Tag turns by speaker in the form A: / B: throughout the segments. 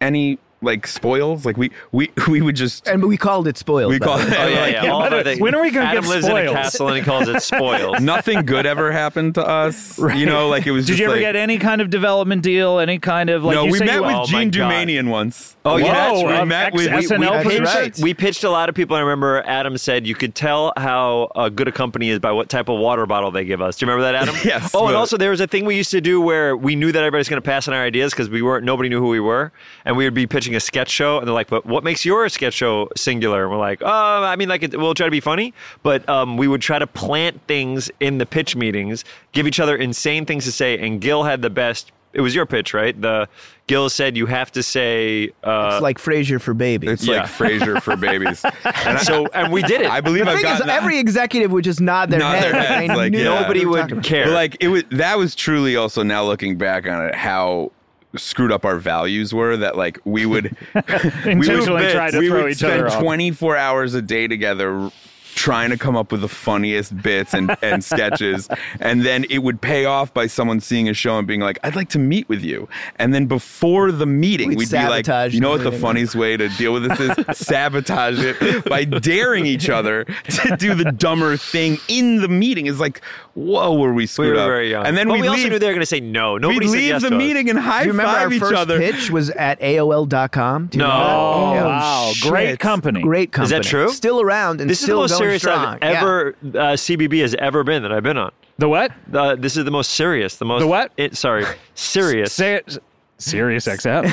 A: any like spoils. Like we we we would just
B: And but we called it spoiled.
A: we
B: by
A: call
B: the way.
C: Oh, yeah, yeah. All
D: When
C: of
D: are-
C: our things.
D: when are we gonna
C: Adam
D: get
C: lives in a
D: spoils?
C: castle and he calls it spoils.
A: nothing good ever happened to us. You know, like it was.
D: Did
A: just
D: you ever
A: like-
D: get any kind of development deal? Any kind of like?
A: no,
D: you
A: we
D: say
A: met
D: you-
A: with
C: Oh, my
A: Gene
C: God.
A: Dumanian once.
C: Oh, yeah, that's
D: Whoa,
C: right.
D: of
A: We met with- we- we-
D: SNL
A: that's
D: producer?
B: right.
C: We pitched a lot of people. and I remember Adam said you could tell how uh, good a company is by what type of water bottle they give us. Do you remember that, Adam?
A: Yes,
C: Oh, and
A: but-
C: also there was a thing we used to do where we knew that everybody's going to pass on our ideas because we weren't nobody knew who we were, and we would be pitching a sketch show, and they're like, "But what makes your sketch show singular?" And we're like, "Oh, I mean, like it, we'll try to be funny, but um, we would try to plant things in the pitch meetings, give each other insane things to say." And Gil had the best. It was your pitch, right? The Gil said you have to say. Uh,
B: It's like Frasier for babies.
A: It's
C: Yeah.
A: like Frasier for babies. And
C: so, and we did it.
A: I believe
B: the
A: I've
B: thing is,
A: gotten
B: every executive would just nod their
A: Nod
B: head.
A: their
B: like
A: heads,
B: they
A: like,
B: knew
A: yeah.
B: what we
C: Nobody
B: were
C: would
B: talking about.
C: care.
A: But like it was that was truly also now looking back on it how screwed up our values were that like we would we would,
D: Intentionally try to
A: we
D: throw
A: would
D: each
A: spend
D: other off.
A: 24 hours a day together trying to come up with the funniest bits and, and sketches. And then it would pay off by someone seeing a show and being like, I'd like to meet with you. And then before the meeting,
B: We'd
A: we'd, be like,
B: sabotage
A: you know
B: the
A: what the
B: meeting.
A: funniest way to deal with this is? sabotage it by daring each other to do the dumber thing in the meeting. It's like, whoa, were we
C: We
A: screwed
C: were
A: up?
C: very young.
A: And then
C: But
A: we
C: we also
A: leave,
C: knew they were going to say no.
A: we
C: Nobody said
A: leave
C: yes
A: the
C: to us.
A: meeting and
B: Do
A: high
B: you remember
A: five
B: our
A: each
B: first
A: other.
B: pitch was at AOL.com? Do you
C: No.
B: remember that?
D: Oh,
B: Yeah.
D: wow. Great company.
B: Great company.
C: Is that true?
B: Still around and
C: This is the
B: still
C: most
B: going
C: serious
B: strong.
C: I've ever uh, CBB has ever been that I've been on.
D: The what?
C: Uh, this is the most serious. The most
D: The what?
C: It, sorry, serious.
D: Say it. Serious XM.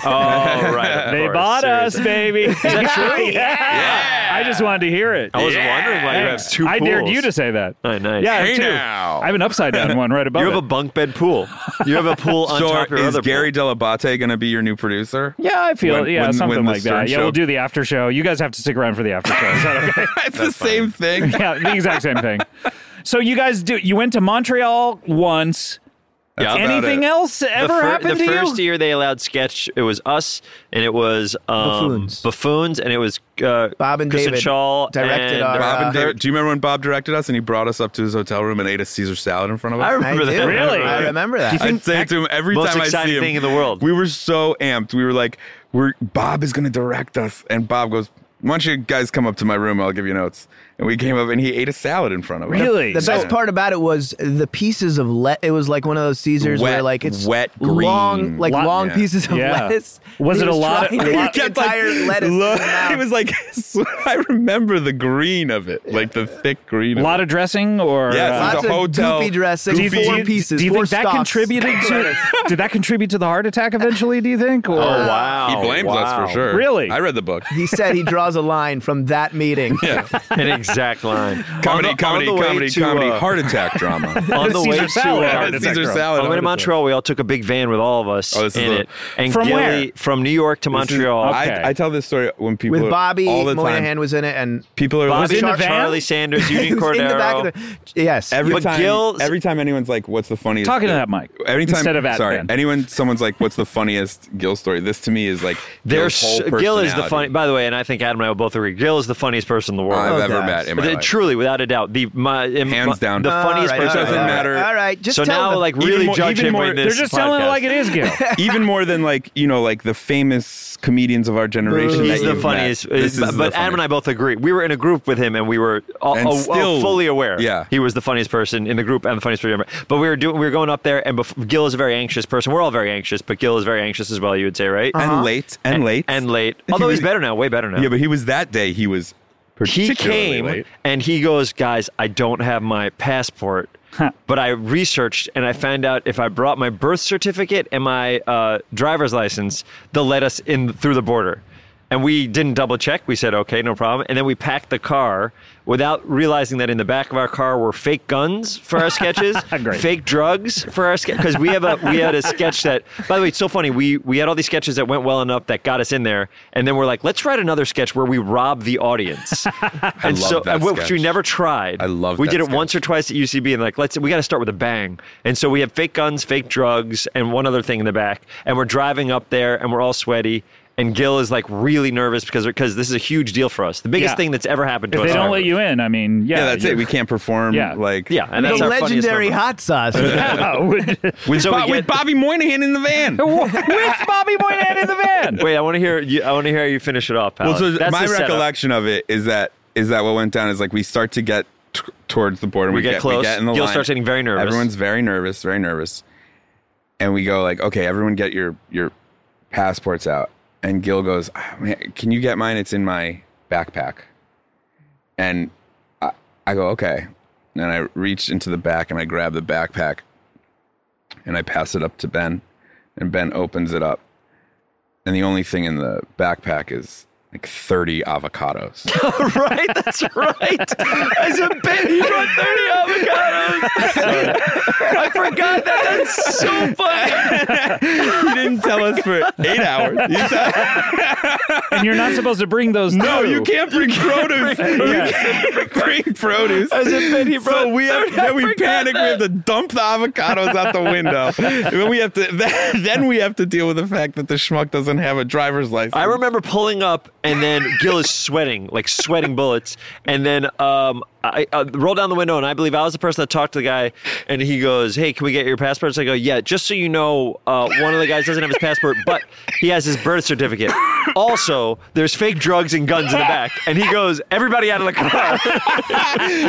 C: oh right, of
D: They
C: course,
D: bought
C: serious.
D: us, baby. Is that true? Yeah. I just wanted to hear it.
C: I was wondering why you
D: Thanks.
C: have two.
D: I dared
C: pools.
D: you to say that.
C: Oh, nice.
D: Yeah, I have
A: Hey
D: two.
A: now.
D: I have an upside down one right above
C: You have a
D: it.
C: bunk bed pool. You have a pool on
A: So
C: top of your
A: is
C: other
A: Gary Delabate going to be your new producer?
D: yeah, I feel
A: When-
D: yeah
A: when-
D: something
A: when the
D: like
A: Stern
D: that. Yeah,
A: Show-
D: we'll do the after show. You guys have to stick around for the after show. Is that okay?
A: it's the same thing.
D: yeah, the exact same thing. So you guys do. You went to Montreal once.
A: That's about
D: Anything
A: it.
D: else
C: pool.
D: ever
C: the, fir-
D: happened
C: the
D: to
C: first
A: e-
D: you?
C: year they allowed sketch, it was us and it was um,
B: Buffoons.
C: buffoons, and it was uh,
B: Bob and
C: Kristen
B: David
C: Shaw
B: directed
C: and-
B: our-
A: Bob and
B: Uh,
A: David, do you remember when Bob directed us and he brought us up to his hotel room and ate a Caesar salad in front of us?
C: I
B: I
C: remember
B: do.
C: that.
D: Really?
B: I remember that.
A: I'd say to him every
C: most
A: time I
C: exciting
A: see him.
C: thing in the world.
A: We were so amped. We were like, "We're Bob is going to direct us," and Bob goes, "Why don't you guys come up to my room? I'll give you notes." And we came up and he ate a salad in front of us.
D: Really?
B: The best
A: Yeah.
B: part about it was the pieces of le- it was like one of those Caesars where
A: Wet-
B: like it's
A: wet green.
B: long like
D: Lot-
B: long
A: yeah.
B: pieces of
D: Yeah.
B: lettuce.
D: Was
B: He
D: it a lot-
B: trying
D: a
B: to
D: lot-
B: eat the
A: kept, like,
B: entire lettuce.
A: lo-
B: in his mouth.
A: it was like I remember the green of it, like the thick green.
D: A
A: of
D: lot of dressing or
A: Yes,
D: uh,
A: lots
B: lots
A: the
B: of
A: hotel-
B: goopy dressing,
A: Do you
B: four
A: think- do you-
B: pieces.
D: Do you
B: four
D: think that
B: stalks.
D: contributed to? did that contribute to the heart attack eventually? Do you think? Or?
C: Oh wow!
A: He blames
C: Wow.
A: us for sure.
D: Really?
A: I read the book.
B: He said he draws a line from that meeting.
A: Yeah,
C: An exact line.
A: comedy,
C: On the-
A: comedy,
C: on the way
A: comedy,
C: to,
A: comedy,
C: uh,
A: heart attack drama.
C: on the way
D: Caesar
C: to
D: salad.
C: uh,
D: Heart
A: Yeah,
D: attack
A: Caesar
D: drama.
A: salad.
C: I went to
A: heart attack.
C: Montreal. We all took a big van with all of us
A: Oh, this is
C: in
A: the-
C: it. And
D: From
C: Gilly,
D: where?
C: from New York to
A: This is-
C: Montreal.
D: Okay.
A: I, I tell this story when people
B: With
A: are-
B: Bobby
A: all the time.
B: Moynihan was in it, and
A: People are
C: Bobby,
D: in the van?
C: Charlie Sanders, Eugene
B: he was in the back
C: Cordero.
B: of the yes.
A: every
C: But
A: time.
C: Gil-
A: every time anyone's like, "What's the funniest?"
D: Talking to that mic
A: Anytime,
D: instead of at
A: sorry,
D: Ben.
A: anyone, someone's like, "What's the funniest Gil story?" This to me is like
C: There's
A: Gil's whole
C: Gil is the
A: personality
C: funny. By the way, and I think Adam and I will both agree. Gil is the funniest person in the world.
A: I've
B: Oh,
A: ever
B: guys.
A: met in my
C: The-
A: life.
C: truly, without a doubt, the my, in-
A: Hands
C: my-
A: down.
C: the
A: All
C: funniest
B: All right,
C: person.
A: It
B: all
C: I've
A: doesn't
B: right,
C: ever met.
A: matter.
B: All right, just
C: so
B: tell
C: now,
B: them.
C: like,
A: Even
C: really
A: more-
C: judge
A: even
C: him
A: more-
C: in
D: They're
C: this
D: just telling it
C: podcast.
D: like it is, Gil.
A: Even more than like you know, like the famous comedians of our generation.
C: He's
A: that
C: the
A: you've
C: funniest. uh,
A: Met. This
C: but
A: is the
C: but Adam and I both agree. We were in a group with him, and we were all,
A: And
C: all- all
A: still-
C: fully aware.
A: yeah.
C: he was the funniest person in the group and the funniest person. ever. But we were doing. We were going up there, and bef- Gil is a very anxious person. We're all very anxious, but Gil is very anxious as well. You would say, right?
A: funniest.
B: Uh-huh.
A: and late and, late
C: uh-huh. and late. Although he's better now, way better now.
A: Yeah, but he was that day. He was
C: he
A: particularly
C: came
A: late.
C: and he goes, guys, I don't have my passport. But I researched and I found out if I brought my birth certificate and my uh, driver's license, they'll let us in through the border. And we didn't double check. We said, okay, no problem. And then we packed the car without realizing that in the back of our car were fake guns for our sketches,
D: Great.
C: fake drugs for our sketch. Because we have a we had a sketch that, by the way, it's so funny. We we had all these sketches that went well enough that got us in there, and then we're like, let's write another sketch where we rob the audience.
A: love
C: and so
A: that
C: and which
A: sketch.
C: we never tried.
A: I love
C: We
A: that
C: did it
A: sketch.
C: once or twice at UCB, and like let's we got to start with a bang. And so we had fake guns, fake drugs, and one other thing in the back, and we're driving up there, and we're all sweaty. And Gil is like really nervous because because this is a huge deal for us. The biggest
D: Yeah.
C: thing that's ever happened to
D: If
C: us.
D: they don't let you in, I mean, yeah,
A: Yeah, that's
D: you-
A: it. We can't perform.
D: Yeah.
A: like
C: yeah, and
B: the
C: that's our funniest
B: legendary
C: number.
B: hot sauce.
A: with,
C: So we
A: Bo-
C: get-
A: with Bobby Moynihan in the van.
D: with Bobby Moynihan in the van.
C: Wait, I want to hear you. I want to hear you finish it off, pal.
A: Well, so
C: That's
A: my
C: the setup.
A: recollection of it is that is that what went down is like we start to get t- towards the border.
C: We get close.
A: We get in the
C: Gil
A: line.
C: starts getting very nervous.
A: Everyone's very nervous, very nervous, and we go like, okay, everyone get your your passports out. And Gil goes, "Ah, man, can you get mine? It's in my backpack. And I, I go, okay. And I reach into the back and I grab the backpack and I pass it up to Ben. And Ben opens it up. And the only thing in the backpack is like 30 avocados.
C: right? That's right. As a bit, you brought 30 avocados. I forgot that. That's so funny.
A: he didn't tell us for eight hours. He said,
D: and you're not supposed to bring those.
A: no,
D: through.
A: you can't bring produce. you can't bring produce.
C: As a bit, he brought
A: So we have, then we
C: forgot
A: panic. We have
C: that.
A: to dump the avocados out the window. And then we have to then, then we have to deal with the fact that the schmuck doesn't have a driver's license.
C: I remember pulling up and then Gil is sweating, like sweating bullets. And then um, I uh, roll down the window, and I believe I was the person that talked to the guy, and he goes, "Hey, can we get your passports?" I go, "Yeah, just so you know, uh, one of the guys doesn't have his passport, but he has his birth certificate. Also, there's fake drugs and guns in the back." And he goes, "Everybody out of the car!"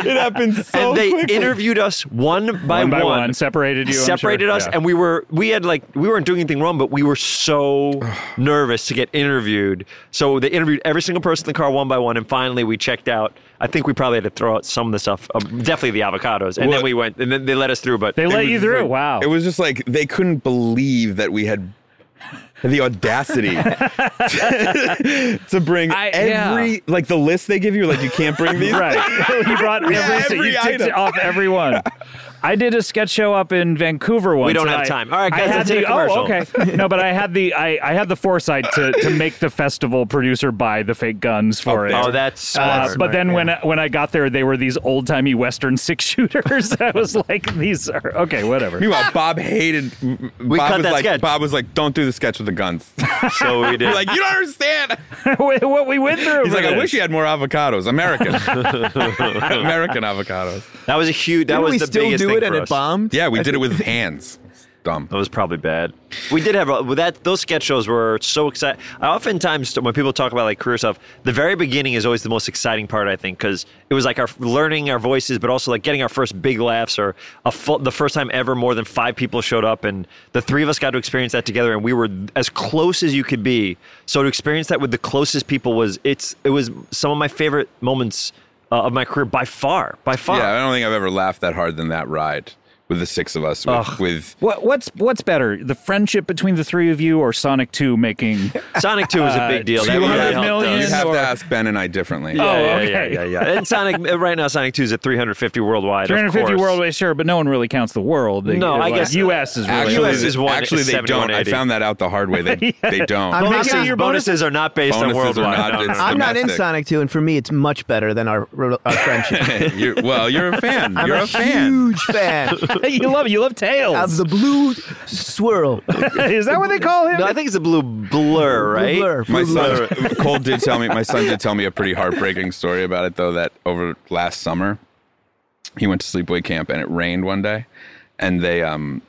A: It happens so
C: and they
A: quickly.
C: interviewed us one by
D: One
C: one,
D: by one, separated you, I'm sure.
C: separated us,
D: Yeah.
C: and we were we had like we weren't doing anything wrong, but we were so nervous to get interviewed. So they interviewed every single person in the car one by one, and finally we checked out. I think we probably had to throw out some of the stuff, um, definitely the avocados, and
A: Well-
C: then we went, and then they let us through. But
D: They let
A: was
D: you through.
A: like-
D: wow.
A: It was just like they couldn't believe that we had the audacity to bring
E: I- yeah.
A: every like the list they give you. Like you can't bring these.
D: Right. you brought every,
A: every
D: you ticked
A: item.
D: off everyone. I did a sketch show up in Vancouver once.
C: don't
D: and
C: have
D: I-
C: time. All right,
D: I
C: guys,
D: had
C: let's
D: the,
C: hit a commercial.
D: Oh, okay. No, but I had the I, I had the foresight to to make the festival producer buy the fake guns for it.
C: oh, that's
D: Uh,
C: smart.
D: but then when when I got there, they were these old timey Western six shooters. I was like, these are okay, whatever.
A: Meanwhile, Bob hated. We Bob
C: cut
A: was
C: that
A: like,
C: sketch.
A: Bob was like, don't do the sketch with the guns.
C: so we did.
A: like you don't understand.
D: what we went through.
A: He's
D: for
A: like, I
D: this.
A: wish you had more avocados. American, American avocados.
C: that was a huge. That
F: Didn't
C: was
F: we
C: the
F: still
C: biggest
F: do
C: thing
F: it
C: for
F: and it
C: us.
F: bombed?
A: Yeah, we did it with hands. Dumb.
C: That was probably bad. We did have a, well, that. Those sketch shows were so exciting. I oftentimes, when people talk about like career stuff, the very beginning is always the most exciting part. I think because it was like our learning our voices, but also like getting our first big laughs or a full, the first time ever more than five people showed up, and the three of us got to experience that together, and we were as close as you could be. So to experience that with the closest people was it's it was some of my favorite moments uh, of my career by far, by far.
A: Yeah, I don't think I've ever laughed that hard than that ride with the six of us. With, with
D: What, what's what's better, the friendship between the three of you, or Sonic Two making?
C: Sonic Two was a big deal. That really
D: 200
C: helped us.
D: million
A: you have
D: or-
A: to ask Ben and I differently.
D: Oh,
C: yeah,
D: okay.
C: yeah, yeah, yeah. And Sonic uh, right now, Sonic Two is at 350 worldwide. of
D: 350
C: course.
D: worldwide, sure, but no one really counts the world. They-
C: No, I
D: like,
C: guess-
D: U.S. is really
A: Actually,
C: US is one,
A: actually they
C: 71,
A: don't. I
C: 80.
A: found that out the hard way. They they don't.
B: I'm
C: Bonuses,
B: not-
C: your bonuses are not based on
A: Bonuses are
C: worldwide.
A: not-
C: No, no,
A: it's
C: no.
B: I'm not in
A: domestic.
B: Sonic 2, and for me, it's much better than our, our friendship.
A: You're- well, you're a fan.
B: I'm
A: you're a,
B: a
A: fan.
B: huge fan
D: you love you love tails.
B: of the blue swirl.
D: is that what they call him?
C: No, I think it's a blue blur, right?
B: Blur,
A: My
B: blur.
A: son uh, Cole did tell me. My son did tell me a pretty heartbreaking story about it though. That over last summer, he went to sleepaway camp and it rained one day, and they um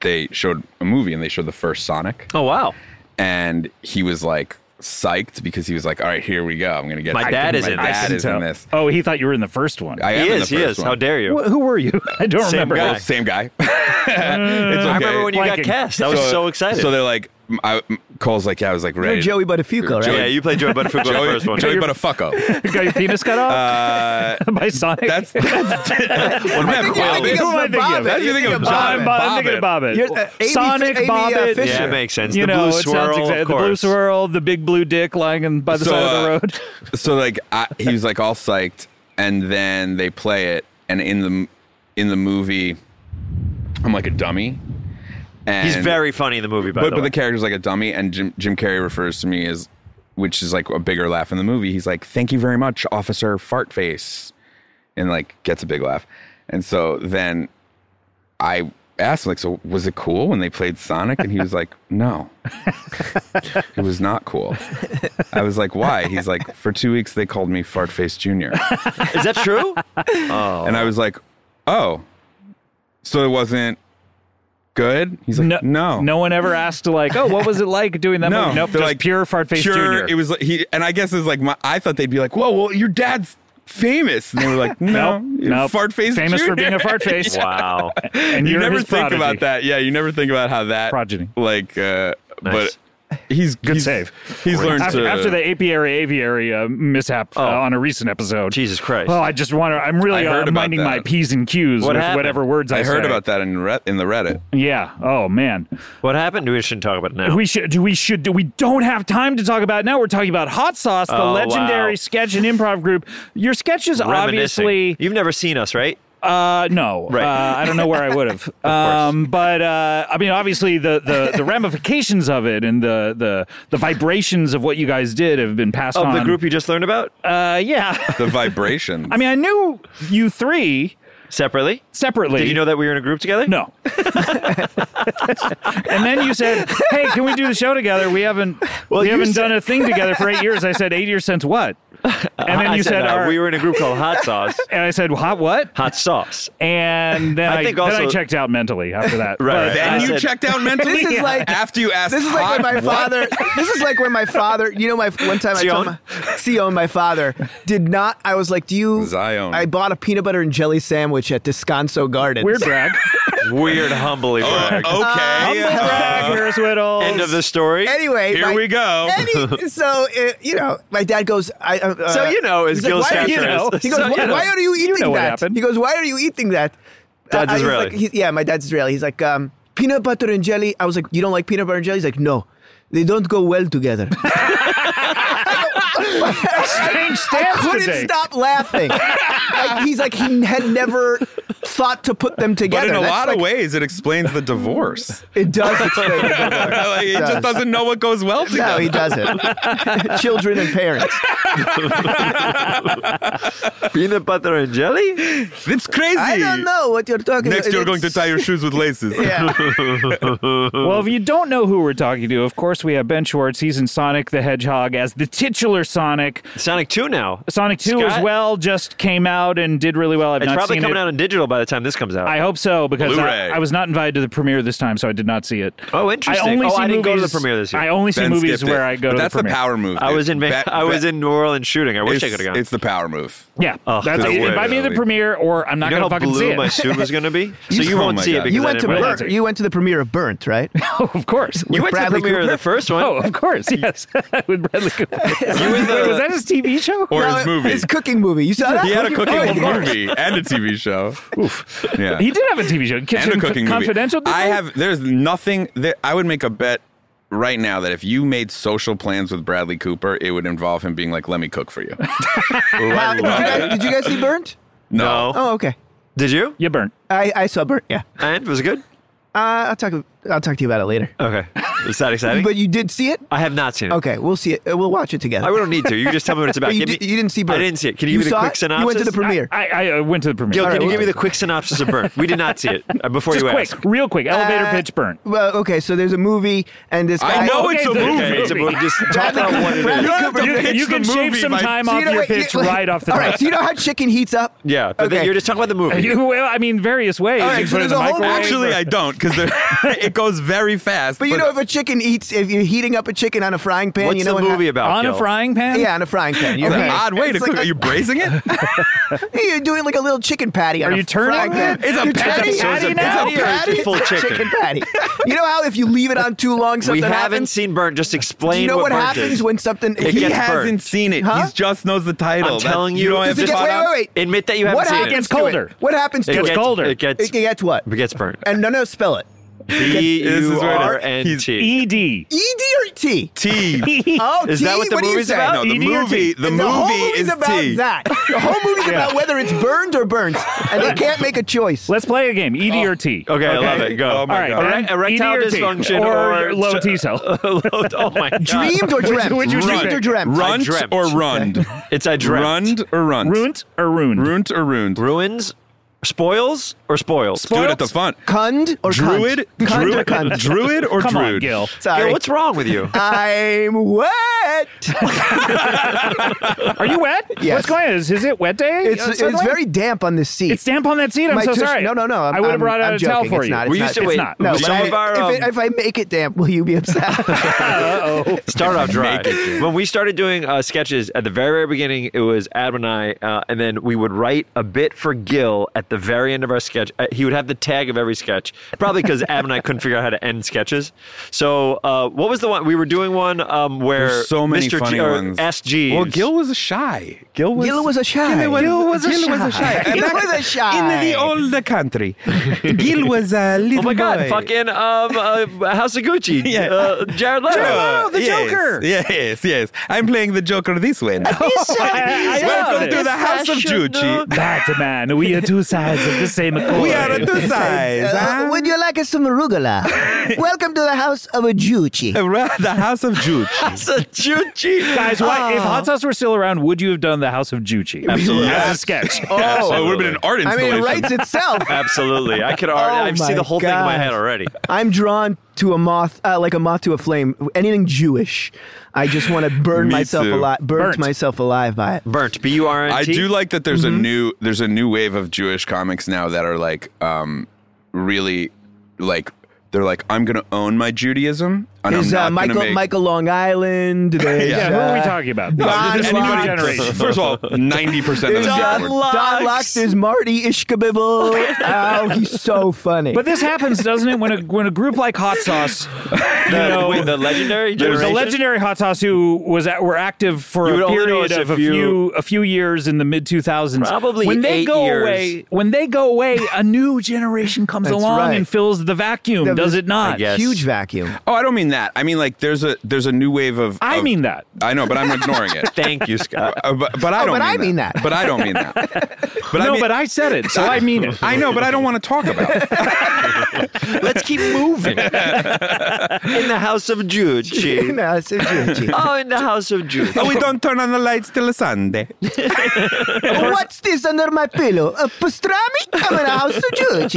A: they showed a movie and they showed the first Sonic.
C: Oh wow!
A: and he was like psyched because he was like, "All right, here we go. I'm gonna get
C: My
A: this.
C: dad is
A: my
C: in this.
A: dad
C: I
A: is in this.
D: Oh, he thought you were in the first one.
A: I am
C: He
A: in
C: is.
A: the
C: He
A: first
C: is.
A: one.
C: How dare you?
D: Who were you? I don't
C: Same
D: remember.
C: guy.
A: Well, same guy. it's okay.
C: I remember when you got
D: Blanking.
C: cast. I was so, excited.
A: So they're like, I, Cole's like, "Yeah, I was like ready."
B: You're Joey Buttafuoco, right?
C: yeah, you played Joey Buttafuoco on the
A: Joey,
C: first one.
A: Joey Buttafuoco.
D: Got your penis cut off
A: Uh,
D: by Sonic.
A: that's that's. what
B: I think you're thinking
D: Who am I
B: of
D: thinking of?
B: Bobbit.
A: That's
B: You're
A: the thing
B: thinking
A: of
B: of
A: John
D: I'm,
B: Bobbit.
D: Bob- I'm thinking about it.
B: You're, uh, Amy-
D: Sonic
B: Amy, uh,
D: Bobbit.
B: Fisher.
C: yeah, it makes sense.
D: You
C: the
D: know,
C: blue
D: it sounds
C: swirl,
D: exact-
C: of
D: the blue
C: course.
D: swirl, the big blue dick lying in, by the
A: So,
D: side of the
A: uh,
D: road.
A: so like I, he was like all psyched and then they play it and in the in the movie i'm like a dummy and
C: He's very funny in the movie, by
A: but,
C: the
A: but
C: way.
A: the character's like a dummy and jim, jim carrey refers to me as which is like a bigger laugh in the movie he's like thank you very much officer fart face and like gets a big laugh and so then i asked him like so was it cool when they played sonic and he was like no it was not cool i was like why he's like for two weeks they called me fart face junior
C: is that true?
A: and i was like oh so it wasn't good he's like no
D: no one ever asked like, oh, what was it like doing that movie? Nope,
A: they're
D: just pure fart face
A: pure-
D: junior.
A: It was like he, and I guess it's like my. I thought they'd be like, "Whoa, well, your dad's famous," and they were like, "No,
D: nope, nope.
A: fart face,
D: famous
A: junior.
D: for being a fart face.
C: wow.
D: and
A: You
D: you're
A: never
D: his
A: think
D: prodigy.
A: about that. Yeah, you never think about how that
D: Progeny.
A: Like, uh,
C: Nice.
A: but he's
D: Good
A: he's,
D: save.
A: He's learned
D: after,
A: to
D: after the apiary aviary uh, mishap uh,
C: Oh.
D: on a recent episode.
C: Jesus Christ.
D: Oh, I just want to. I'm really
A: I heard
D: uh,
A: about
D: minding
A: that.
D: my p's and q's
C: What
D: with
C: happened?
D: whatever words I,
A: I heard
D: say.
A: about that in Re- in the Reddit.
D: Yeah. Oh man.
C: What happened? We shouldn't talk about it now.
D: We should. We should. do- We don't have time to talk about it now. We're talking about Hot Sauce, the
C: Oh,
D: legendary
C: wow.
D: sketch and improv group. Your sketches,
C: Reminiscing.
D: obviously.
C: You've never seen us, right?
D: Uh, no,
C: Right.
D: Uh, I don't know where I would have. um, but uh, I mean, obviously, the, the, the ramifications of it and the, the the vibrations of what you guys did have been passed
C: Of
D: on.
C: the group you just learned about?
D: Uh, yeah.
A: The vibration.
D: I mean, I knew you three.
C: separately.
D: separately.
C: Did you know that we were in a group together?
D: No. and then you said, "Hey, can we do the show together? We haven't
C: Well,
D: we
C: you
D: haven't
C: said-
D: done a thing together for eight years." I said, eight years since what?" And then
C: I
D: you said,
C: uh,
D: "Our-"
C: we were in a group called Hot Sauce.
D: and I said, "Hot what?"
C: Hot Sauce.
D: And then I,
C: I think
D: then I
C: also-
D: checked out mentally after that.
C: Right,
D: But-
C: right.
A: Then
C: I
A: you
C: said-
A: checked out mentally.
B: This is like-
A: after you asked.
B: This is like when
A: hot
B: my
A: what?
B: father. This is like when my father. You know, my one time I told
C: Sion?
B: my, Sion, my father did not. I was like, "Do you?"
A: Zion.
B: I bought a peanut butter and jelly sandwich at Descanso Gardens.
D: Weird brag.
C: Weird, humbly brag.
A: oh, Okay.
B: Um,
A: uh,
D: brag. Here's Whittles.
C: End of the story.
B: Anyway,
A: here
B: my-
A: we go.
B: Any, so uh, you know, my dad goes. I, uh, uh,
C: So you know is
B: he's like,
C: Gil's
B: why, are you
C: catchphrase.
B: know? He goes,
C: So
B: why,
C: you know.
B: why are you eating
D: know what
B: that?
D: happened.
B: He goes, why are you eating that?
C: Dad's
B: I was
C: Israeli.
B: Like, he, yeah, my dad's Israeli. He's like, um, peanut butter and jelly. I was like, you don't like peanut butter and jelly? He's like, no, they don't go well together.
D: Strange stance
B: couldn't
D: today.
B: stop laughing. like, he's like he had never thought to put them
A: But
B: together.
A: in a
B: That's
A: lot
B: like,
A: of ways, it explains the divorce.
B: it does explain. it.
A: like, he just doesn't know what goes well together.
B: No, he doesn't. Children and parents.
C: Peanut butter and jelly?
A: It's crazy.
B: I don't know what you're talking about.
A: Next, you're going to
B: It's-
A: tie your shoes with laces.
B: Yeah.
D: Well, if you don't know who we're talking to, of course we have Ben Schwartz. He's in Sonic the Hedgehog as the titular Sonic.
C: Sonic 2 now.
D: Sonic Two
C: Scott?
D: as well just came out and did really well. I've
C: It's
D: not
C: probably
D: seen
C: coming
D: it.
C: out in digital by the time this comes out.
D: I hope so because I,
A: Blu-ray.
D: I was not invited to the premiere this time, so I did not see it.
C: Oh, interesting.
D: I only
C: Oh,
D: see
C: I didn't go to the
D: movies-
C: premiere this year.
D: I only see
A: Ben
D: movies
A: skipped
D: where
A: it.
D: I go
A: But
D: to
A: that's
D: the
A: the,
D: premiere.
A: power move.
C: I was in Van-
A: Ba-
C: I was
A: ba-
C: in New Orleans shooting. I wish I
A: It's,
C: could have gone.
A: it's the power move.
D: Yeah,
C: Oh,
D: that's
C: that's
D: it.
C: weird.
D: Invite me to the premiere, or I'm not
C: you know how
D: gonna fucking see
C: blue
D: it.
C: my suit was going to be? So
A: You-
C: you
A: oh
C: won't
A: my
C: see it
A: God.
C: because
B: You
C: I
B: went to
C: didn't invite
B: Burnt.
C: you.
B: You went to the premiere of Burnt, right?
D: oh, of course.
C: You went
B: Bradley
C: to the premiere of
B: Cooper.
C: the first one.
D: Oh, of course. Yes, with Bradley Cooper.
C: You were the-
D: Wait, was that his TV show?
A: Or
B: No,
A: his movie.
B: His cooking movie. You saw that?
A: he had a
B: Oh,
A: cooking
B: yeah.
A: movie and a TV show. Oof. Yeah.
D: He did have a TV show, Kitchen
A: and a cooking
D: Confidential.
A: movie.
D: didn't
A: I
D: he?
A: have. There's nothing. That, I would make a bet right now that if you made social plans with Bradley Cooper, it would involve him being like, "Let me cook for you."
B: Uh, did, you guys, did you guys see Burnt?
C: No.
B: Oh, okay.
C: Did you?
D: You burnt.
B: I, I saw Burnt. Yeah.
C: And was it good?
B: Uh, I'll talk. I'll talk to you about it later.
C: Okay. Is that exciting?
B: But you did see it.
C: I have not seen it.
B: Okay, we'll see it. uh, We'll watch it together.
C: I don't need to. You just tell me what it's about.
B: But you,
C: Give
B: did,
C: me-
B: you didn't see Burnt.
C: I didn't see it. Can you give me the
B: saw
C: quick
B: it?
C: synopsis?
B: You went to the premiere.
D: I, I, uh went to the premiere.
C: Gil, can
B: right,
C: you give
B: well-
C: me the quick synopsis of Burn? We did not see it uh, before
D: Just
C: you
D: quick,
C: asked.
D: real quick.
B: Uh,
D: Elevator pitch burnt.
B: well, okay. So there's a movie, and this guy.
A: I know
D: Okay,
A: it's a
D: the-
A: movie.
C: Okay, it's a movie. Just talk
B: Bradley
C: about what it
B: Cooper.
C: is.
B: You have to
D: You,
B: pitch
D: you
A: the
D: can shave
A: movie
D: some
A: by-
D: time
B: So
D: off
B: you know
D: your
B: what- you-
D: pitch right off the
B: All
D: bat.
B: right. So you know how chicken heats up?
C: Yeah, but then
B: Okay.
C: you're just talking about the movie.
D: You- well, I mean, various ways.
B: All right,
D: you can
B: so
D: put it in
B: there's
D: the
B: a whole-
D: microwave.
A: Actually, I don't because it goes very fast.
B: But you know, if a chicken eats, if you're heating up a chicken on a frying pan,
C: What's
B: you know
C: the
B: what
C: movie
B: hap-
C: about?
D: on a
C: Gil?
D: frying pan.
B: Yeah, on a frying pan. You're,
A: It's an
B: heating-
A: odd way to
B: it's
A: cook.
B: like
A: Are
B: a-
A: you braising it?
B: You're doing like a little chicken patty. on
D: Are
B: a
D: you turning
B: frying
D: it?
B: pan.
A: It's a
B: You're
A: patty?
B: turning it.
C: So is it
B: It's a
C: patty or is it
B: patty?
C: full
B: It's a
C: chicken?
B: patty. You know how if you leave it on too long,
C: We
B: something
C: haven't
B: happens.
C: seen Burn. Just explain
B: Do you know what,
C: Burnt
B: happens
C: is.
B: when something?
C: It
A: he
C: gets
A: hasn't
C: burned.
A: seen it.
B: Huh?
A: He just knows the title.
C: I'm
A: That's- E
C: telling you.
A: you don't have
B: Does it
A: to
B: get,
A: caught
B: wait,
A: up?
B: wait, wait.
C: Admit that you haven't
B: what
C: seen it.
B: happens
C: It gets
B: to
D: colder.
B: What happens
C: It
B: to
C: gets,
B: it?
D: colder.
C: It gets,
B: It gets what?
C: it gets burnt.
B: And no, no, spell it.
C: B
A: This
C: U
A: is where it is.
C: R N T.
D: Ed.
B: E D or T?
A: Tea.
B: Oh,
C: Is
B: T,
C: that what the
B: do you
C: movie's
B: say?
C: about?
A: No, the
D: ED or tea?
A: movie. The
B: whole
A: movie
B: movie's
A: is
B: about
A: tea.
B: that. The whole movie's about whether it's burned or burnt, and they can't make a choice.
D: Let's play a game. Ed or T.
C: Okay, I love it. Go.
A: Oh
D: All
A: my
D: right.
A: God.
D: Ben,
C: Erect- erectile
D: ED or T?
C: dysfunction
D: or,
C: or-
D: low T cell.
C: oh my god.
B: Dreamed or dreamt?
D: would you
B: Dreamed
D: say?
B: or dreamt?
C: Run-
A: Runt
C: dreamt.
A: or rund?
C: It's I dreamt.
A: Rund or runt?
D: Runt or ruined?
A: Runt or ruined?
C: Ruins, spoils, or spoils?
A: Do it at the font.
B: Cund or cunt?
A: Druid?
B: Cund or
A: Druid?
B: cunt?
A: Druid or
D: Come on,
A: druid?
D: Gil.
C: Gil,
B: Sorry.
C: what's wrong with you?
B: I'm wet.
D: Are you wet?
B: Yes.
D: What's going on? Is, is it wet day?
B: It's,
D: Uh,
B: it's
D: suddenly?
B: very damp on this seat.
D: It's damp on that seat. I'm
B: My
D: so
B: tush-
D: sorry.
B: No, no, no. I'm,
D: I would
B: I'm-
D: have brought out
B: I'm
D: a towel
B: joking.
D: for
B: it's
D: you.
B: Not,
C: We
B: it's not,
C: used to-
B: it's
C: wait,
B: not. No,
C: we
B: but
C: some
B: I-
C: of our,
B: if, it,
C: um,
B: if I make it damp, will you be upset?
C: Start off dry. when we started doing uh, sketches at the very, very beginning, it was Adam and I, uh, and then we would write a bit for Gil at the very end of our sketch. Uh, he would have the tag of every sketch, probably because Adam and I couldn't figure out how to end sketches. So, uh, what was the one we were doing? One um, where
A: There's so many
C: Mr.
A: funny
C: G, or
A: ones.
C: SG.
A: Well, Gil was a shy. Gil was.
B: Gil was a shy.
A: Gil was,
B: Gil
A: was a Gil shy. Was a shy.
B: Gil was a shy.
A: In the old country, Gil was a little.
C: Oh my God!
A: boy.
C: Fucking um, uh, House of Gucci.
A: Yeah.
C: uh, Jared Leto.
A: Sure.
D: the
A: yes,
D: Joker.
A: Yes, yes. I'm playing the Joker this way. now.
D: I love
A: Welcome
D: it.
A: to the House of Gucci.
D: Batman, we are two sides of the same coin.
A: We are on two sides.
B: Uh,
A: huh?
B: would you like us some arugula? Welcome to the house of a Juchi.
A: The House of Juch.
C: House of Gucci.
A: Ah.
D: Guys, why, if hot sauce were still around, would you have done the House of Juchi?
C: Absolutely.
D: As a sketch.
A: Oh, it would have been an art
B: I mean,
A: installation.
B: it writes itself.
C: Absolutely. I could already,
B: Oh
C: I see
B: my
C: the whole thing in my
B: God.
C: head already.
B: I'm drawn to a moth, uh, like a moth to a flame. Anything Jewish, I just want to burn
A: Me
B: myself
A: too.
B: alive, burn
D: Burnt.
B: myself alive by it.
C: Burnt. B U R N T.
A: I do like that there's a new there's a new wave of Jewish comics now that are like um really like they're like I'm gonna own my Judaism and
B: There's uh,
A: I'm not
B: Michael
A: gonna make
B: Michael Long Island. There's,
D: Yeah, who are we
B: uh,
D: talking about?
A: No, I'm just-
B: Don
A: anybody-
B: Locke.
D: generation.
A: First of all, ninety percent of the
B: There's Don,
A: people.
C: Locke.
B: Don Locke. There's Marty Ishkabibble. oh, he's so funny.
D: But this happens, doesn't it? When a when a group like Hot Sauce, you
C: the,
D: know,
C: wait, the legendary
D: There's a
C: generation?
D: legendary hot sauce who was at, were active for
C: You would
D: a
C: only
D: period
C: notice
D: of a
C: if
D: few,
C: you-
D: a few years in the mid 2000s.
C: Probably
D: when they
C: eight
D: go
C: years.
D: away, when they go away, a new generation comes
B: That's
D: along
B: right.
D: and fills the vacuum.
B: That
D: does
B: was-
D: it not?
C: I guess.
B: huge vacuum.
A: Oh, I don't mean that. I mean like there's a there's a new wave of.
D: I
A: of-
D: mean that.
A: I know, but I'm ignoring it.
C: Thank you, Scott.
A: Uh, but, but I don't.
B: but I mean that.
A: But I don't mean that. But
D: no,
A: I mean,
D: but I said it, so I mean it.
A: I know, but I don't want to talk about. it.
C: Let's keep moving. in the house of Jude. Chi.
B: No, it's- it's Jewish.
C: Oh, in the house of Jude.
A: Oh, we don't turn on the lights till Sunday.
B: What's this under my pillow? A pastrami? I'm in a house of Jewish.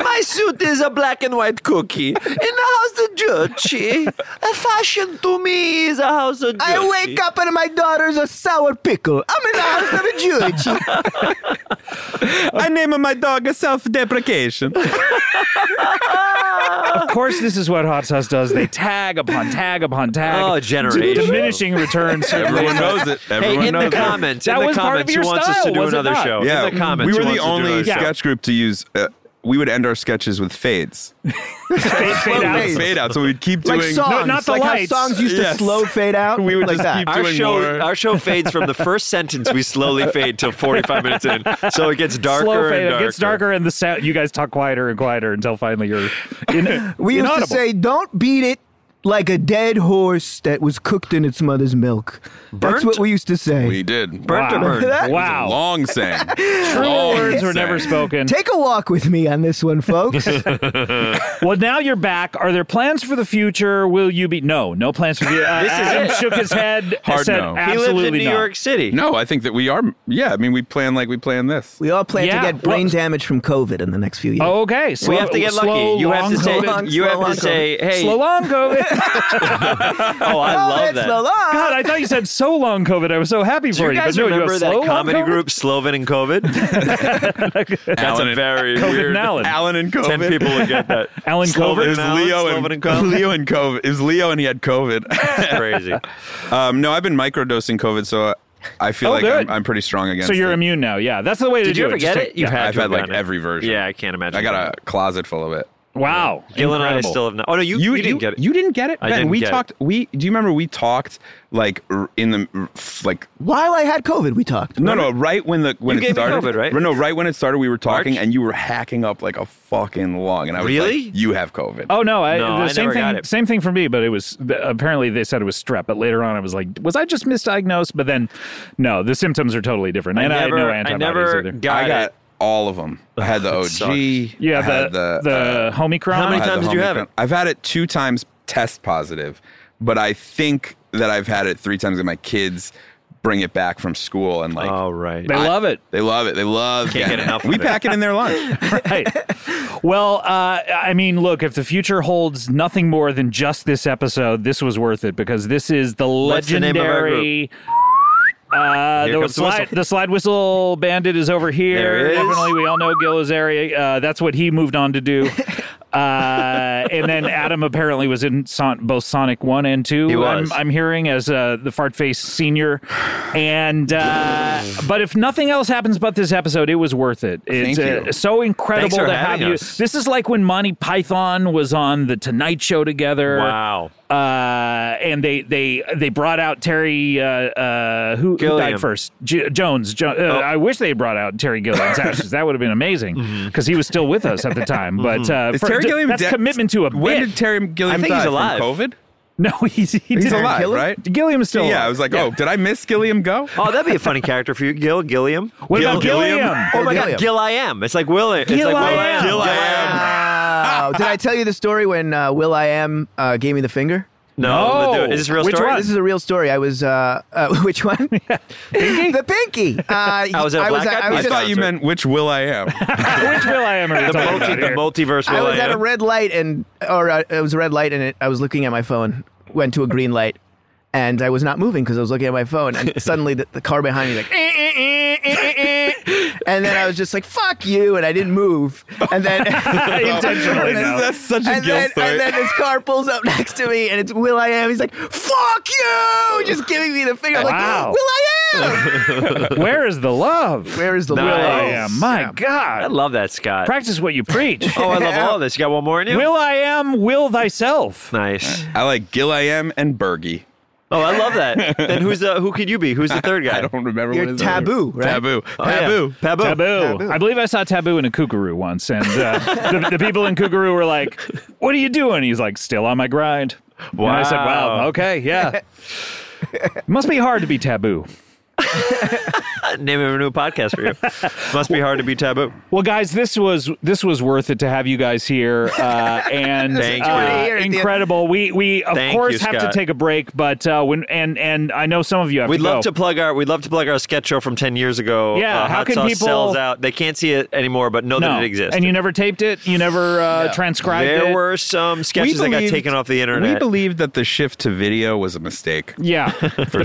C: My suit is a black and white cookie. In the house of Gucci. A fashion to me is a house of Gucci.
B: I wake up and my daughter's a sour pickle. I'm in a house of Jewish.
A: I name my dog a self-deprecation.
D: Of course, this is what hot sauce does. They tag upon tag upon tag.
C: Oh,
D: generation.
C: generational.
D: Diminishing returns.
A: Everyone knows it. Everyone
C: Hey, in
A: knows
C: the
A: it.
C: comments,
D: That
C: in the
D: was part of
C: comments,
D: your
C: who wants us to
D: style,
C: do
D: was it
C: another
D: not?
C: show?
A: Yeah,
C: in the comments,
A: we
C: who
A: were the
C: wants to do
A: only
C: another show?
A: sketch group to use. Uh, we would end our sketches with fades,
D: Fade, fade out.
B: Fades.
A: fade out. So we'd keep doing.
B: Like songs.
D: No, not the
B: like
D: lights.
B: how songs used to
A: Yes.
B: slow fade out.
A: We would
B: like
A: just
B: that.
A: keep-
C: Our
A: doing
C: show,
A: more.
C: our show fades from the first sentence. We slowly fade till 45 minutes in, so it gets darker
D: Slow
C: and
D: fade.
C: darker.
D: It gets darker, and the sound. You guys talk quieter and quieter until finally you're. In,
B: We used
D: inaudible.
B: to say, don't beat it like a dead horse that was cooked in its mother's milk. That's
C: Burnt?
B: what we used to say.
A: we did.
C: Burnt or
D: Wow.
C: burned?
B: That-
D: Wow.
A: Long saying.
D: True
C: Oh,
A: Long
D: words were
A: saying.
D: never spoken.
B: Take a walk with me on this one, folks.
D: Well, now you're back. Are there plans for the future? Will you be? No, no plans for the. Uh,
C: This is
D: Adam
C: it.
D: shook his head.
A: Hard
D: said,
A: no.
C: He lives
D: Absolutely
C: in New
D: not.
C: York City.
A: No, I think that we are. Yeah, I mean, we plan like we plan this.
B: we all plan
D: Yeah,
B: to get brain
D: well-
B: damage from COVID in the next few years.
C: Oh,
D: Okay, so
C: We have to get lucky.
D: Slow,
C: you have
D: long
C: to say.
D: COVID.
B: long,
C: you
B: slow,
C: have
B: long
C: to say. Hey.
D: Slow long COVID.
C: Oh, I
B: Oh,
C: love
B: it's
C: that.
B: the law.
D: God, I thought you said so long COVID. I was so happy
C: Do
D: for
C: you
D: you.
C: guys
D: but no, you have
C: remember
D: slow
C: that
D: long
C: comedy
D: COVID?
C: group Sloven and COVID? That's
A: Alan
C: a
A: and-
C: very weird.
D: and Alan.
A: Alan and COVID.
C: Ten people would get that.
D: Alan
C: Sloven
A: It
D: COVID.
A: was
C: and Alan,
A: Leo
C: Sloven
A: and,
C: and COVID.
A: Leo and COVID. It was Leo and he had COVID.
C: Crazy.
A: um, no, I've been microdosing COVID, so I feel
D: Oh,
A: like
D: good.
A: I'm, I'm pretty strong against.
D: So you're
A: it.
D: immune now. Yeah, that's the way to
C: Did
D: do
C: you
D: it.
C: ever
D: Just
C: get
D: take-
C: it? You've
D: yeah.
C: had
A: I've
C: to
A: had
C: have
A: like
C: gotten it.
A: every version.
C: Yeah, I can't imagine.
A: I got a closet full of it.
D: Wow.
C: Gil and I
D: Incredible.
C: still have not. Oh no, you, you, didn't get it.
A: You didn't get it.
C: I
A: Ben,
C: didn't
A: we
C: get it.
A: talked. We do you remember we talked like r- in the r- f- like
B: While I had COVID, we talked.
A: no no right when the when
C: You
A: it
C: gave me
A: started
C: COVID, right?
A: no right when it started we were talking
C: March?
A: and you were hacking up like a fucking lung and I was
C: Really?
A: like you have COVID.
D: Oh no! I,
C: No,
D: the
C: I
D: same
C: never
D: thing.
C: got it.
D: Same thing for me, but it was apparently they said it was strep. But later on, I was like, was I just misdiagnosed? But then, no, the symptoms are totally different, and I had no
C: I
D: antibodies
C: never
D: either.
C: got,
A: I got
C: it.
A: all of them. I had the
C: That
A: OG.
C: sucks.
A: I
D: Yeah,
A: had
D: the
A: the uh,
D: the, Homicron.
C: How many
A: I had
C: times
A: the
C: did you have
A: Omicron.
C: it?
A: I've had it two times test positive, but I think that I've had it three times. And my kids bring it back from school and like
C: Oh right.
D: They love it.
A: they love it. They love
C: Can't
A: getting
C: get
A: it.
C: enough of
A: We
C: it.
A: pack it in their lunch.
D: Hey. Well, uh, I mean, look, if the future holds nothing more than just this episode, this was worth it because this is the
C: What's the name of our
D: legendary. Uh,
C: Here
D: the,
C: comes the
D: slide,
C: whistle.
D: the slide whistle bandit is over here.
C: There it is.
D: Definitely, we all know Gil is area. Uh, that's what he moved on to do. uh, and then Adam apparently was in son- both Sonic One and Two.
C: He
D: I'm-
C: was.
D: I'm, hearing as uh, the fart face senior. And uh, but if nothing else happens but this episode, it was worth it. It's
A: Thank
D: uh,
A: you.
D: so incredible
C: Thanks for
D: to have
C: having
D: you.
C: us.
D: This is like when Monty Python was on the Tonight Show together.
C: Wow.
D: Uh, and they they they brought out Terry uh, uh, who, who
C: Gilliam.
D: died first J- Jones. Jo- uh,
A: Oh.
D: I wish they brought out Terry Gilliam's ashes. That would have been amazing because he was still with us at the time. But uh,
A: Mm-hmm. Is
D: for-
A: Terry
D: d-
A: Gilliam
D: that's
A: dead?
D: commitment to a
A: When
D: bit.
A: did Terry Gilliam
C: I think
A: die?
C: he's
A: From
C: alive.
A: COVID?
D: no, he's he
A: He's
D: didn't-
A: alive,
D: Gilliam?
A: right?
D: Gilliam is still.
A: yeah, I
D: alive.
A: was like, oh, did I miss Gilliam go?
C: Oh, that'd be a funny character for you, Gil Gilliam.
D: What about Gilliam?
C: Oh my
B: Gilliam.
C: God, Gil I am. It's like Will. It's
D: Gil
C: like
D: I am.
C: Will
D: Gil I
C: Gil I am.
B: Wow. Did I tell you the story when uh, Will I Am uh, gave me the finger?
C: No,
G: No.
C: the- is this a real
G: Which
C: story?
G: one?
B: This is a real story. I was, uh, uh which one? the pinky. Uh, I
C: was at a Black Eyed
B: I
A: I
B: was,
C: Peas
B: at,
A: thought you
C: concert.
A: meant which will I am.
G: Which Will I Am are you
C: The,
G: talking about
C: multi, the
G: here?
C: multiverse.
B: I
C: Will
B: was at a
C: Am?
B: red light and, or uh, it was a red light and it, I was looking at my phone, went to a green light. And I was not moving because I was looking at my phone, and suddenly the, the car behind me like, "Eh, eh, eh, eh, eh, eh." and then I was just like, "Fuck you," and I didn't move. And then
G: Intentionally,
A: This is-
G: no.
A: That's such a
B: and
A: guilt
B: then,
A: story.
B: and then this car pulls up next to me, and it's Will I Am. He's like, "Fuck you!" Just giving me the finger. I'm
G: Wow.
B: like, Will I Am.
G: Where is the love?
B: Where is the
C: Nice.
B: Will
G: I
B: I Am?
G: am. My
C: I
G: God.
C: love that, Scott.
G: Practice what you preach.
C: Oh, I love all this. You got one more in you?
G: Will I am, will thyself.
C: Nice.
A: I like Gil I am and Bergie.
C: Oh, I love that. then who's the, who could you be? Who's the third guy?
A: I don't remember
B: You're
A: what his
B: Taboo,
A: name-
B: right?
A: Taboo.
C: Oh, yeah.
A: taboo.
C: Taboo.
G: Taboo.
B: Taboo.
G: I believe I saw Taboo in a Kookaroo once, and uh, the, the people in Kookaroo were like, "What are you doing?" He's like, "Still on my grind." And I said,
C: Wow.
G: "Wow, okay, yeah." Must be hard to be taboo.
C: Name of a new podcast for you. Must be hard to be taboo.
G: Well, guys, this was this was worth it to have you guys here, uh, and
C: Thank you.
G: uh,
B: Here at the end.
G: incredible. We we of
C: Thank
G: course
C: you,
G: have to
C: Scott.
G: take a break, but uh, when and and I know some of you have
C: We'd
G: to
C: love
G: go.
C: to plug our we'd love to plug our sketch show from ten years ago.
G: Yeah,
C: uh,
G: how
C: Hot
G: can
C: Sauce
G: people-
C: sells out? They can't see it anymore, but know
G: no,
C: that it exists.
G: and you never taped it. You never uh, transcribed
C: there
G: it.
C: were some sketches that got
A: believed-
C: taken off the
A: We
C: internet.
A: believed that the shift to video was a mistake
G: yeah,
A: for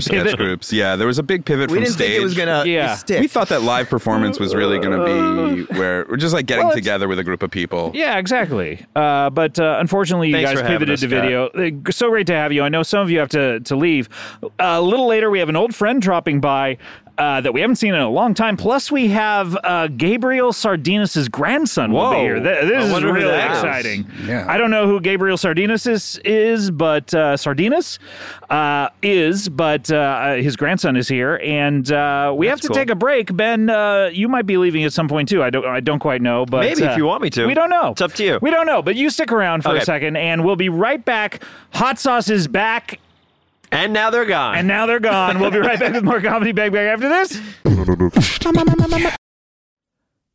A: sketch groups. Yeah, there was a big pivot
B: We
A: from
B: didn't
A: stage.
B: think it was gonna
G: Yeah.
B: stick.
A: we thought that live performance was really going to be where we're just like getting
G: Well, it's-
A: together with a group of people.
G: Yeah, exactly. Uh, but uh, unfortunately, you
C: Thanks
G: guys
C: for having
G: pivoted
C: us,
G: to video. Uh, So great to have you. I know some of you have to, to leave. Uh, a little later, we have an old friend dropping by uh, that we haven't seen in a long time. Plus, we have uh, Gabriel Sardinas' grandson will be
C: Whoa.
G: here. Th- this
C: I
G: is
C: wonder who
G: really
C: that is.
G: exciting.
A: Yeah.
G: I don't know who Gabriel Sardinas is, is but uh, Sardinas uh, is, but uh, his grandson is here, and uh, we have to
C: cool.
G: take a break. Ben, uh, you might be leaving at some point too. I don't, I don't quite know, but
C: Maybe
D: uh,
C: if you want me to.
G: we don't know.
C: It's up to you.
G: We don't know, but you stick around for a
C: Okay.
G: second, and we'll be right back. Hot sauce is back,
C: and now they're gone.
G: and now they're gone. we'll be right back with more comedy bang bang after this.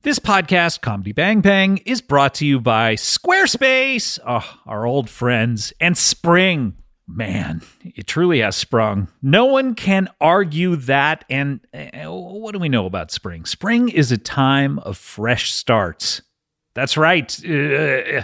D: This podcast, Comedy Bang Bang, is brought to you by Squarespace, ah, our old friends, and Spring. Man, it truly has sprung. No one can argue that. And uh, what do we know about spring? Spring is a time of fresh starts. That's right. Uh,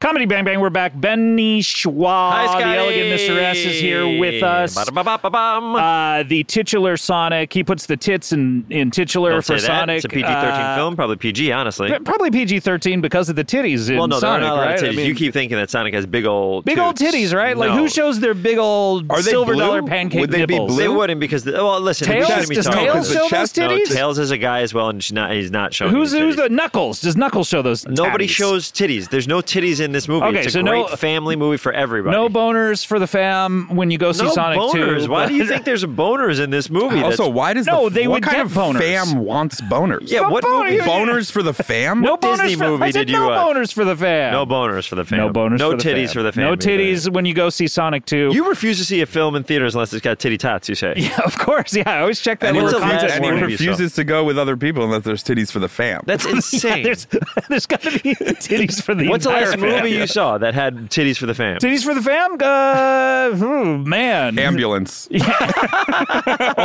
D: Comedy Bang Bang, we're back. Benny Schwa,
C: Hi, Scotty.
D: the elegant Mr. S, is here with us.
C: Ba-da-ba-ba-ba-bum.
D: Uh, the titular Sonic, he puts the tits in, in titular
C: Don't
D: for
C: say that.
D: Sonic.
C: It's a PG-13
D: uh,
C: film, probably PG, honestly.
D: p- Probably PG thirteen because of the titties in
C: well, no,
D: Sonic,
C: there are not a lot
D: right?
C: of
D: I
C: titties.
D: mean,
C: you keep thinking that Sonic has big old
D: big old
C: toots.
D: titties, right? Like
C: No.
D: who shows their big old
A: Are they
D: silver
A: blue?
D: dollar pancake
A: Would they be
D: nipples?
C: They
A: blue?
C: wouldn't because the, well, listen, we
D: Tails?
C: shouldn't be
D: Does
C: talking
D: Tails
C: about
D: show those
C: this.
D: titties?
C: No, Tails is a guy as well, and she's not, he's not showing.
D: Who's
C: any
D: who's
C: titties.
D: the Knuckles? Does Knuckles show those?
C: Nobody
D: tatties?
C: shows titties. There's no titties in this movie.
D: Okay,
C: it's a
D: so
C: great
D: no-
C: family movie for everybody.
D: no boners for the fam when you go see
C: No
D: Sonic
C: boners.
D: two.
C: Why do you think there's boners in this movie? That's-
A: Also, why does
D: No,
A: the,
D: they
A: what
D: would
A: kind
D: get
A: of
D: boners.
A: fam wants boners?
C: yeah, what
D: boner
C: movie?
D: you-
A: boners for the fam.
D: no boners
C: Disney
D: for,
C: movie
D: I said
C: did you,
D: no
C: uh,
D: boners for the fam?
C: No boners for the family.
D: No boners.
C: No
D: for the
C: titties
D: fam.
C: for the family.
D: No titties when you go see Sonic two.
C: You refuse to see a film in theaters unless it's got titty tots. You say.
D: Yeah, of course. Yeah, I always check that
A: And he,
C: What's
D: little
C: the
A: refuses,
C: last
D: content
A: and he
C: word?
D: warning.
A: refuses to go with other people unless there's titties for the fam.
C: That's insane.
D: There's there's got to be titties for the
C: What's the
D: entire
C: last
D: fam.
C: movie you saw that had titties for the fam?
D: Titties for the fam? Uh, oh, man.
A: Ambulance.
D: Old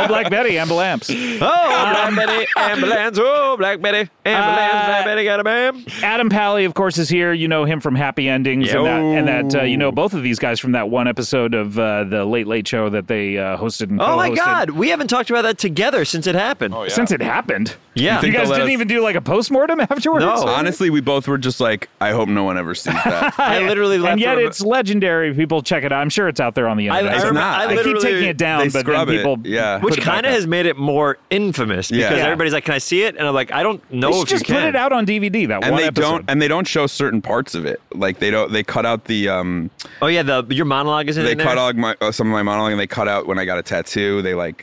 D: Black Betty, ambulamps.
C: Oh, Black Betty, ambulance. Oh, Black Betty, ambulance.
D: Um, Uh,
C: Black Betty got a bam.
D: Adam Pally, of course, is here. You know him from Happy Endings, and that, and that uh, you know both of these guys from that one episode of uh, the Late Late Show that they uh, hosted. And
C: Oh my
D: co-hosted.
C: God, we haven't talked about that together since it happened.
A: Oh,
D: Since it happened,
C: Yeah.
D: you
A: they'll
D: guys
A: let
D: didn't
A: us-
D: even do like a postmortem afterwards.
C: No.
A: Honestly, we both were just like, I hope no one ever sees that.
C: I literally left.
D: and yet
C: the-
D: it's legendary. People check it out. I'm sure it's out there on the
C: I,
D: internet.
C: I,
A: It's
C: remember-
A: not.
C: I
A: They keep
D: keep
C: literally-
D: taking it down,
A: they
D: but then
A: scrub it.
D: people
A: Yeah.
D: put
C: Which
D: it back
C: kind of
D: up.
C: has made it more infamous
A: Yeah.
C: because
A: Yeah.
C: everybody's like, "Can I see it?" And I'm like, "I don't know
D: They should
C: Oh, if
D: just
C: you can."
D: put it out on DVD. That
A: and
D: one
A: they
D: episode.
A: don't and they don't show certain parts of it. Like they don't they cut out the um
C: Oh yeah, the your monologue is in
A: they
C: there.
A: cut out my uh, some of my monologue and they cut out when I got a tattoo. They like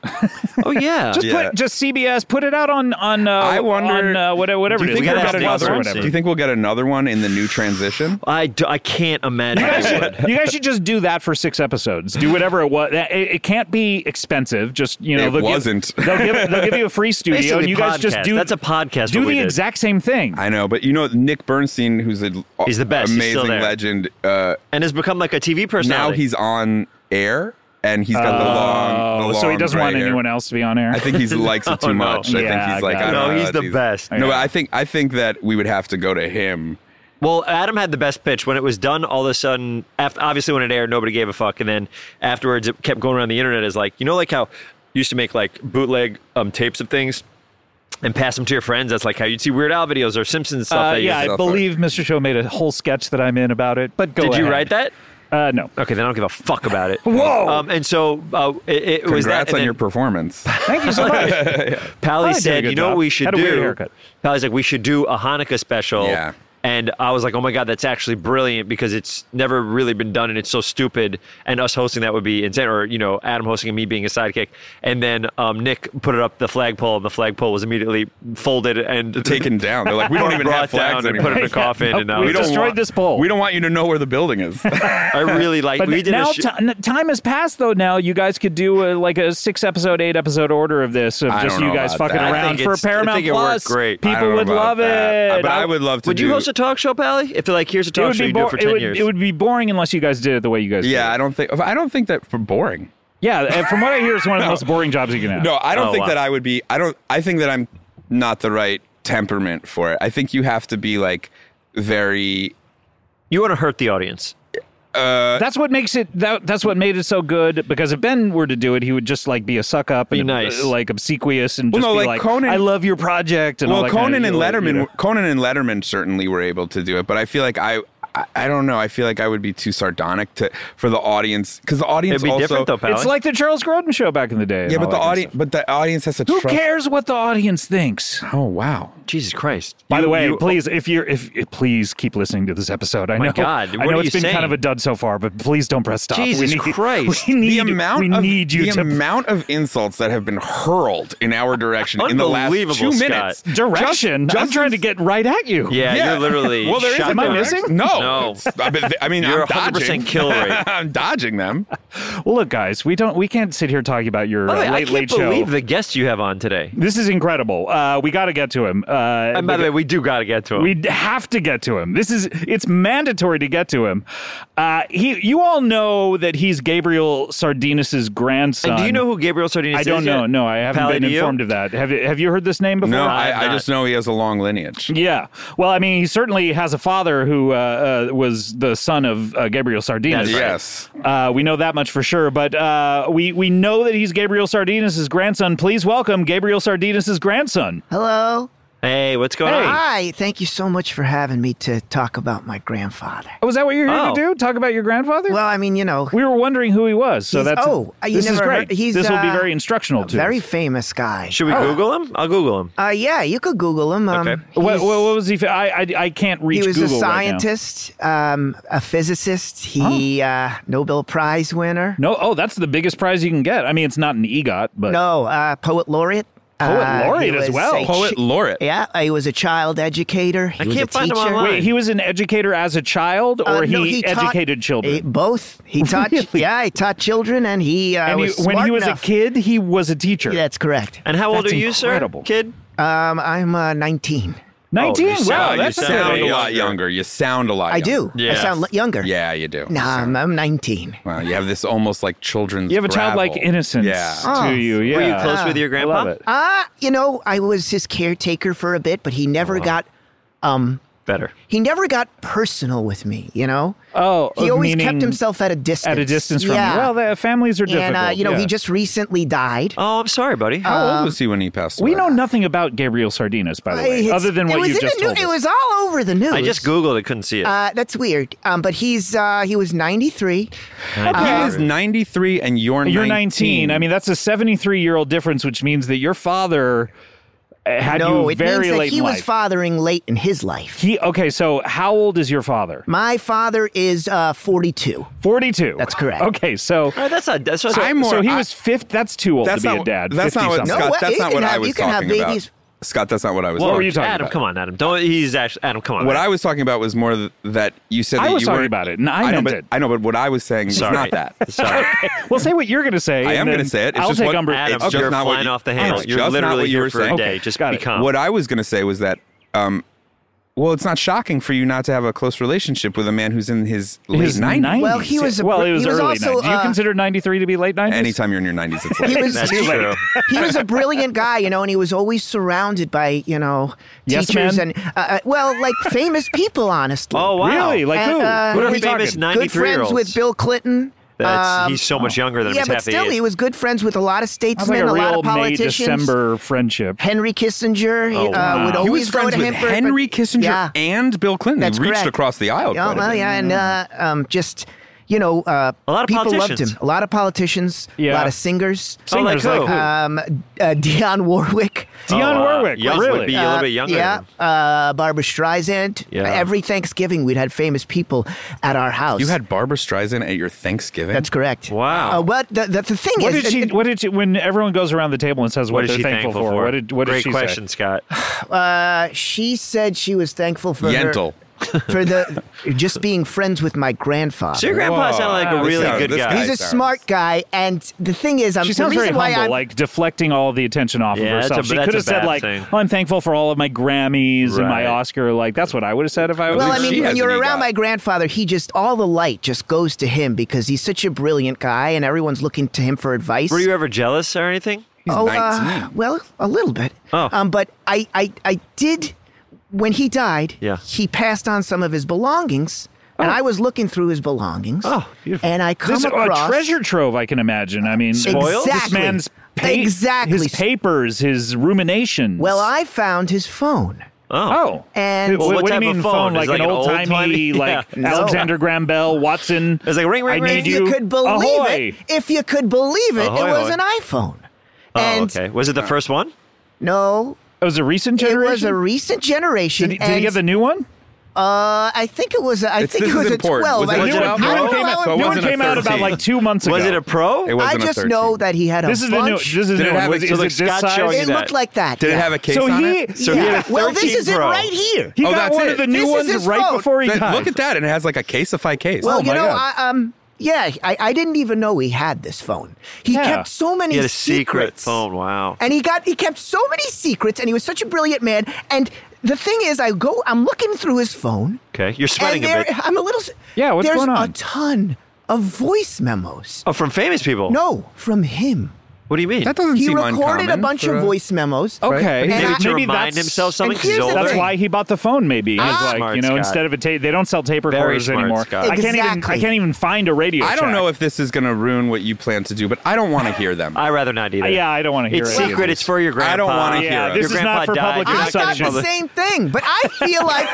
C: Oh yeah,
D: Just
A: Yeah.
D: put just CBS. Put it out on on. Uh,
A: I wonder-
D: on, uh, whatever whatever
A: Do
D: it is.
A: you think
D: Paramount
C: we'll have
D: Plus or
C: another
D: whatever.
A: do you think we'll get another one in the new transition?
C: I, do, I can't imagine.
D: You guys,
C: I would.
D: should, you guys should just do that for six episodes. Do whatever it was. It, it can't be expensive. Just you know,
A: It
D: they'll
A: wasn't.
D: Give, they'll give they'll give you a free studio,
C: Basically
D: and you guys just
C: podcast.
D: do
C: That's a podcast,
D: Do
C: what we
D: the
C: did.
D: exact same thing.
A: I know, but you know Nick Bernstein, who's an
C: He's the best. He's still
A: amazing
C: there.
A: legend. Uh,
C: and has become like a TV
A: now
C: personality.
A: he's on air and he's got the long,
D: oh,
A: the
D: so he
A: long
D: doesn't want
A: gray hair.
D: anyone else to be on air.
A: I think he likes it too
C: No.
A: much. I
D: Yeah,
A: think he's like,
D: got
A: I
D: it.
A: don't
C: No,
A: know
C: he's
A: that
C: the best.
A: No, but
D: Yeah.
A: I think I think that we would have to go to him.
C: well, Adam had the best pitch when it was done. All of a sudden, after, obviously when it aired, nobody gave a fuck, and then afterwards, it kept going around the internet as like, you know, like how you used to make like bootleg um, tapes of things. And pass them to your friends. That's like how you'd see Weird Al videos or Simpsons stuff.
D: Uh,
C: that you
D: yeah,
C: used
D: I
C: to-
D: believe Mr. Show made a whole sketch that I'm in about it. But go
C: Did you
D: ahead.
C: write that?
D: Uh, no.
C: Okay, then I don't give a fuck about it.
D: Whoa.
C: Um, and so uh, it, it was that.
A: Congrats
C: and
A: on
C: then
A: your performance.
D: Thank you so much. I
C: Pally
D: did a
C: said,
D: good
C: "You know
D: job.
C: what we should
D: Had a
C: do?"
D: weird haircut.
C: Pally's like, "We should do a Hanukkah special."
A: Yeah.
C: And I was like, "Oh my god, that's actually brilliant because it's never really been done, and it's so stupid." And us hosting that would be insane, or you know, Adam hosting and me being a sidekick. And then um, Nick put it up the flagpole, and the flagpole was immediately folded and
A: Taken down. They're like, we don't even
C: brought
A: have flags
C: down and put
A: anymore.
C: it in a coffin.
D: Nope,
C: and that
D: we
C: was-
A: don't
D: destroyed
A: want-
D: this poll.
A: We don't want you to know where the building is.
C: I really like.
D: But
C: we did
D: now
C: a sh-
D: ti- n- time has passed, though. Now you guys could do a, like a six episode, eight episode order of this of
A: I
D: just
A: don't
D: you
A: know
D: guys
A: about
D: fucking
A: that. I
D: around
C: think
D: for
C: it's- I
D: Paramount
C: think it
D: Plus.
C: worked great.
A: I don't
D: People
A: know
D: would
A: about
D: love
A: that.
D: it.
A: But I would love to.
C: would
A: do,
C: you host a talk show, Pally? If like, here's a
D: It
C: talk
D: would
C: show
D: be
C: you do
D: bo-
C: it for
D: it
C: ten
D: would-
C: years.
D: it would be boring unless you guys did it the way you guys.
A: Yeah,
D: did
A: I
D: it.
A: don't think I don't think that for boring.
D: yeah. and From what I hear, it's one of the most boring jobs you can have.
A: No, I don't
C: Oh,
A: think
C: wow.
A: that I would be. I don't. I think that I'm not the right temperament for it. I think you have to be like very
C: You want to hurt the audience.
D: that's what makes it. That, that's what made it so good. Because if Ben were to do it, he would just like be a suck up
C: Be
D: and
C: nice.
D: uh, like obsequious, and
A: Well,
D: just
A: no,
D: be
A: like
D: like,
A: Conan-
D: "I love your project." And all
A: well,
D: that
A: Conan
D: kind of,
A: and
D: you know,
A: Letterman,
D: you know.
A: Conan and Letterman certainly were able to do it, but I feel like I, I, I don't know. I feel like I would be too sardonic to for the audience because the audience
C: It'd be
A: also,
C: different though, Pally.
D: It's like the Charles Grodin show back in the day. and
A: Yeah,
D: all
A: but the
D: that kind of
A: audience, but the audience has to
D: stuff. Who
A: trust.
D: cares what the audience thinks?
A: Oh wow,
C: Jesus Christ.
D: By
C: You-
D: the way,
C: you-
D: please, if you're, if please keep listening to this episode. I
C: My
D: know,
C: God,
D: I
C: what
D: know
C: are
D: it's
C: you
D: been kind
C: saying?
D: of a dud so far, but please don't press stop.
C: Jesus
D: we need,
C: Christ.
D: we need,
A: the amount
D: we
A: of
D: need you
A: the
D: to
A: amount of insults that have been hurled in our direction in the last
C: Unbelievable,
A: two
C: Scott.
A: minutes.
D: direction.
A: Just-
D: I'm trying to get right at you.
C: yeah, you're literally.
A: Well, there is.
C: shot
A: Am
D: I
C: direct.
D: missing?
A: No,
C: No.
A: I mean, I mean
C: You're
A: I'm
C: 100%
A: dodging.
C: kill rate.
A: I'm dodging them.
D: Well, look, guys, we don't we can't sit here talking about your
C: By the
D: uh,
C: way,
D: late
C: I can't
D: late
C: believe
D: show.
C: the guest you have on today.
D: This is incredible. Uh, we got to get to him. Uh,
C: And by the way, we do got to get to him.
D: We have to get to him. This is it's mandatory to get to him. Uh, he, you all know that he's Gabriel Sardinas's grandson.
C: and do you know who Gabriel Sardinas is?
D: I don't know.
C: yet?
D: No, I haven't
C: Pally,
D: been
C: do you?
D: informed of that. Have you Have you heard this name before?
A: No,
C: I'm
A: I, I
C: not.
A: just know he has a long lineage.
D: Yeah. Well, I mean, he certainly has a father who uh, uh, was the son of uh, Gabriel Sardinas.
C: That's right.
A: Yes.
D: Uh, we know that much for sure. But uh, we we know that he's Gabriel Sardinas' grandson. Please welcome Gabriel Sardinas' grandson.
B: Hello.
C: Hey, what's going on?
B: Hi. Thank you so much for having me to talk about my grandfather.
D: Oh, is that what you're here
C: Oh.
D: to do? Talk about your grandfather?
B: Well, I mean, you know,
D: we were wondering who he was. So
B: He's-
D: that's
B: oh, you
D: this is
B: never
D: great.
B: heard- he's,
D: this will be
B: uh,
D: very instructional to
B: very
D: us.
B: famous guy.
C: Should we Google him? I'll Google him.
B: Uh, yeah, you could Google him. Um,
C: Okay.
D: What,
B: he's-
D: what, what was he? fa- I, I I can't reach.
B: he was
D: Google
B: a scientist, um, a physicist. He uh, Nobel Prize winner.
D: Right now. No. Oh, that's the biggest prize you can get. I mean, it's not an EGOT, but
B: No, uh, poet laureate.
D: Poet
B: Uh, he
D: laureate as
B: was
D: well.
B: a
A: Poet
B: chi-
A: laureate.
B: yeah, uh, he was a child educator. He
C: I
B: was
C: can't
B: a
C: find him
B: teacher.
C: online.
D: Wait, he was an educator as a child,
B: Uh,
D: or he,
B: no, taught-
D: educated children.
B: he- both. He taught. Yeah, he taught children, and he uh,
D: and he-
B: was
D: when
B: smart
D: he was
B: enough.
D: a kid, he was a teacher.
C: Oh,
B: That's correct.
C: And how old
D: That's
C: are you,
D: incredible.
C: sir? Kid?
B: Um, I'm uh, 19.
D: Nineteen.
C: Oh, you
D: wow,
C: sound- you
D: that's a
C: sound
A: Uh, sound
D: good
A: a
C: Yeah.
A: lot younger. You sound a lot.
B: I
A: younger.
B: do. I
C: Yeah.
B: sound li- younger.
A: Yeah, you do.
B: No, I'm, I'm 19.
A: Wow, you have this almost like children's.
D: You have a childlike
A: gravel.
D: innocence
A: Yeah.
B: Oh.
D: to you. Yeah.
C: Were you close with your
D: I
C: grandpa?
D: love it.
B: Ah, you know, I was his caretaker for a bit, but he
D: Oh,
B: never got, um,
C: Better.
B: he never got personal with me. You know,
D: Oh,
B: he always kept
D: meaning
B: himself at a distance.
D: at a distance from.
B: yeah.
D: Well, the families are different.
B: and uh, you know, he just recently died.
C: Oh, I'm sorry, buddy.
A: How old was he when he passed away?
D: Uh, We know nothing about Gabriel Sardinas, by the way,
B: It's-
D: other than
B: it
D: what
B: was
D: you
B: in the
D: just
B: new-
D: told
B: It
D: us.
B: was all over the news.
C: I just Googled it, couldn't see it.
B: Uh, that's weird. Um, but he's uh, he was 93.
A: He is 93 and you're 19.
D: You're 19. I mean, that's a 73 year old difference, which means that your father uh, had
B: no,
D: you
B: it
D: very
B: means that
D: late
B: he
D: in
B: was
D: life.
B: fathering late in his life.
D: he okay. So how old is your father?
B: My father is uh, 42.
D: 42.
B: That's correct.
D: Okay, so
C: All right, that's not. That's not
A: I'm more.
D: so he
A: I-
D: was fifth. That's too old to
A: that's
D: be
A: not,
D: a dad.
A: That's not what
D: 50-something.
B: No,
A: Scott.
B: what-
A: that's
B: you
A: not
B: can
A: what I
B: have-
A: was
B: you can have
A: talking about.
B: babies-
A: Scott, that's not what I was.
C: Whoa,
A: talking
D: were you talking
C: Adam,
D: about?
C: come on, Adam. Don't. He's actually Adam. Come on.
A: What
C: Adam.
A: I was talking about was more th- that you said
D: I
A: that
D: was
A: you
D: talking
A: weren't-
D: about it, and I
A: know,
D: meant
A: but,
D: it.
A: I know, but what I was saying
C: Sorry.
A: is not that.
C: Sorry.
D: Well, say what you're going to say.
A: I am
D: going to
A: say it. It's
D: I'll
A: just
D: take
A: what-
D: umbrage.
A: it's
C: Adam,
A: just
C: you're
A: not what
C: flying
A: you-
C: off the handle.
A: It's
C: You're
A: just not
C: literally
A: what you
C: here
A: were
C: for
A: saying.
C: a day.
D: Okay,
C: Just
D: got
C: be
D: it.
C: calm.
A: What I was going to say was that, um, well, it's not shocking for you not to have a close relationship with a man who's in his late
D: His
A: 90s.
D: 90s.
B: Well, he was a-
D: well, it
B: he
D: was,
B: was
D: early
B: also,
D: 90s. Do you
B: uh,
D: consider 93 to be late 90s?
A: Anytime you're in your 90s, it's late.
B: He was
C: That's true.
B: he was a brilliant guy, you know, and he was always surrounded by you know
D: Yes
B: teachers
D: men?
B: and uh, uh, well, like famous people, honestly.
C: Oh wow.
D: Really? Like
B: And,
D: who?
B: uh,
D: What are
C: Good
D: we
C: famous
D: talking?
C: night-
B: Good
C: 93 year
B: friends
C: olds.
B: with Bill Clinton.
C: That's,
B: Um,
C: he's so much younger than him.
B: yeah,
C: He's
B: but
C: half the
B: still,
C: age.
B: he was good friends with a lot of
D: Sounds like
B: statesmen,
D: a
B: lot
D: real
B: of
D: May
B: politicians.
D: December friendship.
B: Henry Kissinger he,
C: Oh, wow.
B: uh, would
C: He
A: He
B: always
A: was friends
B: go to
A: with
B: him for
A: Henry
B: but-
A: Kissinger
B: Yeah,
A: and Bill Clinton.
B: That's
A: he reached
B: correct.
A: across the
C: Oh,
A: aisle.
B: yeah
A: quite a
B: well,
A: bit.
B: yeah, and uh, um, just you know, uh,
C: A lot of
B: people
C: politicians.
B: loved him. A lot of politicians.
D: Yeah.
B: a lot of singers.
C: Oh, like
D: Singers like
C: who?
D: who?
B: Um, uh, Dionne Warwick.
D: Dionne
C: Oh, uh,
D: Warwick.
C: young
D: really?
C: would be a little bit younger.
B: Yeah,
C: than him.
B: uh, Barbara Streisand.
C: Yeah.
B: Every Thanksgiving, we'd had famous people at our house.
A: You had Barbara Streisand at your Thanksgiving?
B: That's correct.
C: Wow.
B: Uh, but the, the, the thing
D: What
B: is,
D: did she?
B: it-
D: What did she? When everyone goes around the table and says what,
C: What is
D: they're
C: she
D: thankful, for, what did what did
C: Great
D: she
C: question, Scott.
B: uh, she said she was thankful for her-
A: Yentl.
B: for the just being friends with my grandfather.
C: So your grandpa
A: Whoa.
C: sounded like
A: Wow,
C: a
A: this
C: really
A: guy-
C: good
A: this
C: guy.
A: guy's
B: He's a
A: Sounds-
B: smart guy, and the thing is, I'm
D: She
B: Um, the
D: sounds very
B: reason why
D: humble,
B: I'm,
D: like deflecting all the attention off
C: Yeah,
D: of
C: that's a-
D: herself. she
C: that's
D: could
C: a
D: have said
C: bad
D: like,
C: thing.
D: "Oh, "I'm thankful for all of my Grammys and my
C: Right.
D: Oscar." Like that's what I would have said if I was.
B: Well,
A: At
B: I
A: least she
B: mean, when
A: has
B: you're
A: an
B: around
A: EGOT.
B: my grandfather, he just all the light just goes to him because he's such a brilliant guy, and everyone's looking to him for advice.
C: Were you ever jealous or anything?
B: Oh, uh,
A: 19.
B: well, a little bit.
C: Oh.
B: Um, but I, I, I did, when he died,
C: Yeah.
B: he passed on some of his belongings, and I was looking through his belongings,
C: Oh, beautiful.
B: and I come
D: Oh. This is a
B: across...
D: treasure trove, I can imagine. I mean,
B: Spoil?
D: this
B: Exactly.
D: man's pa-
B: Exactly.
D: his papers, his ruminations.
B: Well, I found his phone.
D: oh,
B: And-
C: Well,
D: what,
C: what
D: do you
C: type of
D: mean
C: phone?
D: phone? Like,
C: Is it like
D: an
C: an
D: old timey,
C: old-timey?
D: like
B: Yeah. No.
D: Alexander Graham Bell, Watson.
C: It's like, ring, ring,
D: I
C: ring.
D: need
B: If you,
D: you-
B: could believe
D: ahoy.
B: it, if you could believe it,
C: Ahoy,
B: it was
C: ahoy.
B: an iPhone.
C: Oh,
B: and
C: okay. Was it the first one?
B: no,
D: It was a recent
B: it
D: generation.
B: was a recent generation.
D: did, he- did he
B: and,
D: get the new one?
B: uh, I think it was. I
A: It's-
B: think
A: this
B: it was
A: is
B: a
A: important.
B: twelve.
A: Was it
B: I
A: a
B: don't
D: new
B: know
D: one
B: how
D: came
B: I
A: out? No,
B: don't know
A: it
B: how
A: wasn't
D: new
B: I
D: one
A: a
D: came out about
A: 13.
D: like two months ago.
C: Was it a pro?
A: It wasn't
B: I
A: a
B: just
A: 13.
B: know that he had a
D: This is the new.
B: bunch.
D: This is the
A: Did it
D: new one.
A: have
D: Was,
A: a-
D: it-
A: so
D: is
C: like
D: it this
C: Scott
D: size?
C: showing
B: it
C: you
B: looked
C: that.
B: like that.
A: Did
B: yeah.
A: it have a case
D: So
A: on
D: he-
A: it?
C: So he had a
B: Well, this
C: 13
B: is it
C: Pro.
B: right here.
D: He
A: Oh,
D: got
A: that's
D: one
A: it.
D: of the new
B: This is
D: ones
B: his
D: right
B: phone.
D: before he
A: That-
D: died.
A: look at that, and it has like a caseify case.
B: Well,
A: oh
B: you
A: my
B: know,
A: god!
B: I, um, yeah, I, I didn't even know he had this phone. He
D: Yeah.
B: kept so many
C: He had a secret
B: secrets.
C: phone. Wow.
B: and he got he kept so many secrets, and he was such a brilliant man. And the thing is, I go, I'm looking through his phone,
C: Okay. You're
B: and
C: sweating a
B: there,
C: bit.
B: I'm a little. s-
D: Yeah, what's
B: there's
D: going on?
B: a ton of voice memos.
C: Oh, from famous people.
B: No, from him.
C: What do you mean?
A: that doesn't
B: He
A: seem
B: recorded a
A: uncommon
B: bunch
A: for
B: of
A: a- Oh,
B: voice memos.
D: okay,
A: Maybe
C: Maybe
B: And
C: to
B: I-
C: remind
D: that's-
C: himself something
B: and
C: because he's
B: here's the
C: older.
D: That's
B: thing.
D: why he bought the phone. Maybe he's
C: Ah.
D: like,
C: Smart
D: you know,
C: Scott.
D: instead of a tape, they don't sell tape
C: Very
D: recorders
C: smart,
D: anymore.
C: Scott.
D: I can't even. I
B: Exactly.
D: can't even find a radio.
A: I don't
D: check.
A: know if this is going to ruin what you plan to do, but I don't want to hear them.
C: I'd rather not either.
D: Yeah, I don't want to hear
C: It's
D: it.
C: secret. It's for your grandpa.
A: I don't wanna hear
D: Yeah,
A: it.
D: this
C: Your
D: is not
C: grandpa
D: for
C: died.
D: public
C: I
B: I
C: Consumption.
B: got
D: consumption.
B: the same thing, but I feel like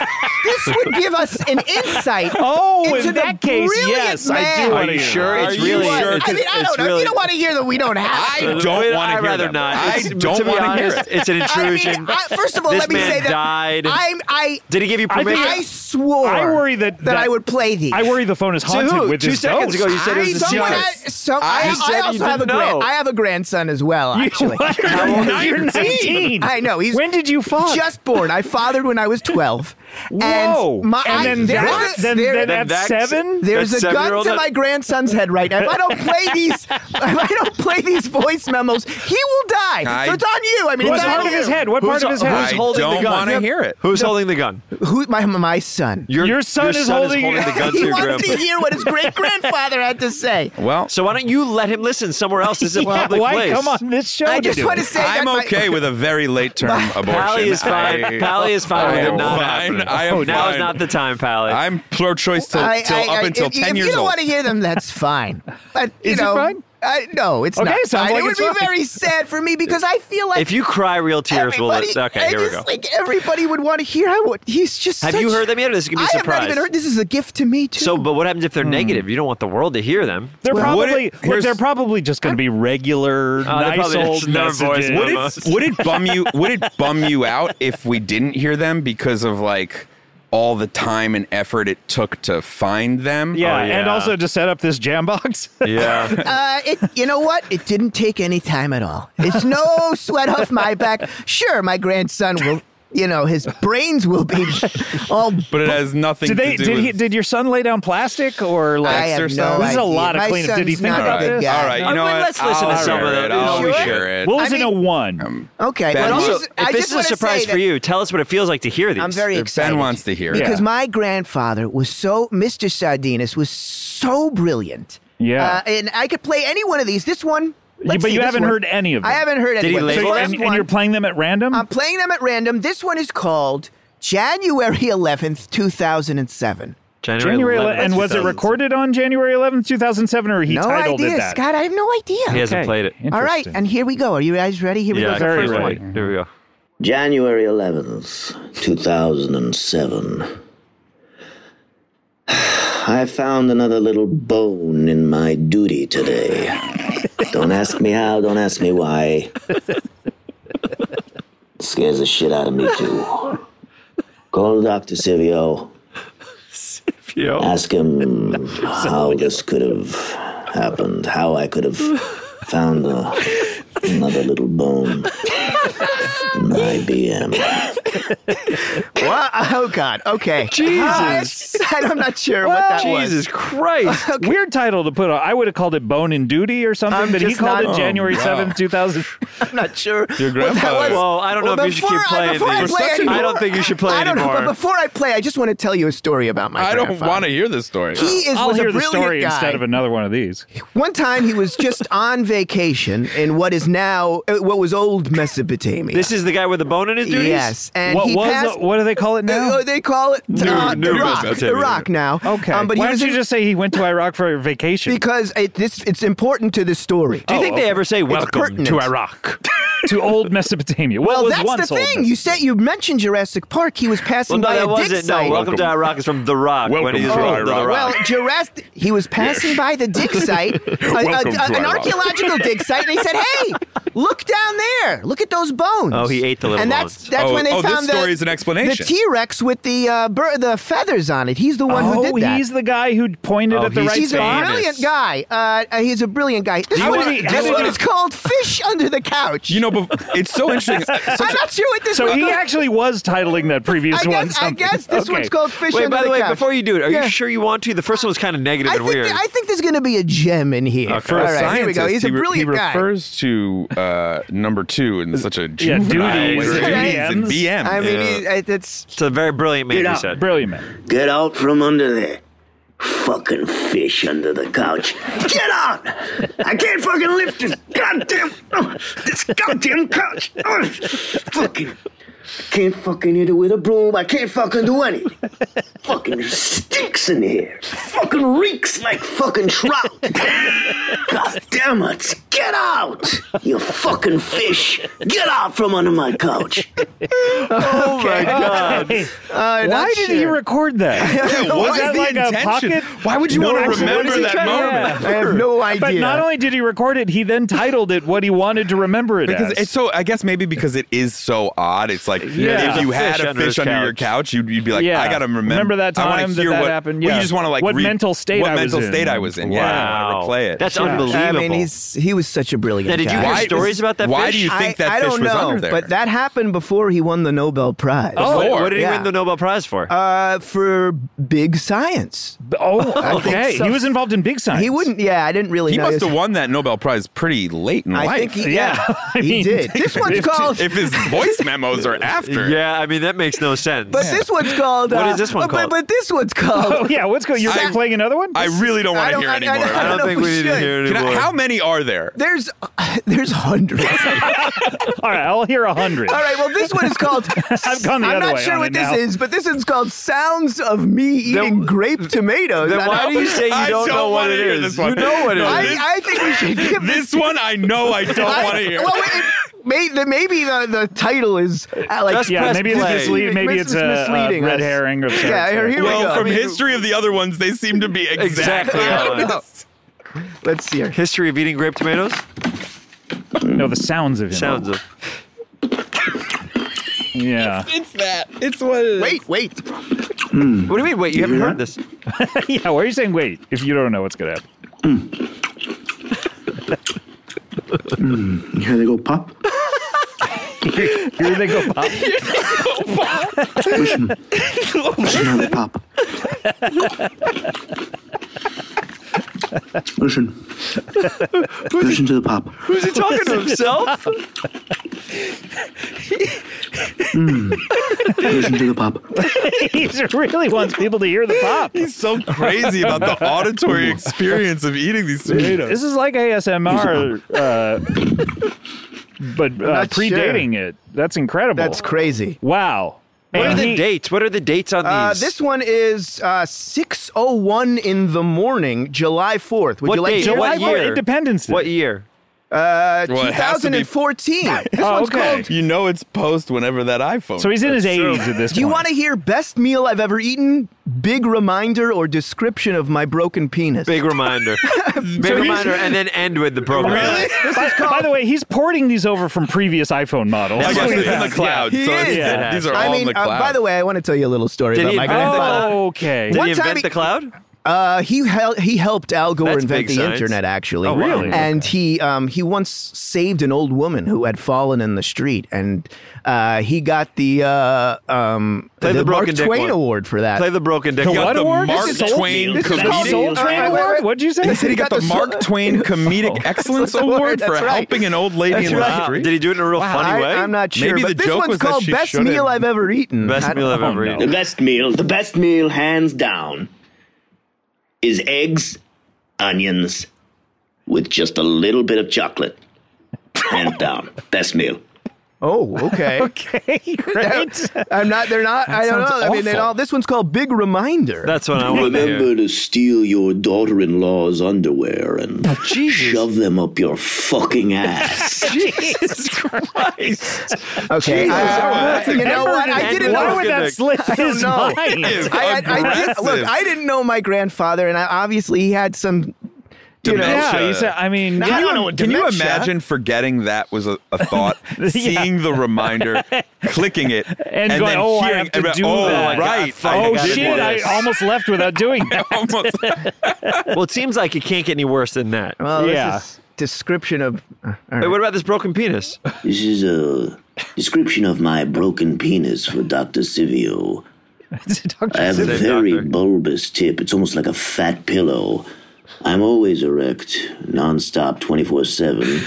B: this would give us an insight.
D: Oh, in
B: into the
D: that case,
B: brilliant
D: yes, I do
B: man.
D: wanna
C: Are you
D: hear
C: sure?
A: Are
C: It's
A: you
C: really.
A: sure?
B: I mean, I
C: it's
B: don't know. If
C: really-
B: you don't want to hear them, we don't have to.
A: I don't want
C: I'd
A: to hear
C: rather
A: them.
C: not.
A: I
C: It's-
A: don't
C: to be
A: want to hear
C: honest,
A: it.
C: It's an
B: I mean,
C: intrusion.
B: I- first of all,
C: This
B: let me
C: man
B: say that
C: died.
B: I'm, I,
C: Did he give you
D: I think-
C: permission?
B: I swore.
D: I worry that-
B: that,
D: that-
B: I would play these.
D: I worry the phone is haunted
C: who?
D: with
C: Two
D: his
C: seconds
D: ghost.
C: ago, you said it was a
B: Someone
C: secret.
B: had- some- I,
C: You said
B: I
C: you
B: also have a
C: didn't know.
B: grand, I have a grandson as well. Actually,
D: What? You're 19.
B: I know he's
D: When did you fall?
B: just born. I fathered when I was twelve.
D: Whoa!
B: And, my,
D: and
B: I-
D: then
B: there
D: that,
B: is a-
D: then,
B: there-
D: then at
C: that's-
D: seven,
B: There's
C: That
B: a gun
C: seven-year-old
B: to
C: that-
B: my grandson's head right now. If I don't play these, if I don't play these voice memos, he will die.
A: I-
B: so it's on you. I mean,
D: what
B: it's on
D: part of
B: you.
D: his head? What part
C: Who's-
D: of his
C: who's
A: I
D: head?
C: holding the
A: don't
C: gun?
A: want to hear it.
C: Who's holding the gun?
B: Who? My my son.
D: Your son is holding-
C: the gun to
B: he
C: your
B: wants
C: grandpa.
B: to hear what his great grandfather had to say.
A: Well,
C: So why don't you let him listen somewhere else? This is a
D: Yeah,
C: public
D: why
C: place.
D: come on this show?
B: I just
D: do
B: want
D: it?
B: to say
A: I'm
B: that my-
A: okay with a very late term abortion.
C: Pally is fine.
A: I-
C: Pally is fine.
A: I
C: with
A: am
C: it not
A: fine.
C: happening.
A: I
B: Oh,
A: am
C: now is
A: fine.
C: not the time, Pally.
A: I'm pro-choice till,
B: I-
A: till
B: I-
A: up
B: I-
A: until
B: if,
A: ten
B: if
A: years
B: you don't
A: old.
B: want to hear them, that's fine. But you
D: Is it
B: know,
D: fine?
B: I, no, it's
D: Okay,
B: not.
D: sounds
B: fine.
D: like
B: it would
D: it's
B: be
D: fine.
B: very sad for me because I feel like
C: if you cry real tears, we'll.
B: everybody,
C: Okay,
B: I
C: here we
B: just
C: go.
B: think everybody would want to hear. I would. He's just.
C: Have
B: such-
C: you heard them yet? Or this is gonna be
B: I
C: a
B: have
C: surprise.
B: not even heard. This is a gift to me too.
C: So, but what happens if they're negative? You don't want the world to hear them.
D: They're
A: Well, would
D: probably
A: it-
D: look,
A: here's-
D: they're probably just going to be regular,
C: they're
D: nice
C: probably just
D: old
C: their voice
D: messages.
C: memos.
A: would it, would it bum you would it bum you out if we didn't hear them because of like all the time and effort it took to find them
D: Yeah,
C: Oh,
D: and
C: yeah.
D: also to set up this jam box.
C: Yeah.
B: Uh, it, you know what? It didn't take any time at all. It's no sweat off my back. Sure, my grandson will, you know, his brains will be all.
A: but it has nothing
D: did they?
A: to do
D: Did
A: with
D: he? Did your son lay down plastic or
B: I
D: like?
B: have
A: exercise?
B: no
D: This is a
B: idea.
D: lot of
B: my
D: cleanup. Did he
B: son's
D: think
B: not
A: all
D: about
B: a
A: right,
B: good
D: this?
B: guy.
A: all right. You
C: Oh,
A: know
C: wait,
A: what?
C: let's listen to
A: I'll
C: some of
A: hear
C: the-
A: it. I'll
B: Sure.
A: hear it.
D: What was
B: I
D: in a
B: mean-
D: one?
A: Ben
B: Okay. well,
C: And
A: wants-
C: also,
B: here's-
C: if
B: I
C: this
B: just
C: is a
B: wanna say
C: surprise
B: that
C: for you, tell us what it feels like to hear these.
B: I'm very excited.
A: ben wants to hear it
B: because
D: Yeah.
B: my grandfather was so Mr. Sardinas was so brilliant.
D: Yeah.
B: Uh, and I could play any one of these. This one.
D: You-
B: Let's
D: but
B: see,
D: you
B: this
D: haven't
B: one.
D: heard any of them.
B: I haven't heard
C: Did
B: any.
C: he
B: of them.
C: label
B: The
C: them?
B: first
D: and, and
B: one-
D: you're playing them at random.
B: I'm playing them at random. This one is called January 11th, 2007.
D: January 11th, and was it
C: 2000.
D: recorded on January 11th, 2007, or he
B: no
D: titled
B: idea,
D: it that?
B: Scott. I have no idea.
C: He hasn't
D: Okay,
C: played it.
B: All right,
D: interesting.
B: and here we go. Are you guys ready? Here we go.
C: Yeah,
D: very
C: very
D: right.
C: right. Here we go.
H: January 11th, 2007. I found another little bone in my duty today. Don't ask me how, don't ask me why. Scares the shit out of me, too. Call Dr. Silvio. Ask him how this could have happened, how I could have found a, another little bone. IBM.
B: What? Oh God. Okay.
C: Jesus.
B: I, am not sure what that was.
C: Jesus Christ.
D: Weird title to put on. I would have called it Bone and Duty or something,
B: I'm
D: but he
B: just
D: called
B: not-
D: it January
A: Oh, wow.
D: 7th, 2000.
B: I'm not sure.
A: Your
B: what that
A: grandfather.
B: was.
C: Well, I don't know
B: Well,
C: if you should
B: before
C: keep
B: I-
C: playing
B: before I
C: these.
B: play
C: I don't think you should play
B: I don't
C: anymore.
B: know. But before I play, I just want to tell you a story about my.
A: I don't
B: grandfather.
A: want to hear this story.
B: He is
D: I'll
B: was
D: hear
B: a
D: the
B: brilliant
D: story
B: guy.
D: instead of another one of these.
B: One time he was just on vacation in what is now uh, what was old Mesopotamia.
C: This is the guy with the bone in his duties?
B: yes, and
D: what
B: he
D: was?
B: passed.
D: what do they call it now?
B: Uh, they call it uh,
A: New
B: Iraq.
A: Mesopotamia.
B: Iraq now.
D: okay.
B: Um, but
D: Why
B: he
D: don't
B: was
D: you
B: in-
D: just say he went to Iraq for a vacation?
B: because it, this it's important to the story.
C: Do you think they ever say welcome
B: pertinent.
C: to Iraq?
D: to old Mesopotamia. What
B: Well,
D: was
B: that's
D: once
B: the
D: old
B: thing. You said you mentioned Jurassic Park. He was
C: Well,
B: passing
C: no,
B: by
C: that
B: a dick
C: wasn't. No,
B: site.
C: welcome, to Iraq is from The Rock. when
A: Welcome
C: he was
A: to
C: rolled to The
A: Iraq.
C: Rock.
B: Well, Jurassic, he was passing by the dig site, a- a-
A: Welcome to
B: a- an
A: Iraq.
B: archaeological dig site, and he said, "Hey, look down there! Look at those bones!"
C: Oh, he ate the little
B: And
C: bones.
B: that's that's
A: Oh,
B: when they
A: oh, this
B: found the,
A: story is an
B: The
A: explanation.
B: T Rex with the uh, bur- the feathers on it. He's the one
D: oh,
B: who did that.
D: he's the guy who pointed
C: Oh,
D: at the
C: he's
D: right
B: He's a
C: famous.
B: brilliant guy. Uh, uh, he's a brilliant guy. This
D: you
B: one,
D: wanna-
B: this
D: how do you-
B: one is called Fish Under the Couch.
A: you know, bef- it's so uh, interesting. Such
B: I'm not sure what this
D: So
B: one
D: he actually was titling that previous
B: I
D: one.
B: guess, I
D: something.
B: guess this
D: Okay.
B: one's called Fish
C: Wait,
B: Under
C: by the
B: the
C: way,
B: Couch.
C: before you do it, are
B: Yeah.
C: you sure you want to? The first one was kind of negative
B: I
C: and
B: think,
C: weird.
B: I think there's going to be a gem in here.
A: Uh, For
B: All
A: a
B: right,
A: scientist,
B: here we go. He's a
A: he, re-
B: brilliant
A: he
B: guy.
A: refers to uh, number two in such a juvenile
D: duties
A: way.
D: and
A: and
D: BMs.
A: BM.
B: I mean,
C: Yeah.
B: he- I- that's
C: it's a very brilliant man. You
H: out.
C: said.
D: Brilliant man.
H: Get out from under there. Fucking fish under the couch. Get out! I can't fucking lift this goddamn oh, this goddamn couch. Oh, fucking I can't fucking hit it with a broom. I can't fucking do anything. Fucking stinks in here. Fucking reeks like fucking trout. God damn it. Get out! You fucking fish. Get out from under my couch.
B: uh,
D: Why
B: not
D: did
B: sure.
D: he record that?
A: Yeah,
D: Was
A: what
D: that
A: is the
D: like a
A: intention?
D: pocket?
A: Why would you
D: No,
A: want to
D: actually, what
A: remember
D: is he
A: that
D: trying to-
A: moment?
B: I have no idea.
D: But not only did he record it, he then titled it what he wanted to remember it
A: Because
D: as.
A: it's so, I guess maybe because it is so odd. It's like
D: Yeah.
A: if you
C: There's a
A: had
C: fish
A: a
C: under
A: fish
C: his
A: under, your couch, you'd, you'd be like,
D: Yeah.
A: I gotta remember.
D: Remember that
A: I wanna
D: time that
A: hear
D: that
A: what,
D: happened?
A: Well,
D: Yeah.
A: you just want to like
D: What
A: read
D: mental state
A: what
D: I was
A: mental
D: in.
A: state I was in. Yeah,
C: Wow.
A: replay it.
C: That's
A: Yeah.
C: unbelievable.
B: I mean, he's he was such a brilliant
C: Now, did
B: guy.
C: you hear stories about that
A: Why
C: fish?
A: do you
B: I,
A: think that
B: I
A: fish
B: don't
A: was
B: know,
A: under there?
B: but that happened before he won the Nobel Prize.
D: Oh,
C: What, what did he
B: Yeah.
C: win the Nobel Prize for?
B: Uh, for big science.
D: oh,
B: think
D: okay.
B: so.
D: He was involved in big science.
B: He wouldn't. Yeah, I didn't really.
A: he
B: know
A: must
B: this.
A: have won that Nobel Prize pretty late in
B: I
A: life.
B: think he, yeah,
D: Yeah, I
B: he
D: mean,
B: did. This one's called.
A: if his voice memos are after.
C: yeah, I mean that makes no sense.
B: but this one's called.
C: What
B: uh,
C: is this one
B: but-
C: called?
B: But this one's
D: Oh
B: called.
D: yeah, what's going? You're
A: I-
D: playing another one?
A: I really don't want
B: I
A: to
B: don't-
A: hear
B: I- I-
A: anymore.
C: I don't
B: know
C: think
B: if
C: we
B: we
C: need to
B: should.
C: hear
A: Can I-
C: anymore.
A: how many are there?
B: There's there's hundreds.
D: All right, I'll hear a hundred.
B: All right. Well, this one is called.
D: I've gone the
B: I'm
D: other
B: not
D: way
B: sure
D: on
B: what
D: it
B: this
D: now.
B: is, but this one's called "Sounds of Me Eating Grape Tomatoes."
C: then
B: I
C: why
B: don't-
C: do you say you
A: I
C: don't,
A: don't
C: know what
A: wanna
C: it
A: hear
C: is?
A: this one.
C: You know what it
A: No,
C: is.
B: I,
A: this-
B: I think we should give this.
A: This one I know I don't
B: I-
A: want to hear.
B: Well, it, may, the, maybe the, the title is uh, like
C: Just
D: Yeah,
C: press
D: maybe it's
C: play.
D: mislead, maybe
B: Mis-
D: it's a, a
B: misleading
D: red
B: us.
D: herring or something.
B: Yeah, here, here we
A: well,
B: go.
A: from
B: I mean,
A: history of the other ones, they seem to be exactly.
C: Exactly. how it is.
B: Let's see here.
C: History of eating grape tomatoes.
D: No, the sounds of him.
C: Sounds of.
D: Yeah.
A: It's that. It's what. It is.
B: Wait, wait.
C: What do you mean? Wait, you haven't heard this?
D: yeah. Why are you saying wait if you don't know what's gonna happen?
H: Here they go, pop.
D: Here they go. Pop.
H: Listen, how they pop. Listen. Listen to the pop.
C: Who's he talking to himself?
H: Listen to the pop.
D: he really wants people to hear the pop.
A: He's so crazy about the auditory experience of eating these tomatoes.
D: This is like ASMR, uh, but uh,
B: not sure.
D: predating it. That's incredible.
B: That's
C: Oh.
B: crazy.
D: Wow.
C: What are
D: And
C: the
D: he-
C: dates? What are the dates on these?
B: Uh, this one is uh, 6.01 in the morning, July 4th. Would
C: What
B: you like
C: date?
B: to hear
C: What
B: it?
D: July Fourth,
C: year?
D: Independence Day.
C: What year?
B: Uh,
A: Well, it has to be-
B: 2014. this
D: Oh,
B: one's
D: okay.
B: called...
A: You know it's post whenever that iPhone.
D: So he's in his 80s at this point.
B: Do you want to hear best meal I've ever eaten? Big reminder or description of my broken penis.
C: Big reminder. Big reminder, and then end with the program.
A: Really?
D: By, by the way, he's porting these over from previous iPhone models.
A: I guess it's in the cloud.
B: He
A: so it's,
B: is.
D: Yeah.
A: these are all
B: I
A: in
B: mean,
A: the cloud.
B: uh, by the way, I want to tell you a little story
C: Did
B: about
C: he
B: my
C: invent
B: grandfather.
C: the cloud?
D: Oh, okay.
C: Did
B: One
C: he
B: time
C: invent
B: he-
C: the cloud?
B: Uh, he hel- he helped Al Gore
C: That's
B: invent
C: big
B: the
C: science.
B: internet, actually.
C: Oh, wow. Really?
B: And he um, he once saved an old woman who had fallen in the street, and uh, he got the uh, um,
C: Play the
B: Mark
C: broken dick
B: Twain
C: one.
B: Award for that.
C: Play the broken dick.
A: The
C: You got
A: what
C: the
A: award?
C: Mark
A: This is Soul-
C: Twain
A: this is
B: called Soul
C: comedian.
B: Train Award?
D: What'd you say?
A: He said he got,
B: got
A: the,
B: the
A: Mark
B: so-
A: Twain
F: Oh.
A: Comedic Excellence
B: That's the
A: Award
B: word,
A: for
B: that's right.
A: helping an old lady in the
C: Wow.
A: street.
C: Did he do it in a real funny way?
B: I, am not sure,
A: Maybe
B: but
A: the
B: this
A: joke
B: one's
A: was that
B: called
A: she
B: Best
A: shouldn't-
B: Meal I've Ever Eaten. I
C: Best
B: don't-
C: meal I've ever
A: no.
H: The
C: eaten.
H: best meal, the best meal, hands down, is eggs, onions, with just a little bit of chocolate. Hands down, best meal.
B: Oh, okay.
D: okay, great.
B: I'm not. They're not. I don't know.
D: sounds
B: I mean, they
D: awful.
B: all. This one's called Big Reminder.
C: That's what I want to hear.
H: Remember to steal your daughter-in-law's underwear and
C: Oh,
H: shove them up your fucking ass.
C: Jesus Christ.
B: okay. I-
A: that's
B: you know what?
C: aggressive.
B: I didn't
C: Why
B: know.
C: would that
D: slip his
B: know.
D: mind?
B: I, I, I did,
A: Aggressive.
B: look, I didn't know my grandfather, and I, obviously he had some. You know,
A: Dementia.
E: Yeah, you said, I mean,
B: I don't know
A: Can
B: what
A: you
B: dementia-
A: imagine forgetting that was a, a thought, seeing the reminder, clicking it,
D: And,
A: and
D: going,
A: then
D: oh, I
A: hearing,
D: have to
A: about-
D: do
A: oh,
D: that.
A: right.
C: I
D: Oh,
C: gotta do
D: shit. I
C: this.
D: almost left without doing that.
A: Almost.
C: Well, it seems like it can't get any worse than that.
B: well, this
D: Yeah.
B: is description of. uh, all
C: Wait,
B: right.
C: what about this broken penis?
H: This is a description of my broken penis for Dr. Civio. I have a
C: Civio,
H: very
C: doctor.
H: bulbous tip. It's almost like a fat pillow. I'm always erect, nonstop, 24 7.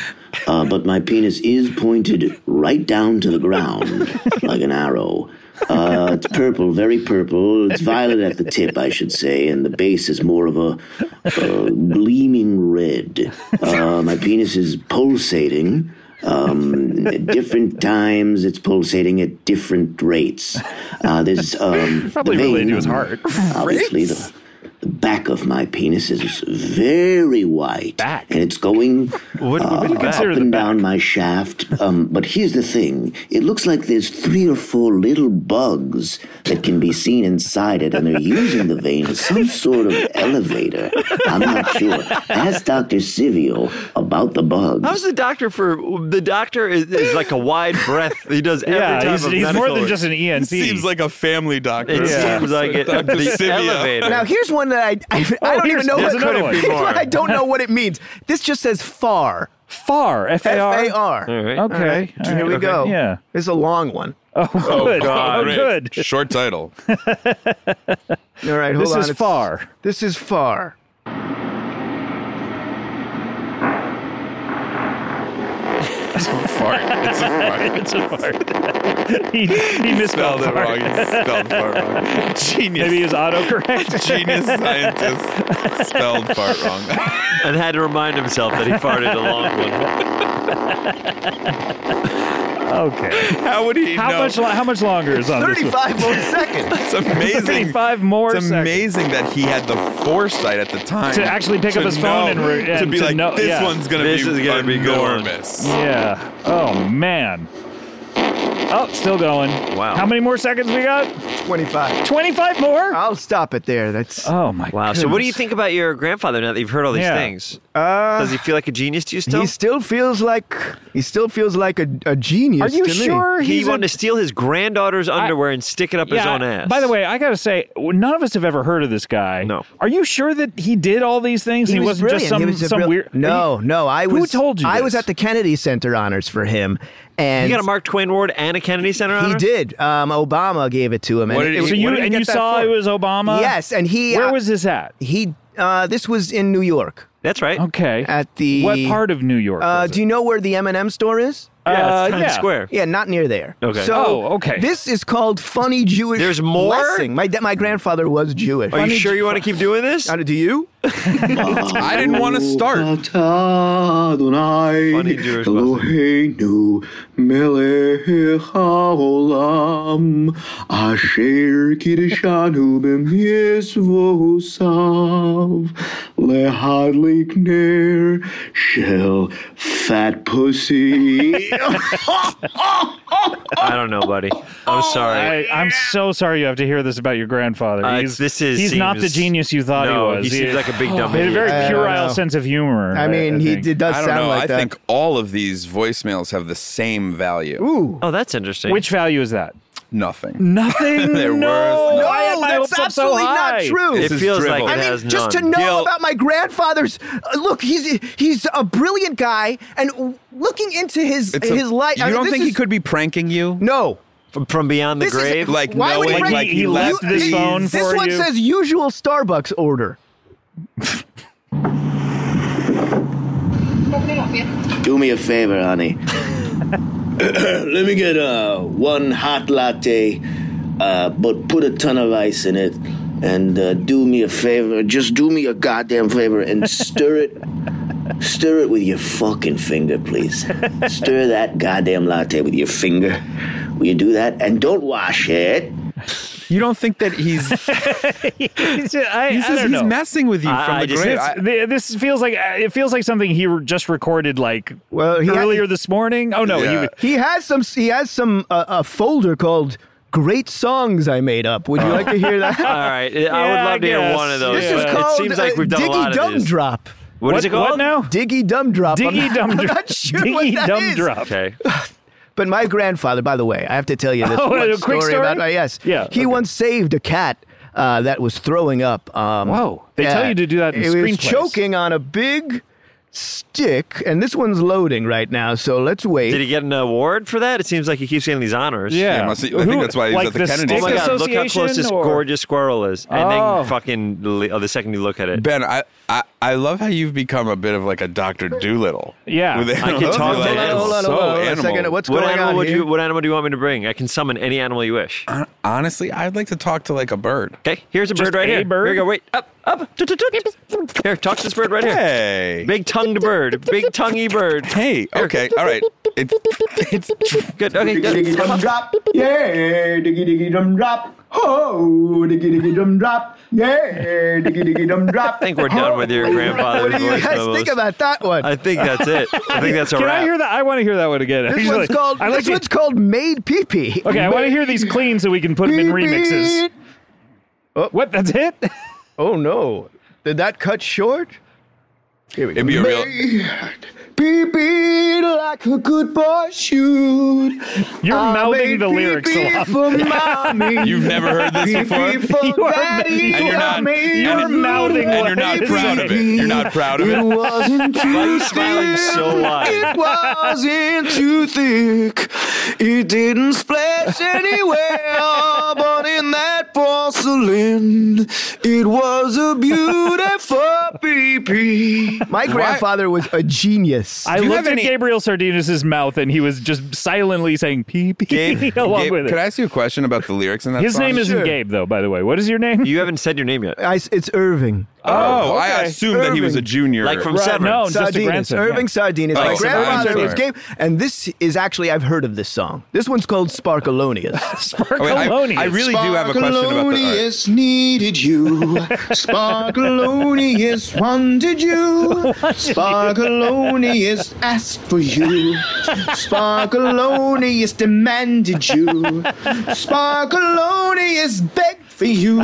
H: Uh, but my penis is pointed right down to the ground like an arrow. Uh, it's purple, very purple. It's violet at the tip, I should say, and the base is more of a uh, gleaming red. Uh, my penis is pulsating. Um, at different times, it's pulsating at different rates. Uh, there's um,
D: Probably
H: the
D: related
H: vein
D: to his
H: on-
D: heart.
H: Obviously, the, the back of my penis is very white,
D: Back.
H: and it's going
C: What, what do
H: uh,
C: you
H: up
C: consider?
D: consider the
H: and down my shaft. Um, but here's the thing: it looks like there's three or four little bugs that can be seen inside it, and they're using the vein as some sort of elevator. I'm not sure. Ask Doctor Civio about the bugs.
C: How's the doctor for the doctor is, is like a wide breath. He does every type
D: Yeah, he's,
C: of
D: he's more
C: medical-
D: than just an E ENT.
A: Seems like a family doctor.
C: it seems like it,
A: Dr.
C: the
A: Sivio.
C: elevator.
B: Now here's one that I I, I
D: Oh,
B: don't even
D: here's-
B: know
D: there's
B: what
D: another one. Couldn't be
C: more.
B: I don't know what it means. This just says far.
D: far. F
B: F
D: A
B: A
D: R.
B: R.
C: All right.
D: Okay. all
B: Here
D: right,
B: we
D: okay.
B: go.
D: Yeah.
B: This is a long one.
D: Oh, good.
A: God,
D: oh,
A: great.
D: good.
A: Short title.
B: All right, hold
D: This
B: on.
D: is
B: It's-
D: far.
B: This is far.
A: Fart. It's a fart.
D: It's a fart. he, he misspelled
A: Spelled it
D: fart.
A: wrong. You spelled fart wrong. Genius.
D: Maybe he was autocorrect.
A: Genius scientist spelled fart wrong.
C: And had to remind himself that he farted a long one.
D: okay.
A: How would he
D: How
A: know?
D: much? lo- How much longer is on this? one?
B: 35 more seconds.
A: It's amazing.
D: Thirty-five more
A: It's
D: seconds.
A: amazing that he had the foresight at the time
D: To actually pick up his phone and re-
A: to
D: and
A: be
D: to
A: like,
D: know-
A: this
D: yeah.
A: one's gonna
C: This
A: be
C: is gonna be a good one."
A: enormous.
D: Yeah. Oh man. Oh, still going.
C: Wow.
D: How many more seconds we got?
B: 25.
D: Twenty-five more.
B: I'll stop it there. That's
D: oh my.
C: Wow. So, what do you
D: goodness.
C: think about your grandfather now that you've heard all these
D: Yeah.
C: things?
B: uh,
C: Does he feel like a genius to you still?
B: He still feels like he still feels like a, a genius.
D: Are you
B: to me.
D: sure
C: he
D: he's a
C: wanted to steal his granddaughter's underwear and stick it up his
D: Yeah,
C: own ass.
D: By the way, I gotta say, none of us have ever heard of this guy.
C: No.
D: Are you sure that he did all these things? He,
B: was
D: wasn't just some
B: brilliant. He was a
D: some
B: brill-
D: weird.
B: No, no. I
D: Who
B: was.
D: told you
B: I
D: this?
B: was at the Kennedy Center honors for him, and
C: you got a Mark Twain Award and a Kennedy Center
B: he
C: honor.
B: did. Um, Obama gave it to him.
A: What
B: and
A: did
B: it-
A: he-
D: So
A: What
D: you
A: did he
D: and
A: get
D: you
A: that
D: saw
A: for?
D: it was Obama.
B: yes, and he.
D: Where
B: uh,
D: was this at?
B: he? Uh, this was in New York.
C: That's right.
D: Okay.
B: At the-
D: what part of New York?
B: Uh,
D: was
B: do you know where the M&M store is?
D: it?
C: Yeah,
D: Uh,
C: it's Times Square.
B: Yeah, not near there.
C: Okay.
B: So
D: Oh, okay.
B: This is called funny Jewish.
C: There's more?
B: Blessing. My da- my grandfather was Jewish.
C: Are you sure you want to keep doing this?
B: Uh, do you?
A: I didn't want to start.
C: Funny Jewish blessing.
H: Eloheinu melech haolam asher kiddushanu b'mitzvosav lehadlik ner shel fat pussy.
C: I don't know, buddy. I'm sorry.
D: I, I'm so sorry you have to hear this about your grandfather.
C: Uh,
D: he's
C: this is
D: he's not the
C: seems-
D: genius you thought
C: No,
D: he was.
C: he seems like a big dumb
D: He had a very
C: idiot.
B: I don't
D: puerile
B: know.
D: sense of humor.
B: I mean, he
D: think.
B: it does
A: I don't
B: sound
A: know.
B: like
A: I
B: that.
A: think all of these voicemails have the same value.
B: Ooh.
C: Oh, that's interesting.
D: Which value is that?
A: nothing.
D: Nothing.
A: There
D: no.
A: was-
D: Why had my hopes
B: that's
D: up so
B: absolutely not
D: high?
B: true.
A: This
C: It
A: is
C: feels like
A: drivel.
C: it
A: I
B: I mean,
C: has
B: just
C: none.
B: to know
C: Gil-
B: about my grandfather's uh, look. He's he's a brilliant guy, and w- looking into his
A: It's a-
B: his life.
A: You
B: I mean,
A: don't
B: this
A: think he
B: is-
A: could be pranking you?
B: No.
C: from, from beyond the
B: This is-
C: grave.
A: Like
B: Why would he
A: knowing,
B: prank
A: like
B: you?
A: he
D: You-
A: left
D: you- this
A: these-
D: phone
B: This
D: for
B: one
D: you.
B: says usual Starbucks order.
H: Do me a favor, honey. Let me get uh, one hot latte, uh, but put a ton of ice in it. And uh, do me a favor, just do me a goddamn favor and stir it, stir it with your fucking finger, please. Stir that goddamn latte with your finger. Will you do that? And don't wash it.
A: You don't think that he's he
D: It's- I, I
A: says
D: don't
A: he's
D: know.
A: messing with you
C: I-
A: from
C: I
A: the
C: just-
A: grave.
C: it's-
A: I-
D: Th- this feels like uh, it feels like something he re- just recorded like
B: Well, he had-
D: earlier this morning. Oh no,
A: Yeah.
D: you,
B: He has some. He has some uh, a folder called "Great Songs I Made Up." Would you like to hear that?
C: All right, I
D: Yeah,
C: would
D: I
C: love to hear
D: guess.
C: one of those.
B: this is
C: but
B: called
C: Oh, it seems like
B: uh,
C: we've done
B: Diggy
C: a lot of
B: Dumb
C: these.
B: Drop.
C: what is it called?
D: what now?
B: Diggy Dumb Drop. I'm
D: Diggy
B: not-
D: Dum
B: I'm
D: Drop.
B: not sure what
D: Diggy
B: that
D: Dum
B: is.
D: Drop.
C: Okay.
B: But my grandfather, by the way, I have to tell you this
D: Oh,
B: one
D: a quick
B: about
D: story?
B: yes,
D: Yeah,
B: he
D: okay.
B: once saved a cat uh, that was throwing up. Um,
D: Whoa. They tell you to do that in
B: It was
D: screenplays.
B: choking on a big stick, and this one's loading right now. So let's wait.
C: Did he get an award for that? It seems like he keeps getting these honors.
D: Yeah,
A: must he- I think that's why he was
D: like
A: at the
D: the
A: Kennedy
D: Stick
C: Oh my God! Look how close
D: Association
C: this
D: or-
C: gorgeous squirrel is, and
D: Oh.
C: then fucking li- oh, the second you look at it,
A: Ben, I, I I love how you've become a bit of like a Doctor Doolittle.
D: Yeah.
A: with
D: I
A: animals.
C: can
A: You're
C: talk to
A: like,
B: Oh,
C: animals.
B: hold on,
A: so
B: hold on, hold on a
A: animal.
B: second. What's
C: what
B: going
C: animal
B: on
C: would
B: here?
C: you? What animal do you want me to bring? I can summon any animal you wish.
A: Honestly, I'd like to talk to like a bird.
C: Okay, here's a
D: Just
C: bird right
D: a
C: here.
D: bird?
C: Here you go. Wait, up, up. Tut, tut, tut. Here, talk to this bird right here.
A: Hey,
C: Big tongued bird. Big tonguey bird.
A: hey. Okay, all right. It's it's
C: Good. Okay.
F: diggy
C: Good.
F: dum drop, yeah, diggy diggy dum drop, ho, diggy diggy dum drop, yeah, diggy diggy dum drop.
C: I think we're done with your
B: what
C: grandfather's
B: do you
C: voice
B: guys
C: memos.
B: think about that one?
C: I think that's it. I think that's a
D: Can
C: wrap.
D: I hear that? I want to hear that one again.
B: this
D: actually.
B: one's called.
D: I like
B: this
D: to-
B: one's called Made Pee Pee.
D: Okay, I want to hear these clean so we can put them in remixes. What? That's it?
B: Oh no! Did that cut short? Here we go.
A: it'd be a real.
F: Pee pee like a good boy should.
D: You're mouthing the lyrics a lot.
F: for mommy.
A: You've never heard this before,
F: Pee for
D: You are-
F: daddy.
A: and you're not
F: mommy.
D: you are
A: and-
D: mouthing
A: and
D: what
A: you're not
D: is
A: proud of it.
F: happening.
A: You're not proud of
F: It
A: it.
F: wasn't
C: Why are
F: too
C: you smiling so wide?
F: It wasn't too thick. It didn't splash anywhere. But in that porcelain, it was a beautiful pee pee.
B: My grandfather was a genius.
D: I
A: Do you
D: looked
A: have
D: at
A: any-
D: Gabriel Sardinus' mouth and he was just silently saying pee pee along
A: Gabe,
D: with it.
A: could I ask you a question about the lyrics in that
D: His
A: song?
D: name isn't
B: Sure.
D: Gabe, though, by the way. What is your name?
C: You haven't said your name yet.
B: I s- it's Irving.
A: Oh, I
D: okay.
A: assumed that he was a
B: Irving.
A: junior.
C: Like from
D: Right,
C: Severance.
D: no, just a
B: Sardinas.
D: grandson.
B: Irving Sardinas.
A: Oh,
B: My
A: Sardinas.
B: grandfather was
A: Sorry.
B: game. And this is actually, I've heard of this song. This one's called Sparkalonius.
A: Oh, wait, I,
D: Colonius.
A: I really do have a question about the art.
F: Sparkalonius needed you. Sparkalonius wanted you. Sparkalonius asked for you. Sparkalonius demanded you. Sparkalonius begged for you.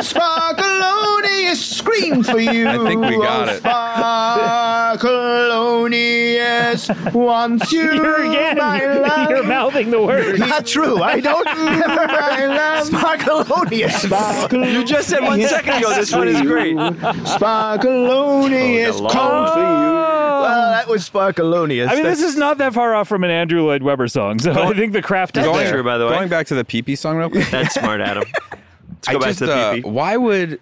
F: Sparkalonius screamed for you.
A: I think we got it.
F: Sparkalonius wants you.
D: You're again.
F: my love.
D: You're mouthing the word.
B: Not true. I don't.
F: My love.
B: Sparkalonius.
C: You just said one second ago this one is great.
F: Sparkaloni
C: Oh,
F: is
C: the law.
F: cold for you.
B: well, that was Sparkalonius.
D: I mean, this is not that far off from an Andrew Lloyd Webber song, so I think the craft is
C: Going-
D: there.
C: true, by the way.
A: Going back to the pee pee song real quick.
C: That's smart, Adam. Let's go
A: I
C: back
A: just,
C: to the
A: uh,
C: pee pee.
A: why would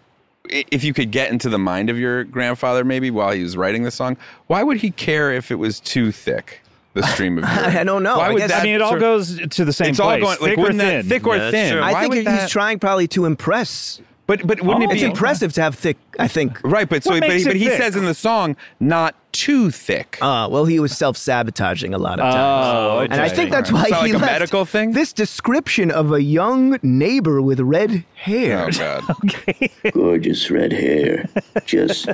A: i- if you could get into the mind of your grandfather maybe while he was writing the song, why would he care if it was too thick? The stream of urine?
B: I don't know.
A: Why
B: I
A: would
B: guess-
A: that
D: I mean, it all
A: sort-
D: goes to the same
A: It's all
D: place.
A: going like
D: thick or
A: wouldn't that
D: thin.
A: thick or
C: Yeah, that's
A: thin?
C: true.
A: Why
B: I think
A: would
B: he's
A: that-
B: trying probably to impress.
A: But but wouldn't it
B: It's
A: be
B: impressive to have thick, I think.
A: Right, but so
D: Oh. What
A: but,
D: makes
A: he-
D: it
A: but he
D: thick?
A: says in the song not too thick.
B: Uh, well, he was self sabotaging a lot of times.
D: Oh,
B: And I think that's
A: Right.
B: why
A: Is that
B: he
A: like a
B: left
A: medical thing?
B: This description of a young neighbor with red hair.
A: oh god.
H: Gorgeous red hair. Just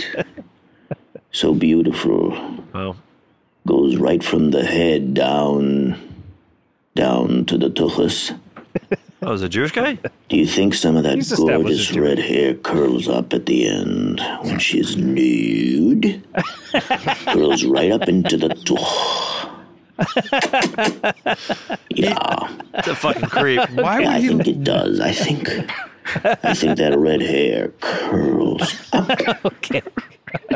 H: so beautiful.
C: Wow.
H: goes right from the head down, down to the tuchus.
C: Oh, was a Jewish guy?
H: Do you think some of that
D: He's established
H: gorgeous
D: as Jewish.
H: red hair curls up at the end when she's nude? curls right up into the tuch. Yeah,
C: It's a fucking creep.
A: Why
H: I
A: would he?
H: think it does. I think. I think that red hair curls up,
F: Okay.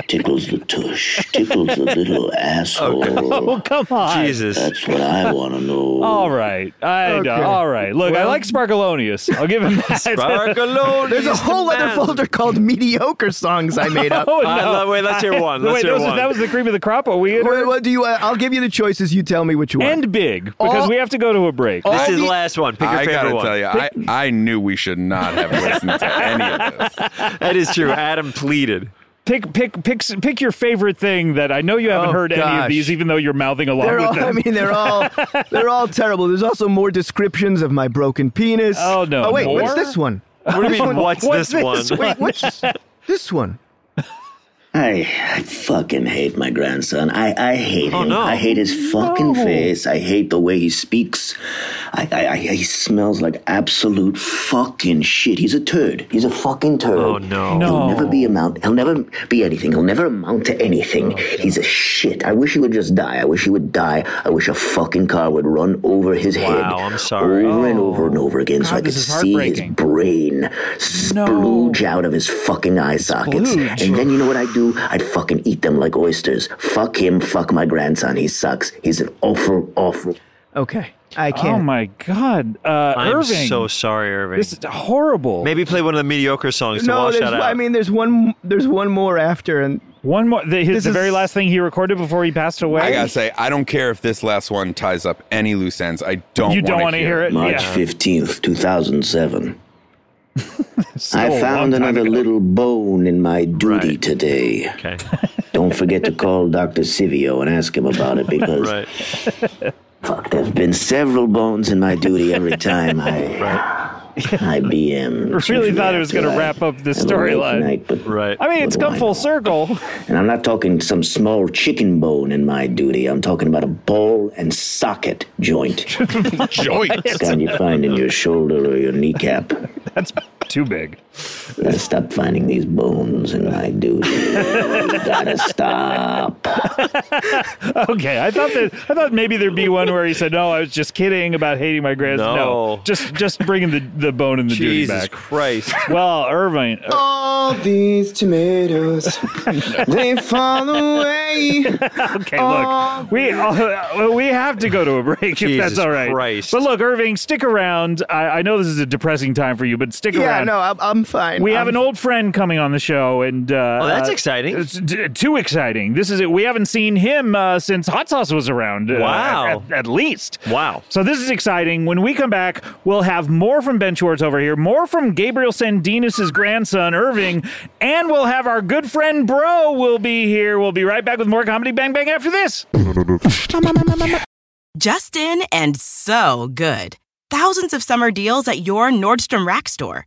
H: tickles the tush, tickles the
D: Oh,
H: little asshole.
F: Well, come on.
C: Jesus.
H: That's what I want to know.
D: Oh,
F: All right. I know. All right. Look, I like Sparkalonius. I'll give him that.
C: Sparkalone
B: There's a
C: is the
B: whole other
C: man.
B: folder called mediocre songs I made up.
F: Oh,
C: Uh,
F: no.
C: le- wait, let's hear one. Let's
F: Wait,
C: hear
F: that was,
C: one.
F: that was the cream of the crop. Are we in?
B: Wait, what do you? Uh, I'll give you the choices. You tell me which one.
F: And big, because
B: All-
F: we have to go to a break.
B: all
C: this is
B: the-
C: the last one. Pick your
A: I gotta
C: favorite one.
A: tell you, I, I knew we should not have listened to any of this.
C: That is true. Adam pleaded.
F: Pick, pick, pick, s- pick your favorite thing that I know you haven't
B: Oh,
F: heard any of
B: gosh.
F: these, even though you're mouthing along
B: They're
F: with
B: all,
F: them.
B: I mean, they're all they're all terrible. There's also more descriptions of my broken penis.
F: Oh, no.
B: Oh wait,
F: More?
B: what's this one?
C: What do you mean? What's,
F: What's
C: this,
F: this
C: one?
B: Wait, what's this one?
H: I, I fucking hate my grandson. I, I hate
C: Oh,
H: him.
C: no.
H: I hate his fucking face. I hate the way he speaks. I, I, I he smells like absolute fucking shit. He's a turd. He's a fucking turd.
C: Oh no.
F: No.
H: He'll never be amount. He'll never be anything. He'll never amount to anything. He's a shit. I wish he would just die. I wish he would die. I wish a fucking car would run over his head.
C: I'm sorry. Oh.
H: Over and over and over again, so I could
F: this is
H: see his
F: heartbreaking.
H: brain splooge out of his fucking eye sockets.
F: Splooge.
H: And then you know what I'd do? I'd fucking eat them like oysters. Fuck him. Fuck my grandson. He sucks. He's an awful, awful.
B: Okay, I
F: Oh
B: can't.
F: my God, uh,
C: I'm
F: Irving!
C: so sorry, Irving.
F: this is horrible.
C: Maybe play one of the mediocre songs to
B: no,
C: wash
B: there's,
C: that out.
B: I mean, there's one there's one more after, and
F: One more. The, his,
B: This
F: the very
B: is-
F: last thing he recorded before he passed away.
A: I gotta say, I don't care if this last one ties up any loose ends. I don't.
F: you don't
A: want to
F: hear it.
H: March
F: yeah.
H: 15th, 2007.
F: So
H: I
F: a long
H: found
F: time
H: another
F: ago.
H: little bone in my duty today.
C: okay.
H: Don't forget to call Dr. Civio and ask him about it because
C: Right.
H: fuck, there's been several bones in my duty every time I I BM. It's
F: Really
H: usually
F: thought it was
H: after
F: gonna
H: I
F: wrap up the
H: have a late
F: storyline.
H: night, but-
C: Right.
F: I mean, it's
H: What do
F: come
H: I
F: full
H: know?
F: circle.
H: And I'm not talking some small chicken bone in my duty. I'm talking about a ball and socket joint.
A: Joint.
H: It's kind you find in your shoulder or your kneecap.
F: That's too big.
H: Gotta stop finding these bones in my duty. Gotta stop.
F: Okay, I thought that I thought maybe there'd be one where he said, "No, I was just kidding about hating my grandson." No,
C: No.
F: just just bringing the, the bone and the
C: Jesus
F: duty back.
C: Christ.
F: Well, Irving, uh,
B: all these tomatoes they fall away.
F: okay, look, we uh, we have to go to a break if
C: Jesus
F: that's all right.
C: Christ.
F: But look, Irving, stick around. I, I know this is a depressing time for you, but stick
B: Yeah,
F: around.
B: no, I'm, I'm fine. Um,
F: We have
B: I'm-
F: an old friend coming on the show, and uh,
C: Oh, that's
F: uh,
C: exciting.
F: It's d- too exciting. This is it. We haven't seen him uh, since Hot Sauce was around. uh,
C: Wow.
F: at, at least.
C: Wow.
F: So this is exciting. When we come back, we'll have more from Ben Schwartz over here, more from Gabriel Sandinus' grandson Irving, and we'll have our good friend Bro will be here. We'll be right back with more comedy Bang Bang after this.
I: Justin and so good. Thousands of summer deals at your Nordstrom Rack store.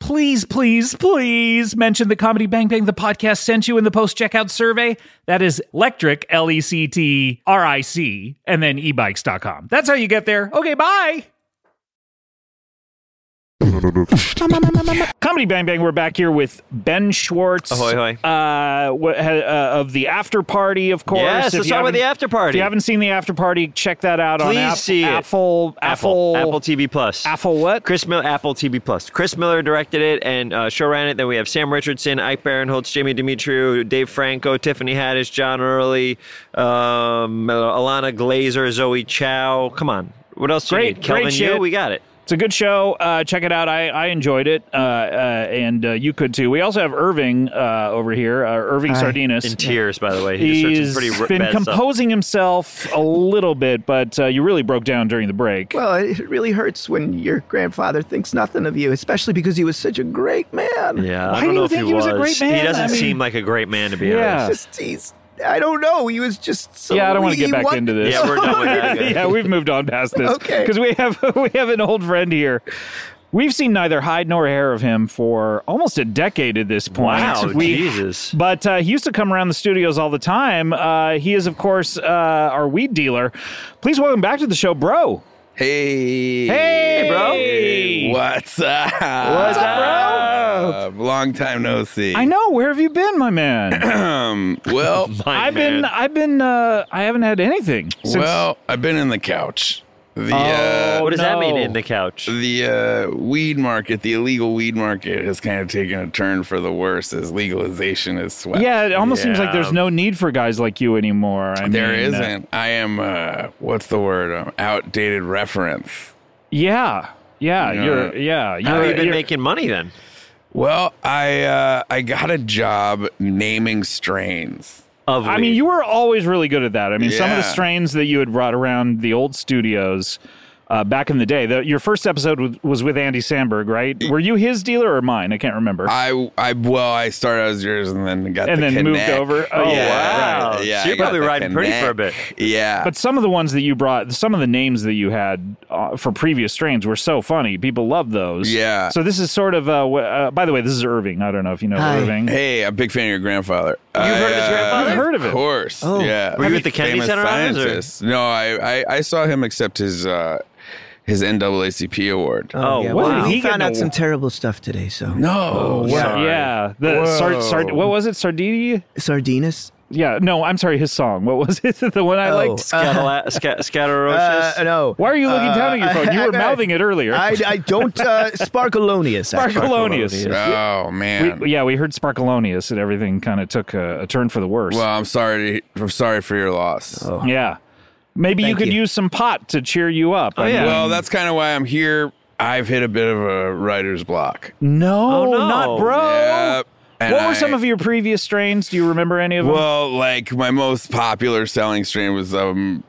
E: Please, please, please mention the Comedy Bang Bang the podcast sent you in the post checkout survey. That is electric, L E C T R I C, and then e ebikes.com. That's how you get there. Okay, bye.
D: Comedy Bang Bang, we're back here with Ben Schwartz.
C: Ahoy, ahoy.
D: Uh, what, ha- uh, of the After Party, of course.
C: Yes,
D: If
C: let's
D: you
C: talk about
D: haven't-
C: the after party.
D: If you haven't seen the After Party, check that out on
C: Please
D: App-
C: see it.
D: Apple, Apple,
C: Apple, Apple TV Plus.
D: Apple what?
C: Chris Miller, Apple TV Plus. Chris Miller directed it and uh, show ran it. Then we have Sam Richardson, Ike Barinholtz, Jamie Demetriou, Dave Franco, Tiffany Haddish, John Early, um, Alana Glazer, Zoe Chow. Come on, what else? do you
D: Great-
C: need?
D: great
C: Kelvin
D: shit.
C: Yu, we got it.
D: It's a good show. Uh, check it out. I, I enjoyed it, uh, uh, and uh, you could too. We also have Irving uh, over here, uh, Irving Sardinas.
C: In tears, by the way. He just heard
D: He's
C: some pretty r-
D: been
C: bad stuff.
D: composing himself a little bit, but uh, you really broke down during the break.
B: Well, it really hurts when your grandfather thinks nothing of you, especially because he was such a great man.
C: Yeah,
D: Why
C: I don't
D: do
C: know
D: you
C: if
D: think he was a great man?
C: He doesn't
D: I mean-
C: seem like a great man to be
D: Yeah.
C: honest.
B: Just he's. I don't know. He was just so.
D: yeah, I don't want to
B: he
D: get back
B: won-
D: into this.
C: Yeah, we're done with that. guy.
D: yeah, we've moved on past this.
B: Okay.
D: Because we have we have an old friend here. We've seen neither hide nor hair of him for almost a decade at this point.
C: Wow,
D: We-
C: Jesus.
D: But uh, he used to come around the studios all the time. Uh, he is, of course, uh, our weed dealer. Please welcome back to the show, bro.
A: Hey.
D: Hey, bro.
A: What's up?
D: What's up, bro?
A: long time no see.
D: I know. Where have you been, my man?
A: Um, well,
C: My
D: I've
C: man.
D: been, I've been, uh, I haven't had anything since.
A: well, I've been in the couch. The
D: Oh.
A: uh,
C: What does that mean
D: No.
C: in the couch?
A: the uh, weed market, the illegal weed market, has kind of taken a turn for the worse as legalization is swept.
D: yeah, it almost seems like
C: Yeah.
D: there's no need for guys like you anymore. I
A: There
D: mean, uh,
A: not I am uh, what's the word? Um, outdated reference.
D: yeah, yeah,
A: Yeah.
D: you're, yeah, you're,
C: How have you been
D: you're-
C: making money then?
A: Well, I uh, I got a job naming strains.
C: Of
D: I
C: weed?
D: mean, you were always really good at that. I mean, some of the
A: Yeah.
D: strains that you had brought around the old studios uh, back in the day. The, your first episode was, was with Andy Sandberg, right? Were you his dealer or mine? I can't remember.
A: I I well, I started out as yours and then got
D: And
A: the
D: then moved
A: Kinect.
D: over? Oh,
C: wow.
A: right.
C: So you're
A: I got
C: probably
A: the
C: riding pretty for a
A: Kinect.
C: bit.
A: Yeah,
D: but some of the ones that you brought, some of the names that you had uh, for previous strains were so funny. People loved those.
A: Yeah.
D: So this is sort of. Uh, wh- uh, by the way, this is Irving. I don't know if you know
B: Hi.
D: Irving.
A: Hey, I'm a big fan of your grandfather. You've
C: heard of his grandfather? Oh.
D: You've heard of him?
A: Of course. Yeah.
C: Were you at the Kennedy
A: Famous
C: Center on this, or-
A: scientist. No, I, I I saw him accept his uh his NAACP award.
C: Oh,
B: yeah,
C: wow.
B: well,
D: Did he
B: We
D: get
B: found
D: an
B: out some
D: award?
B: terrible stuff today. So
A: no.
C: Yeah.
A: Sorry.
D: Yeah. The Sar- Sar-
A: Whoa.
D: what was it? Sardini?
B: Sardinus.
D: Yeah. No, I'm sorry. His song. What was it? the one I
B: Oh.
D: liked.
C: Scatala- sca-
B: Uh,
C: Scatarocious.
B: no.
D: Why are you looking down at your phone? You were
B: Uh, I-
D: mouthing Uh, it earlier.
B: I, I don't. Uh, Sparkalonius. actually.
D: Sparkalonius.
A: Oh man.
D: We, yeah, we heard Sparkalonius, and everything kind of took a, a turn for the worse.
A: well, I'm sorry. to- I'm sorry for your loss.
C: Oh.
D: yeah. Maybe you
B: Thank
D: could
B: you.
D: use some pot to cheer you up. I mean-
A: Oh, Well, that's kind of why I'm here. I've hit a bit of a writer's block.
D: no,
C: Oh, no.
D: not bro.
A: Yep. And
D: What were
A: I-
D: some of your previous strains? Do you remember any of them?
A: Well, like my most popular selling strain was um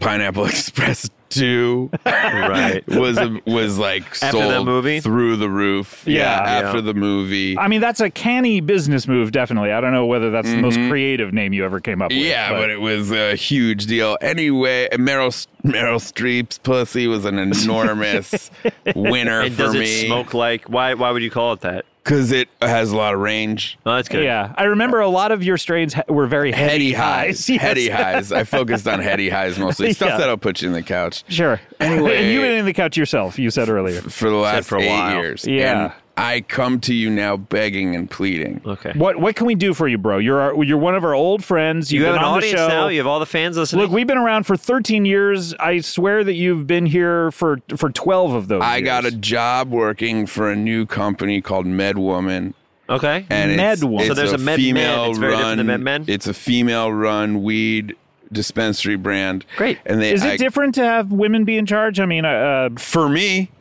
A: Pineapple Express 2.
C: right.
A: was um, was like
C: After
A: sold
C: that movie?
A: through the roof.
D: Yeah.
A: after
C: Yeah.
A: the movie.
D: I mean, that's a canny business move, definitely. I don't know whether that's the most creative name you ever came up with.
A: yeah, but it was a huge deal. Anyway, and Meryl Meryl Streep's pussy was an enormous winner
C: And
A: for
C: does
A: me
C: it smoke like? Why? Why would you call it that?
A: because it has a lot of range.
C: Oh, that's good.
D: yeah, I remember a lot of your strains ha- were very heady,
A: Heady highs,
D: Yes.
A: heady highs. I focused on heady highs mostly. Stuff
D: Yeah.
A: that'll put you in the couch
D: Sure.
A: Anyway.
D: and you've been in the couch yourself. You said earlier.
A: for the last
C: for a
A: eight
C: while.
A: years.
D: Yeah.
A: and I come to you now begging and pleading.
C: Okay.
D: What what can we do for you, bro? You're our, you're one of our old friends. You've
C: You have
D: been
C: an
D: on
C: audience
D: the show.
C: now. You have all the fans listening.
D: Look, we've been around for 13 years. I swear that you've been here for for 12 of those.
A: I
D: years.
A: got a job working for a new company called MedWoman.
C: okay.
A: and it's,
D: Medwoman.
A: it's
D: So
C: there's a Med Men.
A: female
C: It's very
A: run.
C: different than Med Men?
A: It's a female run weed dispensary brand.
C: Great.
A: And they
D: Is it
A: I-
D: different to have women be in charge? I mean, uh,
A: for me?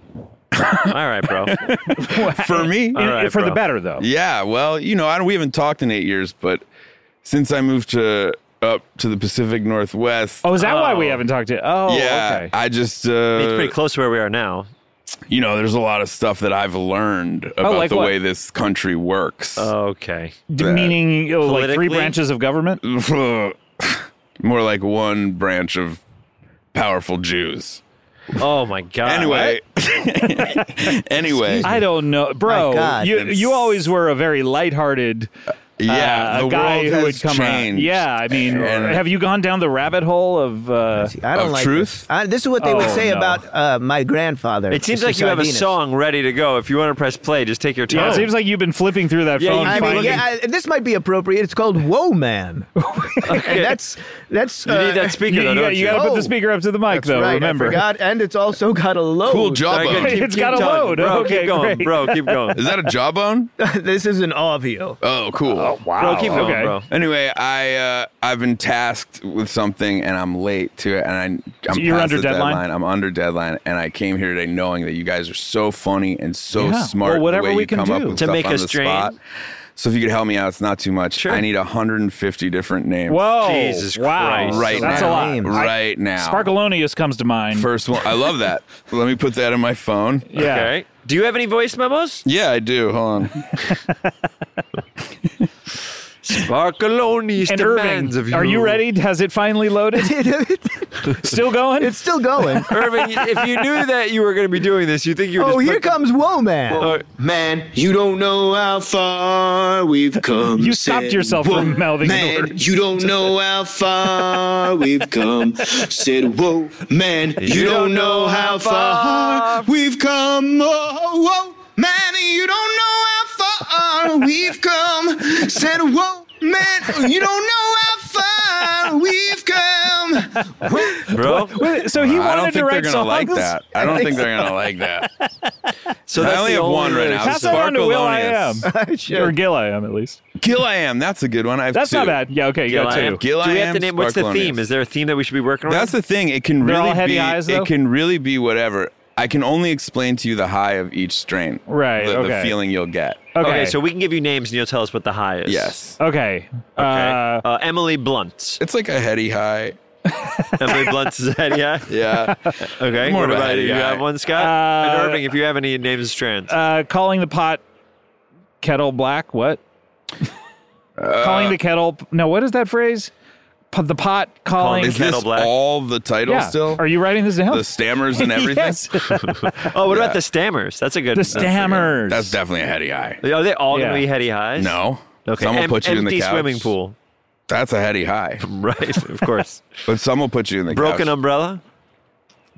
C: all right, bro.
D: uh,
A: For me?
D: in-
C: right,
D: for the
C: bro.
D: better though.
A: Yeah. Well, you know, I don't, we haven't talked in eight years, but since I moved to up to the Pacific Northwest.
D: Oh, is that why we haven't talked to? Oh,
A: yeah.
D: okay.
A: I just uh,
C: it's pretty close to where we are now.
A: you know, there's a lot of stuff that I've learned about
D: Oh, like
A: the
D: what? Uh.
A: way this country works.
C: Okay.
D: D- Meaning you know, like three
C: Politically?
D: branches of government.
A: More like one branch of powerful Jews.
C: Oh my
D: Ah,
C: god.
A: Anyway, anyway,
D: I don't know, bro.
B: My God.
D: you you always were a very lighthearted
A: yeah,
D: uh,
A: the
D: guy
A: world
D: who
A: has
D: would come
A: changed.
D: around. Yeah, I mean,
A: And-
D: have you gone down the rabbit hole of? Uh,
B: I don't
A: Of
B: like
A: truth?
B: This. I, this is what they would
D: Oh,
B: say
D: no.
B: about uh, my grandfather.
C: It seems
B: Mr.
C: like you have a
B: Sardinas.
C: song ready to go. If you want to press play, just take your time.
D: yeah, it seems like you've been flipping through that
C: Yeah,
D: phone.
C: you-
B: I mean,
D: finding-
B: yeah, I, this might be appropriate. It's called Whoa Man. and that's that's
C: you need
B: uh,
C: that speaker
D: you,
C: though,
D: you,
C: don't you?
D: got to put
B: Oh.
D: the speaker up to the mic,
B: that's
D: though.
B: right, I
D: remember,
B: forgot, and it's also got a load.
A: Cool
C: All right, good.
A: jawbone.
C: Keep-
D: It's
C: keep
D: got a
C: going,
D: load.
C: Bro,
D: Okay,
C: keep going.
D: great.
C: Bro, keep going.
A: Is that a jawbone?
B: this is an audio.
A: Oh, cool.
C: Bro, keep going,
D: Okay.
C: bro.
A: Anyway, I uh, I've been tasked with something and I'm late to it, and I, I'm
D: So you're
A: past
D: under
A: the
D: deadline?
A: I'm under deadline, and I came here today knowing that you guys are so funny and so
D: Yeah.
A: smart.
D: Well,
A: the
D: whatever
A: way
D: we
A: you
D: can
A: come up
D: do.
A: with
C: To
A: stuff
C: make
A: on
C: us
A: the
C: drain.
A: spot. So if you could help me out, it's not too much.
C: Sure.
A: I need 150 different names.
D: Whoa!
C: Jesus
D: wow!
C: Christ.
A: Right
D: That's
A: now,
D: a lot.
B: Names.
A: right now.
D: Sparkalonius comes to mind.
A: First one. I love that. Let me put that in my phone.
D: yeah.
C: Okay. Do you have any voice memos?
A: Yeah, I do. Hold on.
C: Barcalone's
D: And Irving,
C: demands of you.
D: are you ready? Has it finally loaded?
B: it's
D: Still going?
B: still going.
C: Irving, if you knew that you were going to be doing this, you think you would
B: oh,
C: just
B: here
C: put-
B: comes Whoa Man.
F: Man, you don't know how far we've come.
D: You stopped
F: said
D: yourself
F: whoa.
D: from mouthing the
F: Man,
D: words.
F: you don't know how far we've come. Said, whoa, man, you don't know how far we've come. Oh, whoa, man, you don't know how far we've come. Said, whoa, man, you don't know how far we've come.
C: bro?
D: Wait, so he
A: I don't
D: wanted to
A: think they're
D: write
A: gonna
D: songs.
A: like that. I don't think they're gonna like that.
C: So
A: I
C: that's
A: only
C: the
A: have one right now.
D: Pass that on to Will I Am. or Gil I Am, at least.
A: Gil I am. That's a good one. I have
D: That's
A: two.
D: not bad. Yeah, okay, you
C: Gil
D: got
C: I am.
D: two.
A: Gil
C: Do we
A: I
C: have to
A: am,
C: name what's the
A: Sparkalonius.
C: theme? Is there a theme that we should be working on?
A: That's the thing. It can
D: They're all
A: really
D: heady
A: be.
D: eyes, though?
A: it can really be whatever. I can only explain to you the high of each strain.
D: Right,
A: The, the
D: okay.
A: feeling you'll get.
D: Okay,
C: okay, so we can give you names and you'll tell us what the high is.
A: Yes.
D: Okay. Uh,
C: Okay. Uh, Emily Blunt.
A: It's like a heady high.
C: Emily Blunt's head, yeah.
A: Yeah.
C: Okay.
A: More
C: what
A: of a
C: about you?
A: heady
C: You
A: guy.
C: have one, Scott?
D: Uh,
C: and Irving, if you have any names of strands.
D: uh, calling the pot kettle black. What?
A: Uh,
D: calling the kettle. No, what is that phrase? P- the pot calling.
C: the
A: Is
C: Kettle
A: this
C: Black.
A: all the title
D: yeah.
A: still?
D: Are you writing this down?
A: the stammers and everything?
D: Yes.
C: oh, what
A: yeah.
C: about the Stammers? That's a good
D: The
C: that's a good-
D: stammers.
A: That's definitely a heady eye.
C: Are they all going
D: Yeah.
C: to be heady highs?
A: No.
C: Okay.
A: Some will
C: Em-
A: put you in the
C: empty
A: couch.
C: swimming pool.
A: That's a heady high.
C: Right, of course.
A: But some will put you in the
C: Broken
A: couch.
C: umbrella.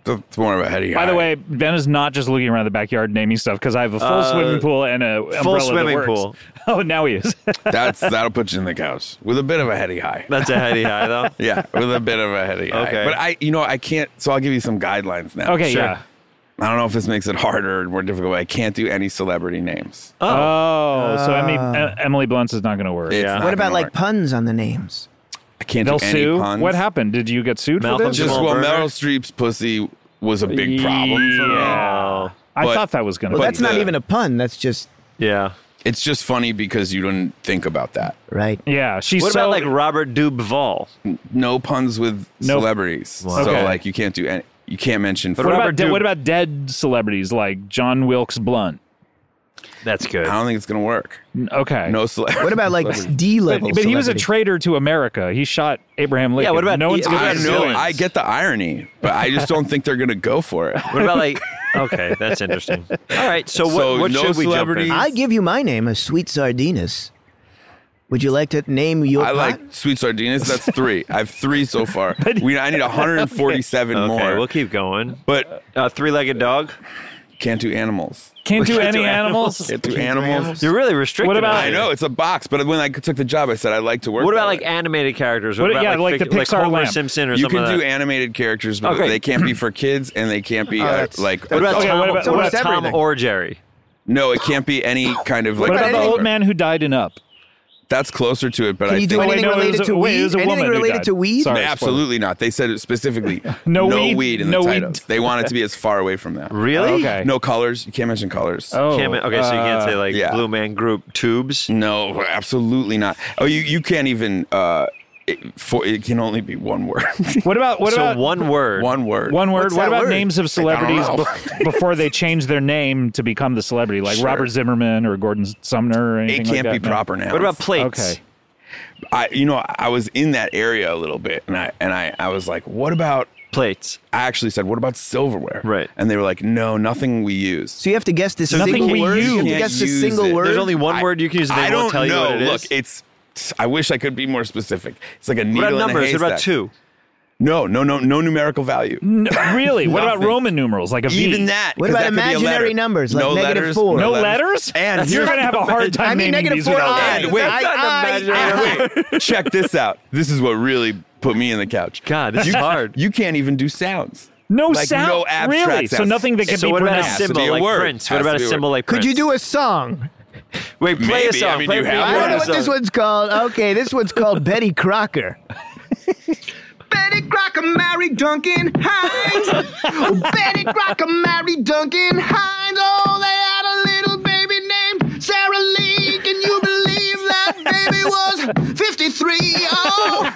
A: That's more of a heady high.
D: By the way, Ben is not just looking around the backyard naming stuff because I have a full
C: Uh,
D: swimming pool and a umbrella
C: Full
D: that
C: swimming
D: works.
C: pool.
D: Oh, now he is.
A: that's that'll put you in the couch with a bit of a heady high.
C: That's a heady high, though.
A: Yeah, with a bit of a heady high.
C: Okay.
A: But I, you know, I can't. So I'll give you some guidelines now.
D: okay,
C: Sure.
D: yeah.
A: I don't know if this makes it harder or more difficult. But I can't do any celebrity names.
D: Oh, so Emily, E- Emily Blunt's is not going to work.
A: It's
C: Yeah.
A: not
B: What about
A: gonna
B: like
A: work.
B: puns on the names?
A: I can't
D: They'll
A: do any
D: sue.
A: puns.
D: What happened? Did you get sued
C: Malcolm
D: for this?
A: Just
C: Jamal
A: well,
C: Burger?
A: Meryl Streep's pussy was a big problem. For me.
D: Yeah. I
A: But-
D: thought that was going to
A: But
B: Well,
D: be.
B: that's not
A: the-
B: even a pun. That's just
C: Yeah.
A: It's just funny because you didn't think about that.
B: right.
D: Yeah, she's
C: What
D: so
C: about like Robert Duvall?
A: No puns with
D: Nope.
A: celebrities. So
D: Okay.
A: like you can't do any. You can't mention.
D: What about
C: Robert
D: de-
C: Duke.
D: what about dead celebrities like John Wilkes Blunt?
C: That's good.
A: I don't think it's gonna work.
D: N- Okay.
A: No celebrity.
B: What about like D
D: but,
B: level?
D: but he was a traitor to America. He shot Abraham Lincoln.
C: what about
D: no one's
C: E-
D: gonna
A: I
C: Ian
A: know.
C: Gillan?
A: I get the irony, but I just don't think they're gonna go for it.
C: What about like? Okay, that's interesting. All right, so what,
A: So
C: what
A: no
C: should we jump
A: celebrities?
C: in?
B: I give you my name, a sweet sardinas. Would you like to name your?
A: I
B: pot?
A: like sweet sardinas. That's three. I have three so far. We I need 147
C: Okay,
A: more.
C: we'll keep going.
A: but
C: Uh, three-legged dog.
A: can't do animals.
D: Can't do
C: Can't
D: any
C: do animals?
D: animals.
A: Can't do animals.
C: You're really restricted.
D: What about-
C: aren't
A: I
C: you?
A: know it's a box, but when I took the job, I said I like to work.
C: What about
A: that
C: like
A: way.
C: animated characters? What,
D: What-
C: about
D: yeah, like the
C: fic-
D: Pixar
C: Homer
D: lamp.
C: Simpson or
A: you
C: something
A: can
C: like
A: do
C: that.
A: animators, characters, but
C: Okay.
A: they can't be for kids and they can't be uh,
B: that's-
A: like.
C: What
A: adult-
C: about
D: Okay,
C: Tom,
D: what about-
C: what
D: what
C: about
B: about
C: Tom
B: everything?
C: or Jerry?
A: no, it can't be any kind of like.
D: what about the
A: adult-
D: old man who died in Up?
A: That's closer to it, but
B: Can
A: I
B: you do
A: think
D: wait,
B: anything
D: no, it was
B: related
D: a-
B: to
D: wait, it
B: weed?
D: was a
B: Anything
D: woman who
B: related
D: died.
B: to weed?
D: Sorry.
A: absolutely not. They said it specifically.
D: No
A: no
D: weed,
A: in
D: no
A: the
D: weed.
A: titles. They wanted to be as far away from that.
C: Really?
D: Okay.
A: No colors. You can't mention colors.
D: Oh,
C: Can't- okay, so you can't say
D: uh,
C: like
A: yeah.
C: Blue Man Group tubes.
A: No, absolutely not. Oh, you you can't even. Uh, it, for, it can only be one word.
D: What about what
C: so
D: about
C: one word.
A: one word.
D: One word.
B: What's
D: what
B: that
D: about
B: word?
D: names of celebrities bef- before they change their name to become the celebrity, like
A: Sure.
D: Robert Zimmerman or Gordon Sumner or anything
A: It can't
D: like
A: be
D: that? No.
A: proper now.
C: What about plates?
D: Okay.
A: I, you know, I was in that area a little bit, and I and I, I was like, what about?
C: Plates.
A: I actually said, what about silverware?
C: Right.
A: And they were like, no, nothing we use.
B: So you have to guess this
C: Nothing
B: single
C: we
B: word. You have to
A: use.
B: guess this
A: Use
B: single
A: it.
B: word.
C: There's only one
A: I-
C: word you can use. And they
A: I don't
C: won't tell you
A: know.
C: what it is.
A: Look, it's. I wish I could be more specific. It's like a needle
C: what about
A: in a
C: numbers? What about
A: haystack.
C: two?
A: No, no, no, no numerical value.
D: No, really? what about
A: Nothing.
D: Roman numerals, like a V?
A: Even that.
B: What
A: 'cause
B: about
A: that could be a
B: imaginary
A: letter.
B: numbers, like negative four?
D: No letters?
A: And
D: you're gonna have a hard time
B: I
D: naming
B: mean, negative
D: these
B: four
D: without
B: odds.
D: letters.
A: And wait,
B: I- I- I-
A: and wait, check this out. This is what really put me in the couch.
C: God, this
A: you,
C: is hard.
A: You can't even do sounds.
D: No
A: like,
D: sound.
A: No abstract
D: really? So
A: sounds.
D: nothing that can
C: So
D: be
C: what about a
D: pronounced.
A: Has to
C: symbol
A: be a
C: like
A: word.
C: Prince? What
A: Has
C: about
A: to
C: a
A: be a
C: symbol
A: word.
C: like
B: Could
C: Prince?
B: you do a song?
C: Wait, play a
A: Maybe. I
C: song.
A: mean,
C: play
A: you
C: for me
A: have
C: a
B: I don't know what
C: song.
B: this one's called. Okay, this one's called Betty Crocker.
F: Betty Crocker married Duncan Hines. Oh, Betty Crocker married Duncan Hines. Oh, they had a little baby named Sarah Lee. Can you believe that baby was 53? Oh,